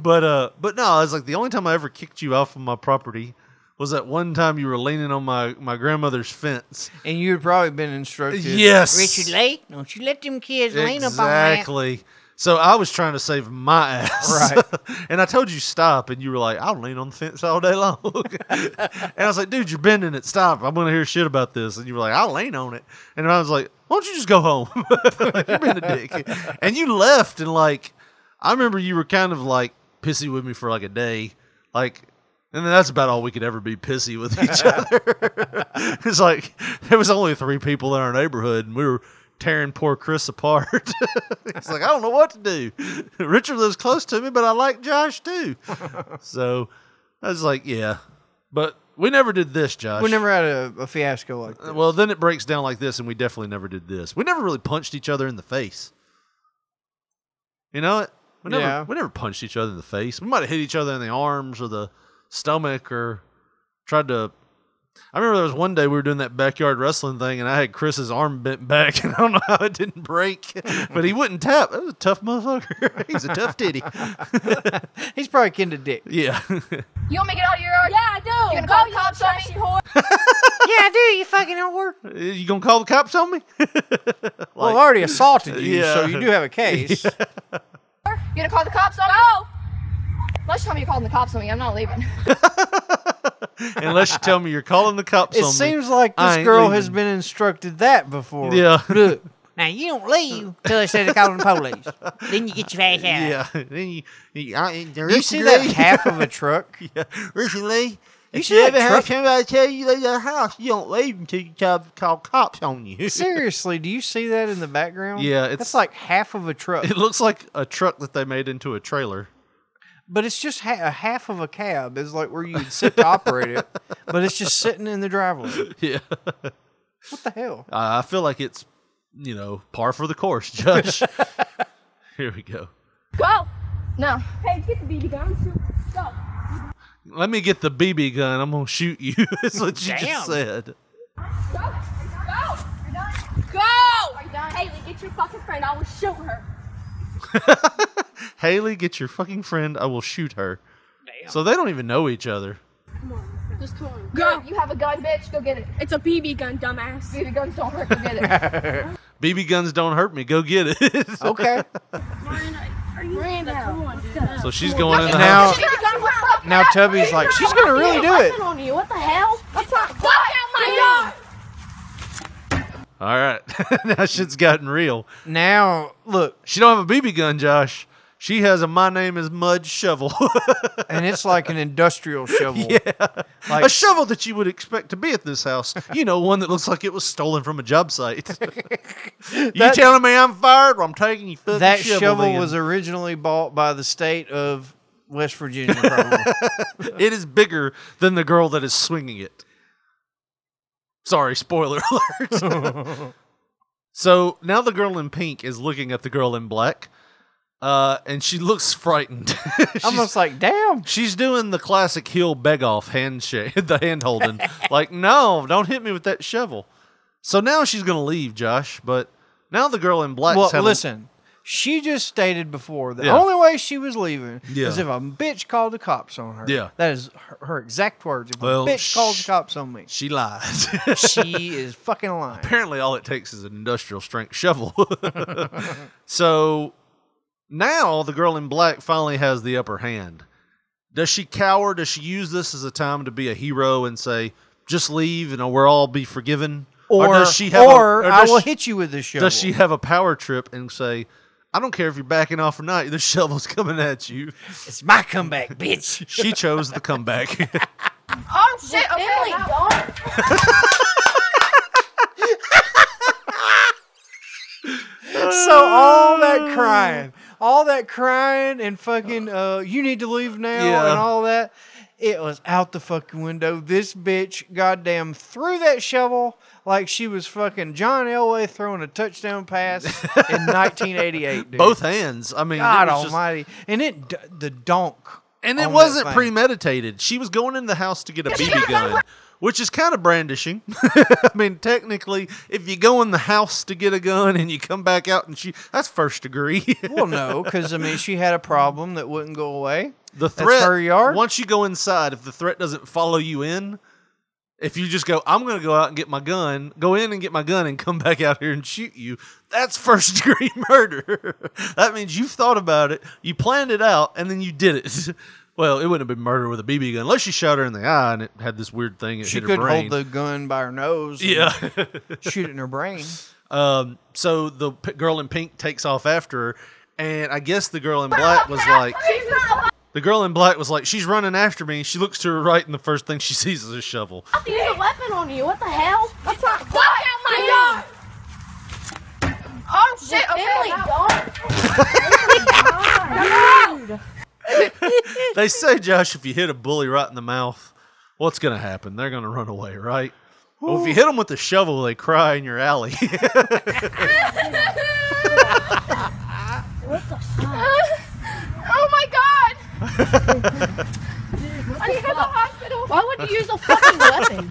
Speaker 5: but uh, but no, it's like the only time I ever kicked you off of my property was that one time you were leaning on my my grandmother's fence.
Speaker 6: And you had probably been instructed.
Speaker 5: Yes.
Speaker 3: Richard Lee, don't you let them kids lean up on that.
Speaker 5: Exactly. So I was trying to save my ass.
Speaker 6: Right.
Speaker 5: and I told you stop, and you were like, I'll lean on the fence all day long. and I was like, dude, you're bending it. Stop. I'm going to hear shit about this. And you were like, I'll lean on it. And I was like, why don't you just go home? Like, you're being a dick. And you left, and like, I remember you were kind of like pissy with me for like a day. Like, and then that's about all we could ever be pissy with each other. it's like there was only three people in our neighborhood, and we were tearing poor Chris apart. it's like I don't know what to do. Richard lives close to me, but I like Josh too. so I was like, yeah, but we never did this, Josh.
Speaker 6: We never had a, a fiasco like
Speaker 5: Uh, Well, then it breaks down like this, and we definitely never did this. We never really punched each other in the face. You know it. We never
Speaker 6: Yeah.
Speaker 5: we never punched each other in the face. We might have hit each other in the arms or the stomach or tried to I remember there was one day we were doing that backyard wrestling thing, and I had Chris's arm bent back, and I don't know how it didn't break, but he wouldn't tap. That was a tough motherfucker. He's a tough titty. Uh,
Speaker 6: He's probably kind of dick.
Speaker 5: Yeah.
Speaker 13: You want me to get out of your yard? Yeah, I do. You gonna call the cops on me?
Speaker 3: yeah, I do. You fucking don't work.
Speaker 5: you gonna call the cops on me?
Speaker 6: well, I've already assaulted you, so you do have a case.
Speaker 13: You gonna call the cops on me? No. Unless you tell me you're calling the cops on me, I'm not leaving.
Speaker 5: Unless you tell me you're calling the cops
Speaker 6: It
Speaker 5: on me,
Speaker 6: seems like
Speaker 5: I
Speaker 6: this
Speaker 5: ain't
Speaker 6: girl
Speaker 5: leaving.
Speaker 6: has been instructed that before.
Speaker 5: Yeah.
Speaker 6: Look,
Speaker 3: Now you don't leave till they say they're calling the police. then you get your ass out.
Speaker 5: Yeah. Then you, you, I,
Speaker 6: you see that half of a truck?
Speaker 5: yeah. Listen, Lee.
Speaker 6: You
Speaker 5: if
Speaker 6: see
Speaker 5: you
Speaker 6: that
Speaker 5: ever have
Speaker 6: truck-
Speaker 5: somebody tell you they got a house, you don't leave until you tell, call cops on you.
Speaker 6: Seriously, do you see that in the background?
Speaker 5: Yeah,
Speaker 6: that's
Speaker 5: it's-
Speaker 6: like half of a truck,
Speaker 5: It looks like a truck that they made into a trailer.
Speaker 6: but it's just ha- a half of a cab. Is like where you'd sit to operate it, but it's just sitting in the driveway.
Speaker 5: Yeah.
Speaker 6: What the hell?
Speaker 5: I feel like it's, you know, par for the course, Josh. Here we go.
Speaker 13: Go. No. Paige, get the BB gun. Shoot. Go.
Speaker 5: Let me get the BB gun. I'm going to shoot you. That's what you
Speaker 13: Damn.
Speaker 5: just said.
Speaker 13: Go. Go. You're done. Go. Are you done? Haley, get your fucking friend. I will shoot her.
Speaker 5: Haley, get your fucking friend. I will shoot her. So they don't even know each other.
Speaker 13: Come on. Just come on. Go. You have a gun, bitch. Go get it. It's a BB gun, dumbass. BB guns don't hurt. Go get it.
Speaker 5: BB guns don't hurt me. Go get it.
Speaker 6: Okay.
Speaker 13: Are you Miranda, come on, dude.
Speaker 5: So she's going in the
Speaker 6: Now-
Speaker 5: house.
Speaker 6: Now Tubby's like, she's gonna really do it.
Speaker 13: on you. What the hell? That's not fuck out my
Speaker 5: All right. now shit's gotten real.
Speaker 6: Now, look.
Speaker 5: She don't have a BB gun, Josh. She has a my name is Mud shovel.
Speaker 6: and it's like an industrial shovel.
Speaker 5: Yeah.
Speaker 6: Like-
Speaker 5: a shovel that you would expect to be at this house. You know, one that looks like it was stolen from a job site. you
Speaker 6: That-
Speaker 5: telling me I'm fired? Well, I'm taking you fucking
Speaker 6: That
Speaker 5: shovel.
Speaker 6: shovel,
Speaker 5: then.
Speaker 6: was originally bought by the state of West Virginia. Probably.
Speaker 5: it is bigger than the girl that is swinging it. Sorry, spoiler alert. so now the girl in pink is looking at the girl in black, uh, and she looks frightened.
Speaker 6: Almost like, damn.
Speaker 5: She's doing the classic heel beg off handshake, the hand holding. like, no, don't hit me with that shovel. So now she's gonna leave, Josh. But now the girl in black.
Speaker 6: well, listen. She just stated before the
Speaker 5: Yeah.
Speaker 6: only way she was leaving
Speaker 5: Yeah.
Speaker 6: is if a bitch called the cops on her.
Speaker 5: Yeah.
Speaker 6: that is her, her exact words. If
Speaker 5: Well,
Speaker 6: a bitch called the cops on me,
Speaker 5: she lies.
Speaker 6: she is fucking lying.
Speaker 5: Apparently, all it takes is an industrial strength shovel. so now the girl in black finally has the upper hand. Does she cower? Does she use this as a time to be a hero and say, just leave and we'll all be forgiven?
Speaker 6: Or,
Speaker 5: does she have a-
Speaker 6: or I
Speaker 5: does
Speaker 6: will
Speaker 5: she-
Speaker 6: hit you with this shovel.
Speaker 5: Does she have a power trip and say, I don't care if you're backing off or not, this shovel's coming at you?
Speaker 3: It's my comeback, bitch.
Speaker 5: she chose the comeback.
Speaker 13: God. Oh shit. Okay. don't.
Speaker 6: so all that crying, all that crying and fucking, uh, you need to leave now
Speaker 5: Yeah.
Speaker 6: and all that, it was out the fucking window. This bitch, goddamn, threw that shovel like she was fucking John Elway throwing a touchdown pass in 1988. Dude.
Speaker 5: Both hands. I mean, it
Speaker 6: God
Speaker 5: was just-
Speaker 6: Almighty, and it d- the donk,
Speaker 5: And it
Speaker 6: on that
Speaker 5: wasn't
Speaker 6: thing.
Speaker 5: premeditated. She was going in the house to get a BB gun, which is kind of brandishing. I mean, technically, if you go in the house to get a gun and you come back out and she, that's first degree.
Speaker 6: Well, no, because I mean, she had a problem that wouldn't go away.
Speaker 5: the
Speaker 6: That's
Speaker 5: threat,
Speaker 6: her yard?
Speaker 5: once you go inside, if the threat doesn't follow you in, if you just go, I'm going to go out and get my gun, go in and get my gun and come back out here and shoot you, that's first degree murder. that means you've thought about it, you planned it out, and then you did it. Well, it wouldn't have been murder with a BB gun unless she shot her in the eye and it had this weird thing. It
Speaker 6: She
Speaker 5: hit her
Speaker 6: could
Speaker 5: brain.
Speaker 6: hold the gun by her nose. and
Speaker 5: Yeah.
Speaker 6: shoot it in her brain.
Speaker 5: Um, so the p- girl in pink takes off after her, and I guess the girl in black was like, the girl in black was like, she's running after me. She looks to her right, and the first thing she sees is a shovel.
Speaker 13: I think there's a weapon on you. What the hell? That's not fuck out my yard. Oh shit. Okay.
Speaker 5: they say, Josh, if you hit a bully right in the mouth, what's going to happen? They're going to run away, right? Well, if you hit them with a shovel, they cry in your alley.
Speaker 13: What the fuck? Oh my god. I need to go to the hospital. Why would you use a fucking weapon?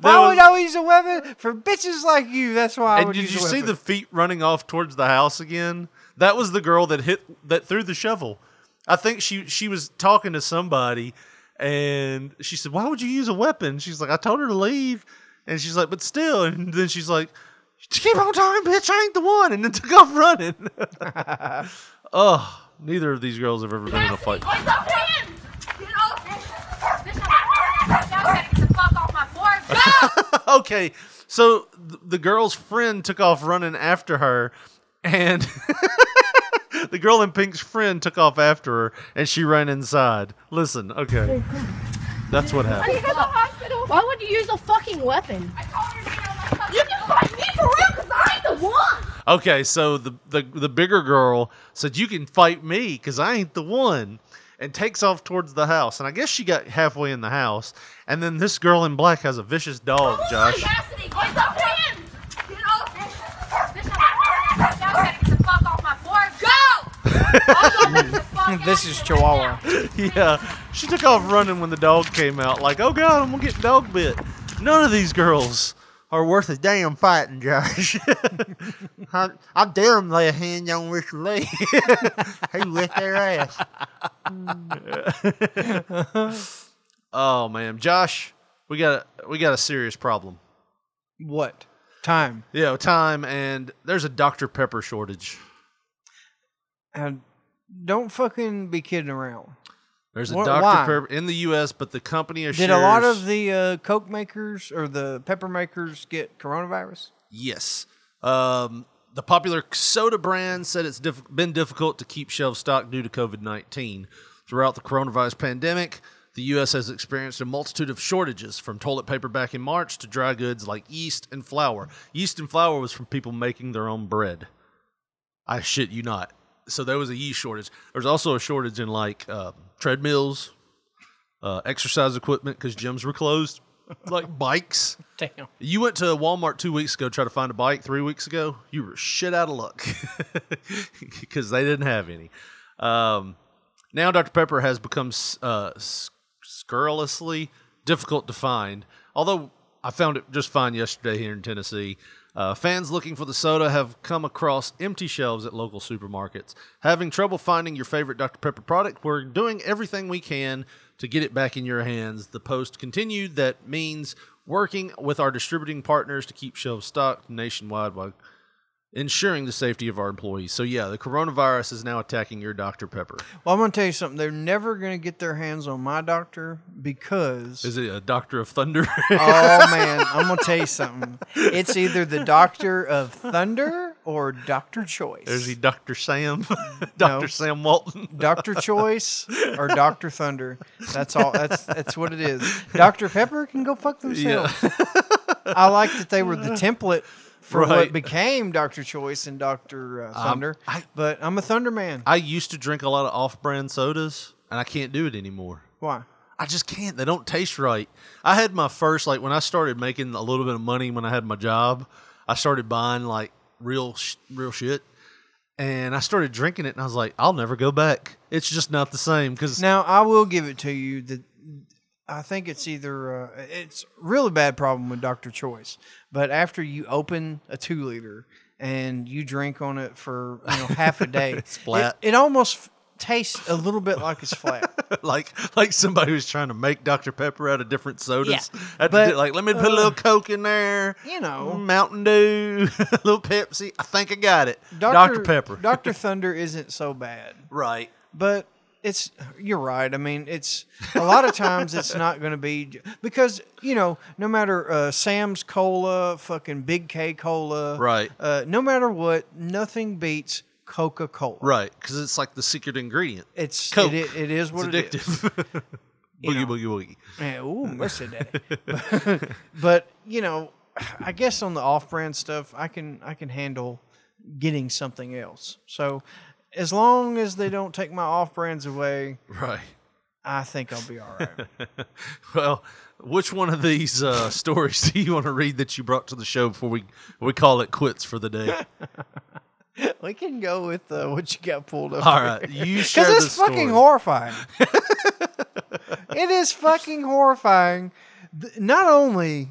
Speaker 6: Why
Speaker 5: There
Speaker 6: would I use a weapon for bitches like you? That's why. I
Speaker 5: and
Speaker 6: would
Speaker 5: did
Speaker 6: use
Speaker 5: you
Speaker 6: a
Speaker 5: see
Speaker 6: weapon.
Speaker 5: the feet running off towards the house again? That was the girl that hit that threw the shovel. I think she she was talking to somebody, and she said, "Why would you use a weapon?" She's like, "I told her to leave," and she's like, "But still," and then she's like, "Keep on talking, bitch. I ain't the one," and then took off running. Ugh. Neither of these girls have ever been in a fight.
Speaker 13: Get off me! This is my Y'all gotta get the fuck off my board.
Speaker 5: okay, so th- the girl's friend took off running after her, and the girl in pink's friend took off after her, and she ran inside. Listen, okay, that's what
Speaker 13: Why do you
Speaker 5: happened.
Speaker 13: have a hospital? Why would you use a fucking weapon? You can fight me for real because I ain't the one.
Speaker 5: Okay, so the the, the bigger girl said, "You can fight me because I ain't the one." And takes off towards the house, and I guess she got halfway in the house, and then this girl in black has a vicious
Speaker 13: Oh
Speaker 5: dog, Josh.
Speaker 13: Cassidy, get off him! Get off him! This is my Y'all gotta get the fuck off my board. Go!
Speaker 5: this is Chihuahua. yeah, she took off running when the dog came out. Like, oh god, I'm gonna get dog bit. None of these girls are worth a damn fighting, Josh. I, I dare them lay a hand on Richard Lee. he licked their ass. oh man, Josh, we got a, we got a serious problem.
Speaker 6: What? Time.
Speaker 5: Yeah, time, and there's a Dr Pepper shortage.
Speaker 6: And don't fucking be kidding around.
Speaker 5: There's a
Speaker 6: Wh-
Speaker 5: Dr
Speaker 6: why?
Speaker 5: Pepper in the U.S., but the company
Speaker 6: Did
Speaker 5: is
Speaker 6: a lot of the uh, Coke makers or the pepper makers get coronavirus?
Speaker 5: Yes. Um, the popular soda brand said it's diff- been difficult to keep shelf stock due to COVID 19. Throughout the coronavirus pandemic, the U.S. has experienced a multitude of shortages from toilet paper back in March to dry goods like yeast and flour. Yeast and flour was from people making their own bread. I shit you not. So there was a yeast shortage. There's also a shortage in like uh, treadmills, uh, exercise equipment because gyms were closed, like bikes.
Speaker 3: Damn.
Speaker 5: You went to Walmart two weeks ago, try to find a bike three weeks ago. You were shit out of luck because they didn't have any. Um, now, Dr. Pepper has become s- uh, s- scurrilously difficult to find, although I found it just fine yesterday here in Tennessee. Uh, fans looking for the soda have come across empty shelves at local supermarkets. Having trouble finding your favorite Dr. Pepper product, we're doing everything we can to get it back in your hands. The post continued that means working with our distributing partners to keep shelves stocked nationwide while ensuring the safety of our employees. So, yeah, the coronavirus is now attacking your Dr. Pepper.
Speaker 6: Well, I'm gonna tell you something. They're never gonna get their hands on my doctor because
Speaker 5: Is it a Doctor of Thunder?
Speaker 6: oh man, I'm gonna tell you something. It's either the Doctor of Thunder or Doctor Choice.
Speaker 5: Is he Dr. Sam? Dr. Sam Walton?
Speaker 6: Doctor Choice or Doctor Thunder. That's all. That's that's what it is. Doctor Pepper can go fuck themselves. I like that they were the template for
Speaker 5: Right.
Speaker 6: what became Doctor Choice and Doctor uh,
Speaker 5: Um,
Speaker 6: Thunder. but I'm a Thunder man.
Speaker 5: I used to drink a lot of off brand sodas, and I can't do it anymore.
Speaker 6: Why?
Speaker 5: I just can't. They don't taste right. I had my first like when I started making a little bit of money when I had my job. I started buying like real sh- real shit, and I started drinking it, and I was like, I'll never go back. It's just not the same because
Speaker 6: Now I will give it to you that I think it's either uh, it's really bad problem with Dr. Choice, but after you open a two liter and you drink on it for you know half a day,
Speaker 5: It's flat.
Speaker 6: It, it almost f- tastes a little bit like it's flat.
Speaker 5: like like somebody was trying to make Dr Pepper out of different sodas.
Speaker 6: Yeah.
Speaker 5: Had to
Speaker 6: But,
Speaker 5: do- like let me put a little
Speaker 6: uh,
Speaker 5: Coke in there,
Speaker 6: you know.
Speaker 5: Mountain Dew, a little Pepsi. I think I got it. Dr,
Speaker 6: Dr.
Speaker 5: Pepper.
Speaker 6: Dr. Thunder isn't so bad.
Speaker 5: Right.
Speaker 6: But it's you're right. I mean, it's a lot of times it's not going to be because, you know, no matter uh, Sam's Cola, fucking Big K Cola.
Speaker 5: Right.
Speaker 6: Uh, no matter what, nothing beats Coca-Cola.
Speaker 5: Right, because it's like the secret ingredient.
Speaker 6: It's it
Speaker 5: Coke.
Speaker 6: i- it is what it
Speaker 5: it's addictive.
Speaker 6: You
Speaker 5: boogie,
Speaker 6: know.
Speaker 5: boogie, boogie.
Speaker 6: Yeah, ooh, mercy daddy. but, you know, I guess on the off-brand stuff, I can I can handle getting something else. So, as long as they don't take my off-brands away,
Speaker 5: Right.
Speaker 6: I think I'll be all right.
Speaker 5: Well, which one of these uh, stories do you want to read that you brought to the show before we we call it quits for the day?
Speaker 6: we can go with uh, what you got pulled up.
Speaker 5: All right, you share
Speaker 6: because
Speaker 5: this
Speaker 6: it's fucking
Speaker 5: story.
Speaker 6: horrifying. it is fucking horrifying. Th- Not only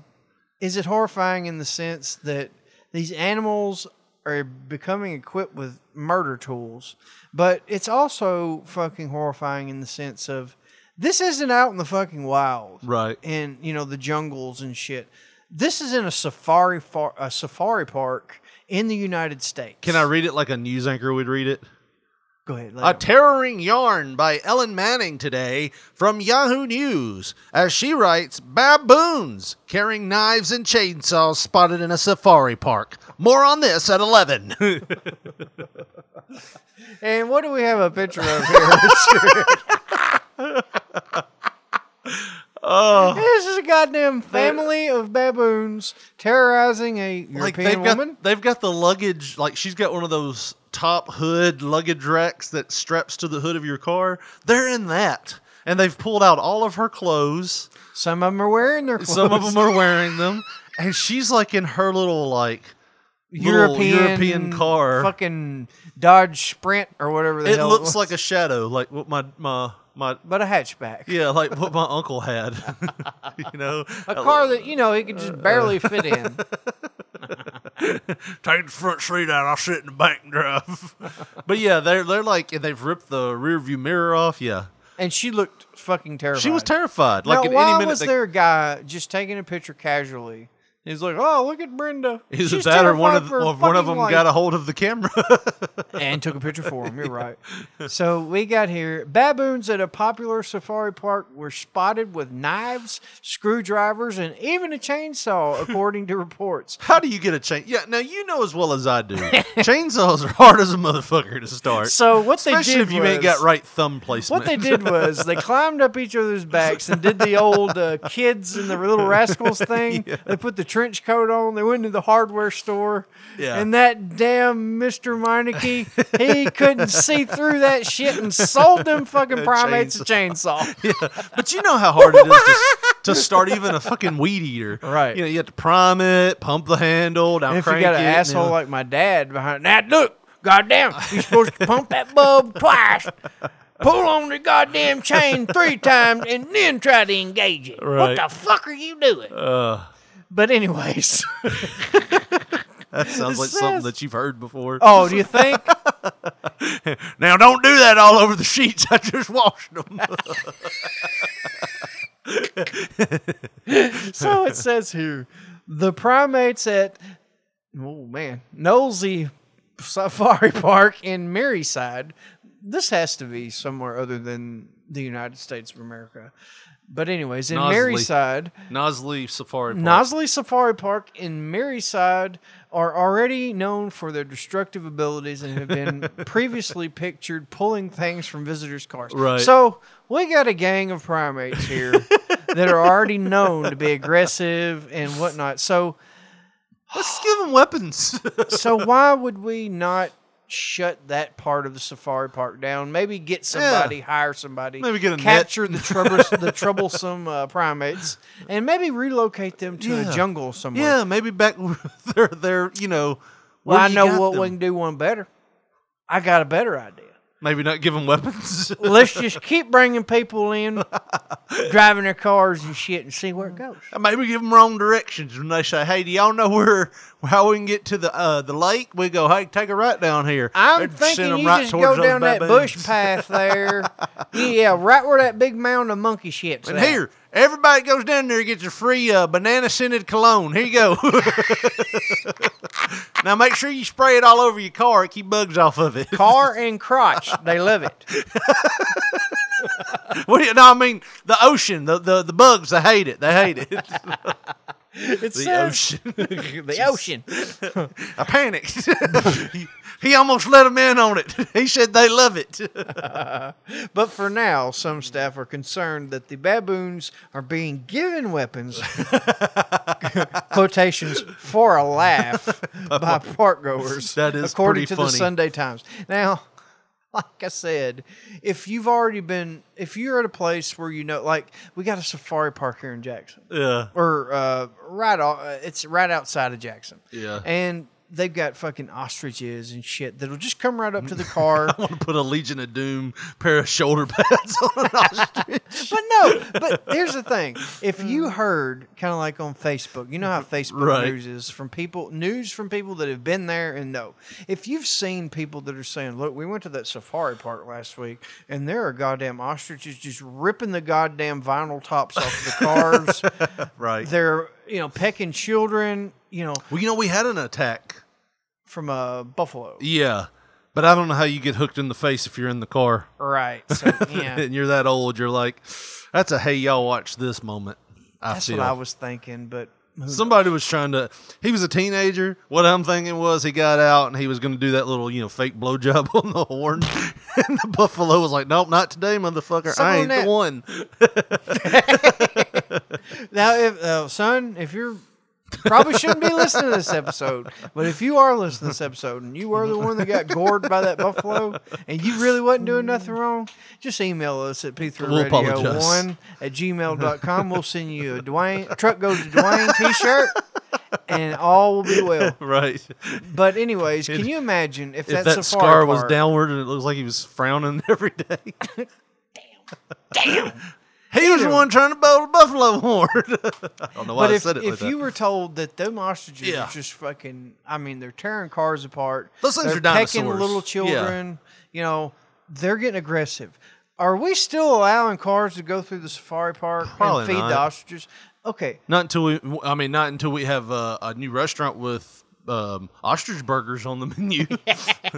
Speaker 6: is it horrifying in the sense that these animals are becoming equipped with murder tools, but it's also fucking horrifying in the sense of this isn't out in the fucking wild,
Speaker 5: right?
Speaker 6: And you know the jungles and shit. This is in a safari far, a safari park in the United States.
Speaker 5: Can I read it like a news anchor would read it?
Speaker 6: Go ahead.
Speaker 5: A harrowing yarn by Ellen Manning today from Yahoo News as she writes Baboons carrying knives and chainsaws spotted in a safari park. More on this at 11.
Speaker 6: And what do we have a picture of here? Richard?
Speaker 5: Oh.
Speaker 6: This is a goddamn family of baboons terrorizing a European
Speaker 5: like they've
Speaker 6: woman.
Speaker 5: got they've got the luggage like she's got one of those top hood luggage racks that straps to the hood of your car. They're in that. And they've pulled out all of her clothes.
Speaker 6: Some of them are wearing their
Speaker 5: Some of
Speaker 6: clothes.
Speaker 5: them are wearing them. And she's like in her little like little
Speaker 6: European,
Speaker 5: European car.
Speaker 6: fucking Dodge Sprint or whatever. The
Speaker 5: it
Speaker 6: hell
Speaker 5: looks
Speaker 6: it was.
Speaker 5: like a shadow, like what my my my
Speaker 6: but a hatchback.
Speaker 5: Yeah, like what my uncle had. you know,
Speaker 6: a car that you know it could just barely fit in.
Speaker 5: Take the front seat out. I'll sit in the back and drive. but yeah, they're they're like and they've ripped the rear view mirror off. Yeah,
Speaker 6: and she looked fucking terrified.
Speaker 5: She was terrified. Like
Speaker 6: now,
Speaker 5: at
Speaker 6: why
Speaker 5: any minute
Speaker 6: was
Speaker 5: they-
Speaker 6: there a guy just taking a picture casually? He's like, "Oh, look at Brenda."
Speaker 5: Either
Speaker 6: She's
Speaker 5: that or one
Speaker 6: terrified
Speaker 5: of
Speaker 6: for her
Speaker 5: or one of
Speaker 6: fucking
Speaker 5: them
Speaker 6: life."
Speaker 5: got a hold of the camera.
Speaker 6: and took a picture for him. You're right. So we got here baboons at a popular safari park were spotted with knives, screwdrivers, and even a chainsaw, according to reports.
Speaker 5: How do you get a chain? Yeah, now you know as well as I do. Chainsaws are hard as a motherfucker to start.
Speaker 6: So what they
Speaker 5: Especially
Speaker 6: did
Speaker 5: if you ain't
Speaker 6: was-
Speaker 5: got right thumb placement.
Speaker 6: What they did was they climbed up each other's backs and did the old uh, kids and the little rascals thing. They put the trench coat on. They went to the hardware store.
Speaker 5: Yeah.
Speaker 6: And that damn Mr. Meineke, he couldn't see through that shit and sold them fucking primates a chainsaw.
Speaker 5: yeah. But you know how hard it is to, s- to start even a fucking weed eater. Right. You know, you have to prime it, pump the handle, down
Speaker 6: And if you
Speaker 5: crank
Speaker 6: got
Speaker 5: it,
Speaker 6: an asshole
Speaker 5: you know.
Speaker 6: like my dad behind, now look, goddamn, you're supposed to pump that bulb twice, pull on the goddamn chain three times, and then try to engage it.
Speaker 5: Right.
Speaker 6: What the fuck are you doing?
Speaker 5: Uh,
Speaker 6: But anyways,
Speaker 5: that sounds like something that you've heard before.
Speaker 6: Oh, do you think?
Speaker 5: now don't do that all over the sheets. I just washed them.
Speaker 6: so it says here, the primates at oh man, Knowlesy Safari Park in Maryside. This has to be somewhere other than the United States of America. But anyways, in
Speaker 5: Nosley.
Speaker 6: Maryside,
Speaker 5: Nosley Safari Park.
Speaker 6: Nosley Safari Park in Maryside are already known for their destructive abilities and have been previously pictured pulling things from visitors' cars.
Speaker 5: Right.
Speaker 6: So we got a gang of primates here that are already known to be aggressive and whatnot. So
Speaker 5: let's give them weapons.
Speaker 6: so why would we not? Shut that part of the safari park down. Maybe get somebody, hire somebody,
Speaker 5: Maybe get a net.
Speaker 6: capture the troubles, the troublesome uh, primates, and maybe relocate them to a jungle somewhere.
Speaker 5: Yeah, maybe back where they're they're you know.
Speaker 6: Well,
Speaker 5: where
Speaker 6: I
Speaker 5: you
Speaker 6: know
Speaker 5: got
Speaker 6: what
Speaker 5: them.
Speaker 6: we can do one better. I got a better idea.
Speaker 5: Maybe not give them weapons.
Speaker 6: Let's just keep bringing people in, driving their cars and shit, and see where it goes.
Speaker 5: Uh, Maybe give them wrong directions when they say, "Hey, do y'all know where how we can get to the uh, the lake?" We go, "Hey, take a right down here."
Speaker 6: I'm
Speaker 5: They'd send
Speaker 6: thinking
Speaker 5: 'em
Speaker 6: you
Speaker 5: right
Speaker 6: just
Speaker 5: towards
Speaker 6: go
Speaker 5: those
Speaker 6: down that
Speaker 5: baboons.
Speaker 6: bush path there. yeah, right where that big mound of monkey shit's
Speaker 5: And
Speaker 6: at.
Speaker 5: here, everybody goes down there and gets a free uh, banana scented cologne. Here you go. now make sure you spray it all over your car. Keep bugs off of it.
Speaker 6: Car and crotch, they love it.
Speaker 5: what do you, no, I mean the ocean, the, the the bugs. They hate it. They hate it.
Speaker 6: It
Speaker 5: the
Speaker 6: says-
Speaker 5: ocean.
Speaker 6: the ocean.
Speaker 5: I panicked. he, he almost let him in on it. He said they love it.
Speaker 6: but for now, some staff are concerned that the baboons are being given weapons, quotations for a laugh, by park goers.
Speaker 5: That is
Speaker 6: according
Speaker 5: pretty
Speaker 6: to the
Speaker 5: funny.
Speaker 6: Sunday Times. Now, like I said, if you've already been, if you're at a place where you know, like we got a safari park here in Jackson, uh,
Speaker 5: Yeah.
Speaker 6: or uh, right, o- it's right outside of Jackson,
Speaker 5: Yeah.
Speaker 6: and they've got fucking ostriches and shit that'll just come right up to the car. I
Speaker 5: want to put a Legion of Doom pair of shoulder pads on an ostrich.
Speaker 6: but no, but here's the thing: if you heard kind of like on Facebook, you know how Facebook
Speaker 5: Right.
Speaker 6: news is from people, news from people that have been there and know. If you've seen people that are saying, "Look, we went to that safari park last week, and there are goddamn ostriches just ripping the goddamn vinyl tops off the cars."
Speaker 5: right.
Speaker 6: They're you know pecking children. You know.
Speaker 5: Well, you know we had an attack
Speaker 6: from a buffalo.
Speaker 5: Yeah. But I don't know how you get hooked in the face if you're in the car.
Speaker 6: Right. So yeah.
Speaker 5: and you're that old, you're like, that's a hey, y'all watch this moment. I
Speaker 6: That's
Speaker 5: feel.
Speaker 6: what I was thinking, but who
Speaker 5: Somebody was trying to. He was a teenager. What I'm thinking was he got out and he was going to do that little, you know, fake blowjob on the horn. and the buffalo was like, "Nope, not today, motherfucker.
Speaker 6: Suck
Speaker 5: I
Speaker 6: on
Speaker 5: ain't
Speaker 6: that."
Speaker 5: the one."
Speaker 6: now, if uh, son, if you're probably shouldn't be listening to this episode, but if you are listening to this episode and you were the one that got gored by that buffalo and you really wasn't doing nothing wrong, just email us at
Speaker 5: We'll
Speaker 6: p3radio1
Speaker 5: apologize.
Speaker 6: at gmail.com. We'll send you a Dwayne truck goes to Dwayne t shirt. And all will be well,
Speaker 5: right?
Speaker 6: But anyways, can you imagine if,
Speaker 5: If that,
Speaker 6: safari
Speaker 5: scar was
Speaker 6: park-
Speaker 5: downward and it looks like he was frowning every day. Damn. Damn. He was the one trying to bowl a buffalo horn. I don't know why
Speaker 6: But
Speaker 5: I
Speaker 6: if,
Speaker 5: said it
Speaker 6: if
Speaker 5: like
Speaker 6: you
Speaker 5: that.
Speaker 6: were told that them ostriches
Speaker 5: Yeah.
Speaker 6: are just fucking, I mean, they're tearing cars apart.
Speaker 5: Those things
Speaker 6: they're
Speaker 5: are
Speaker 6: pecking
Speaker 5: dinosaurs.
Speaker 6: little
Speaker 5: Yeah.
Speaker 6: children. You know, they're getting aggressive. Are we still allowing cars to go through the safari park
Speaker 5: Probably
Speaker 6: and feed
Speaker 5: not.
Speaker 6: the ostriches? Okay,
Speaker 5: Not until we. I mean, not until we have uh, a new restaurant with um, ostrich burgers on the menu.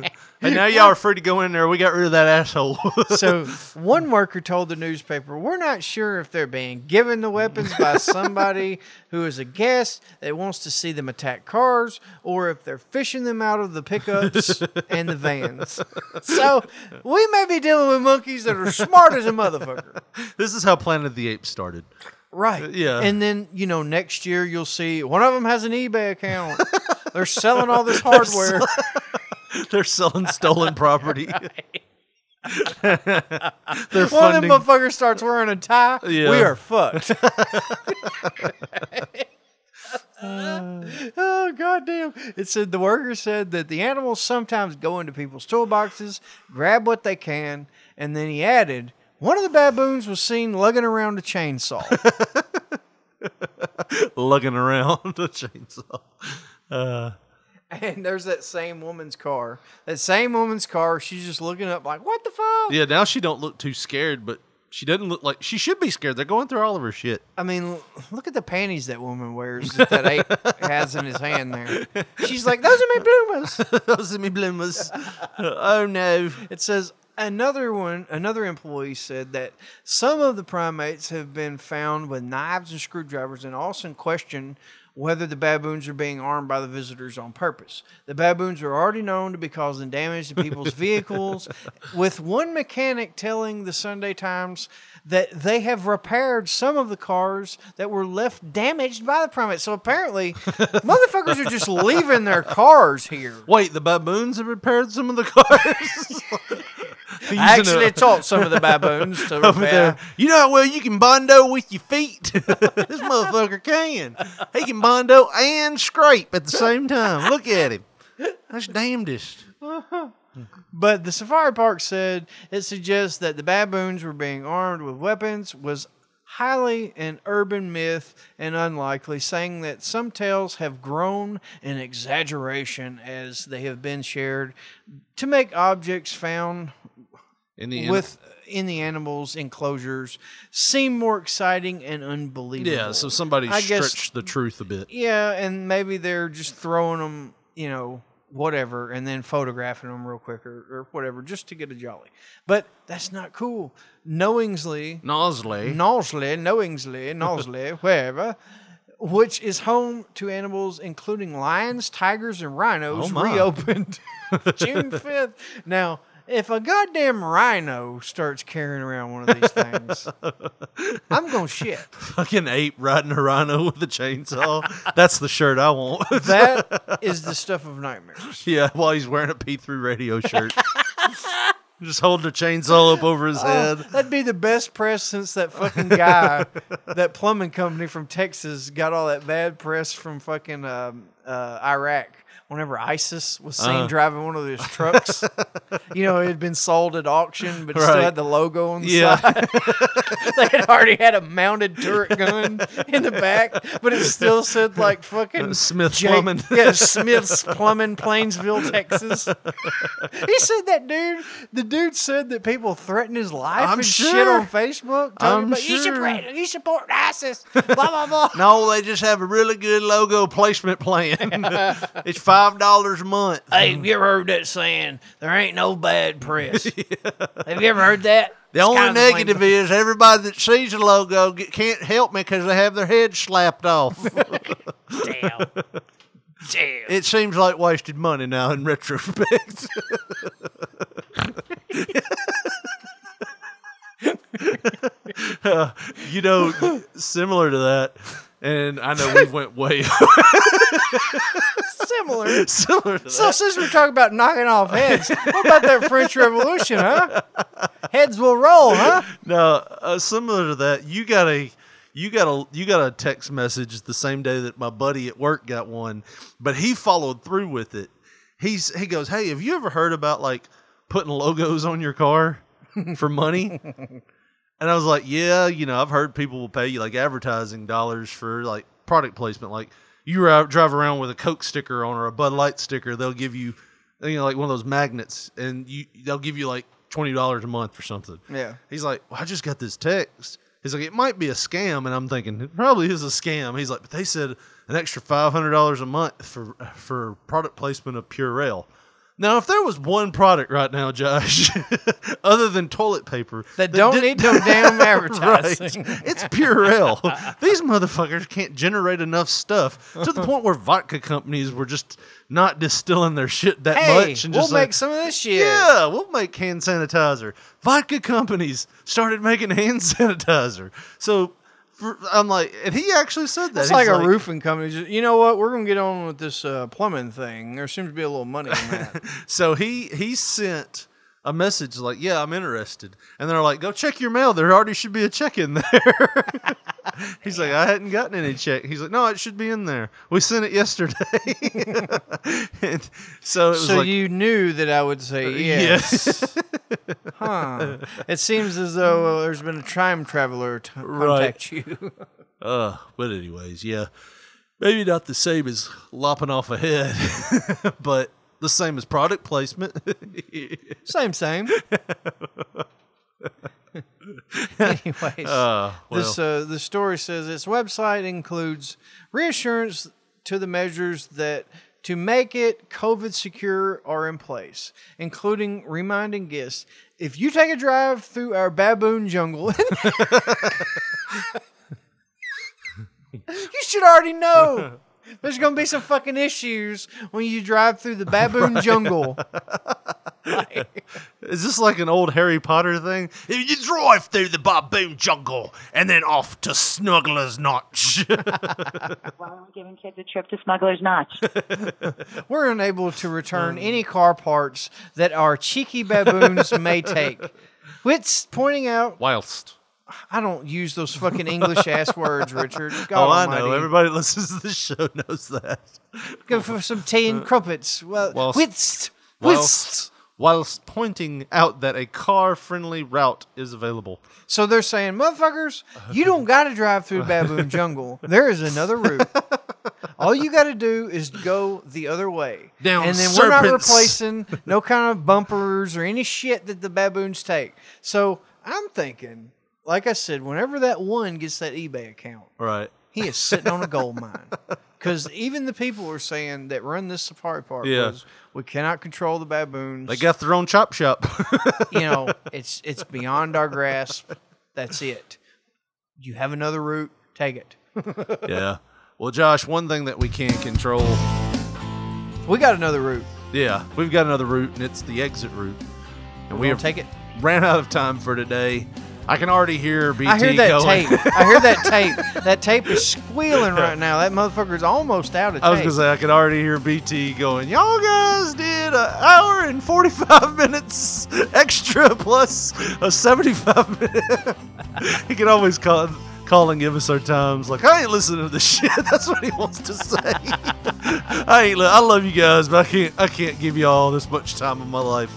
Speaker 5: and now y'all are free to go in there. We got rid of that asshole.
Speaker 6: so one worker told the newspaper, "We're not sure if they're being given the weapons by somebody who is a guest that wants to see them attack cars, or if they're fishing them out of the pickups and the vans." So we may be dealing with monkeys that are smart as a motherfucker,
Speaker 5: this is how Planet of the Apes started.
Speaker 6: right?
Speaker 5: Yeah.
Speaker 6: And then you know, next year you'll see one of them has an eBay account. they're selling all this hardware.
Speaker 5: They're selling stolen property. They're
Speaker 6: One of them
Speaker 5: funding.
Speaker 6: motherfuckers starts wearing a tie.
Speaker 5: Yeah.
Speaker 6: We are fucked. oh goddamn! It said the worker said that the animals sometimes go into people's toolboxes, grab what they can, and then he added, "One of the baboons was seen lugging around a chainsaw."
Speaker 5: lugging around the chainsaw. Uh,
Speaker 6: and there's that same woman's car. That same woman's car. She's just looking up like, "What the fuck?"
Speaker 5: yeah, now she don't look too scared, but she doesn't look like she should be scared. They're going through all of her shit.
Speaker 6: I mean, l- look at the panties that woman wears that, that ape has in his hand there. She's like, those are my bloomers.
Speaker 5: those are my bloomers. Oh no.
Speaker 6: It says another one, another employee said that some of the primates have been found with knives and screwdrivers and also question whether the baboons are being armed by the visitors on purpose. The baboons are already known to be causing damage to people's vehicles, with one mechanic telling the Sunday Times that they have repaired some of the cars that were left damaged by the primates. So apparently, motherfuckers are just leaving their cars here.
Speaker 5: Wait, the baboons have repaired some of the cars.
Speaker 6: I actually taught some of the baboons to
Speaker 5: Over
Speaker 6: repair.
Speaker 5: there. You know how well you can bondo with your feet. this motherfucker can. He can bondo and scrape at the same time. Look at him. That's damnedest.
Speaker 6: But the safari park said it suggests that the baboons were being armed with weapons was highly an urban myth and unlikely, saying that some tales have grown in exaggeration as they have been shared to make objects found
Speaker 5: In the
Speaker 6: with uh, in the animals' enclosures seem more exciting and unbelievable.
Speaker 5: yeah, so somebody
Speaker 6: I guess-
Speaker 5: stretched the truth a bit.
Speaker 6: yeah, and maybe they're just throwing them, you know, whatever, and then photographing them real quick or, or whatever, just to get a jolly. But that's not cool. Knowingsley,
Speaker 5: Nosley.
Speaker 6: Knowsley, Knowingsley, Knowsley, wherever, which is home to animals including lions, tigers, and rhinos,
Speaker 5: Oh, my.
Speaker 6: reopened June 5th. Now, if a goddamn rhino starts carrying around one of these things, I'm going to shit.
Speaker 5: Fucking ape riding a rhino with a chainsaw. That's the shirt I want.
Speaker 6: That is the stuff of nightmares.
Speaker 5: yeah, while he's wearing a P3 radio shirt. Just holding a chainsaw up over his
Speaker 6: Oh,
Speaker 5: head.
Speaker 6: that'd be the best press since that fucking guy, that plumbing company from Texas, got all that bad press from fucking um, uh, Iraq whenever ISIS was seen
Speaker 5: Uh-huh.
Speaker 6: driving one of those trucks. you know, it had been sold at auction, but it still
Speaker 5: Right.
Speaker 6: had the logo on the
Speaker 5: Yeah.
Speaker 6: side. they had already had a mounted turret gun in the back, but it still said like fucking
Speaker 5: Smith's
Speaker 6: Jake-
Speaker 5: Uh, Plumbing.
Speaker 6: Yeah, Smith's Plumbing, Plainsville, Texas. he said that dude. The dude said that people threatened his life
Speaker 5: I'm
Speaker 6: and shit
Speaker 5: sure.
Speaker 6: on Facebook.
Speaker 5: I'm
Speaker 6: talking about, You
Speaker 5: sure.
Speaker 6: support, you support ISIS. blah blah blah.
Speaker 5: No, they just have a really good logo placement plan. it's five dollars a month.
Speaker 3: Hey, have you ever heard that saying? There ain't no bad press. Have you ever heard that?
Speaker 5: The
Speaker 3: It's
Speaker 5: only
Speaker 3: kinda lame.
Speaker 5: negative is everybody that sees the logo get, can't help me because they have their head slapped off.
Speaker 3: Damn. Damn.
Speaker 5: It seems like wasted money now in retrospect. Uh, you know, similar to that, and I know we went way
Speaker 6: Similar.
Speaker 5: similar to
Speaker 6: So
Speaker 5: that.
Speaker 6: since we're talking about knocking off heads, what about that French Revolution, huh? Heads will roll, huh?
Speaker 5: No, uh, similar to that, you got a you got a you got a text message the same day that my buddy at work got one, but he followed through with it. He's he goes, "Hey, have you ever heard about like putting logos on your car for money?" and I was like, "Yeah, you know, I've heard people will pay you like advertising dollars for like product placement. Like you ri- drive around with a Coke sticker on or a Bud Light sticker, they'll give you you know like one of those magnets and you they'll give you like $20 a month or something."
Speaker 6: Yeah.
Speaker 5: He's like, well, I just got this text. He's like, it might be a scam, and I'm thinking it probably is a scam. He's like, but they said an extra five hundred dollars a month for for product placement of Purell. Now, if there was one product right now, Josh, other than toilet paper
Speaker 6: That don't
Speaker 5: didn't-
Speaker 6: need no damn
Speaker 5: Right.
Speaker 6: advertising.
Speaker 5: it's Purell. These motherfuckers can't generate enough stuff to the point where vodka companies were just not distilling their shit that
Speaker 6: Hey,
Speaker 5: much. And
Speaker 6: we'll
Speaker 5: just like,
Speaker 6: make some of this shit.
Speaker 5: yeah, we'll make hand sanitizer. Vodka companies started making hand sanitizer. So for, I'm like, and he actually said that.
Speaker 6: That's
Speaker 5: He's
Speaker 6: like a roofing company. Just, you know what? We're gonna get on with this uh, plumbing thing. There seems to be a little money in that.
Speaker 5: So he he sent a message like, "Yeah, I'm interested," and they're like, "Go check your mail. There already should be a check in there." He's like, "I hadn't gotten any check." He's like, "No, it should be in there. We sent it yesterday." and so it was
Speaker 6: so
Speaker 5: like, Uh,
Speaker 6: you knew that I would say yes.
Speaker 5: yes.
Speaker 6: huh. It seems as though uh, there's been a time traveler to contact you.
Speaker 5: Uh, but anyways, yeah. Maybe not the same as lopping off a head, but the same as product placement.
Speaker 6: same, same. Anyways,
Speaker 5: Uh,
Speaker 6: this
Speaker 5: well.
Speaker 6: uh, the story says its website includes reassurance to the measures that to make it COVID secure are in place, including reminding guests if you take a drive through our baboon jungle. you should already know. There's gonna be some fucking issues when you drive through the baboon
Speaker 5: Right.
Speaker 6: jungle.
Speaker 5: Is this like an old Harry Potter thing? If you drive through the baboon jungle and then off to Snuggler's Notch.
Speaker 8: Well, I'm giving kids a trip to Smuggler's Notch.
Speaker 6: We're unable to return
Speaker 5: Um,
Speaker 6: any car parts that our cheeky baboons may take. Which pointing out,
Speaker 5: Whilst.
Speaker 6: I don't use those fucking English ass words, Richard. God
Speaker 5: oh, I know.
Speaker 6: almighty.
Speaker 5: Everybody that listens to this show knows that.
Speaker 6: Go for some tea and crumpets. Well,
Speaker 5: Uh, Whilst-
Speaker 6: whilst, whilst.
Speaker 5: Whilst, whilst pointing out that a car friendly route is available.
Speaker 6: So they're saying, motherfuckers, you don't got to drive through baboon jungle. There is another route. All you got to do is go the other way.
Speaker 5: Down
Speaker 6: and then we're not
Speaker 5: serpents.
Speaker 6: replacing no kind of bumpers or any shit that the baboons take. So I'm thinking, like I said, whenever that one gets that eBay account,
Speaker 5: Right.
Speaker 6: he is sitting on a gold mine. Because even the people are saying that run this safari park
Speaker 5: Yeah.
Speaker 6: was, we cannot control the baboons.
Speaker 5: They got their own chop shop.
Speaker 6: you know, it's it's beyond our grasp. That's it. You have another route, take it.
Speaker 5: yeah. Well, Josh, one thing that we can't control.
Speaker 6: We got another route.
Speaker 5: Yeah, we've got another route, and it's the exit route. And
Speaker 6: We're
Speaker 5: we
Speaker 6: gonna
Speaker 5: have
Speaker 6: take it.
Speaker 5: Ran out of time for today. I can already hear BT
Speaker 6: I hear that
Speaker 5: going.
Speaker 6: tape. I hear that tape. That tape is squealing right now. That motherfucker's almost out of tape.
Speaker 5: I was gonna say I can already hear BT going. Y'all guys did an hour and forty-five minutes extra plus a seventy-five minute. he can always call call and give us our times. Like I ain't listening to this shit. That's what he wants to say. I ain't. lo- I love you guys, but I can't. I can't give you all this much time of my life.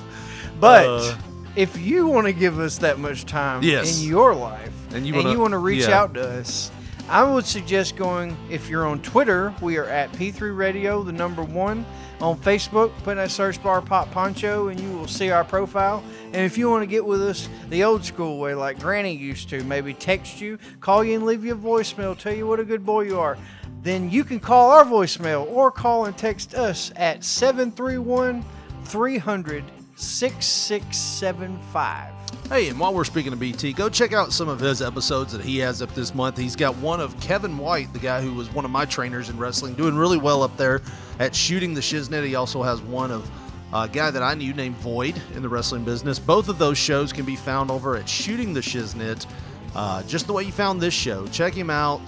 Speaker 6: But
Speaker 5: Uh,
Speaker 6: if you want to give us that much time
Speaker 5: Yes.
Speaker 6: in your life,
Speaker 5: And
Speaker 6: and
Speaker 5: you
Speaker 6: you
Speaker 5: wanna-
Speaker 6: want to reach
Speaker 5: yeah.
Speaker 6: out to us, I would suggest going. If you're on Twitter, we are at P3 Radio, the number one. On Facebook, put in that search bar "Pop Poncho" and you will see our profile. And if you want to get with us the old school way, like Granny used to, maybe text you, call you, and leave you a voicemail, tell you what a good boy you are. Then you can call our voicemail or call and text us at 731 300 6675.
Speaker 5: Hey, and while we're speaking of BT, go check out some of his episodes that he has up this month. He's got one of Kevin White, the guy who was one of my trainers in wrestling, doing really well up there at Shooting the Shiznit. He also has one of a guy that I knew named Void in the wrestling business. Both of those shows can be found over at Shooting the Shiznit, uh, just the way you found this show. Check him out,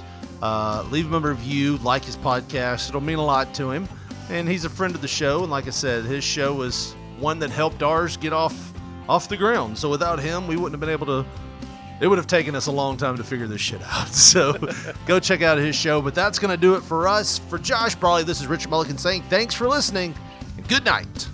Speaker 5: uh, leave him a review, like his podcast. It'll mean a lot to him. And he's a friend of the show. And like I said, his show was one that helped ours get off off the ground. So without him, we wouldn't have been able to. It would have taken us a long time to figure this shit out. So go check out his show. But that's going to do it for us. For Josh Brawley, this is Richard Mulligan saying thanks for listening and good night.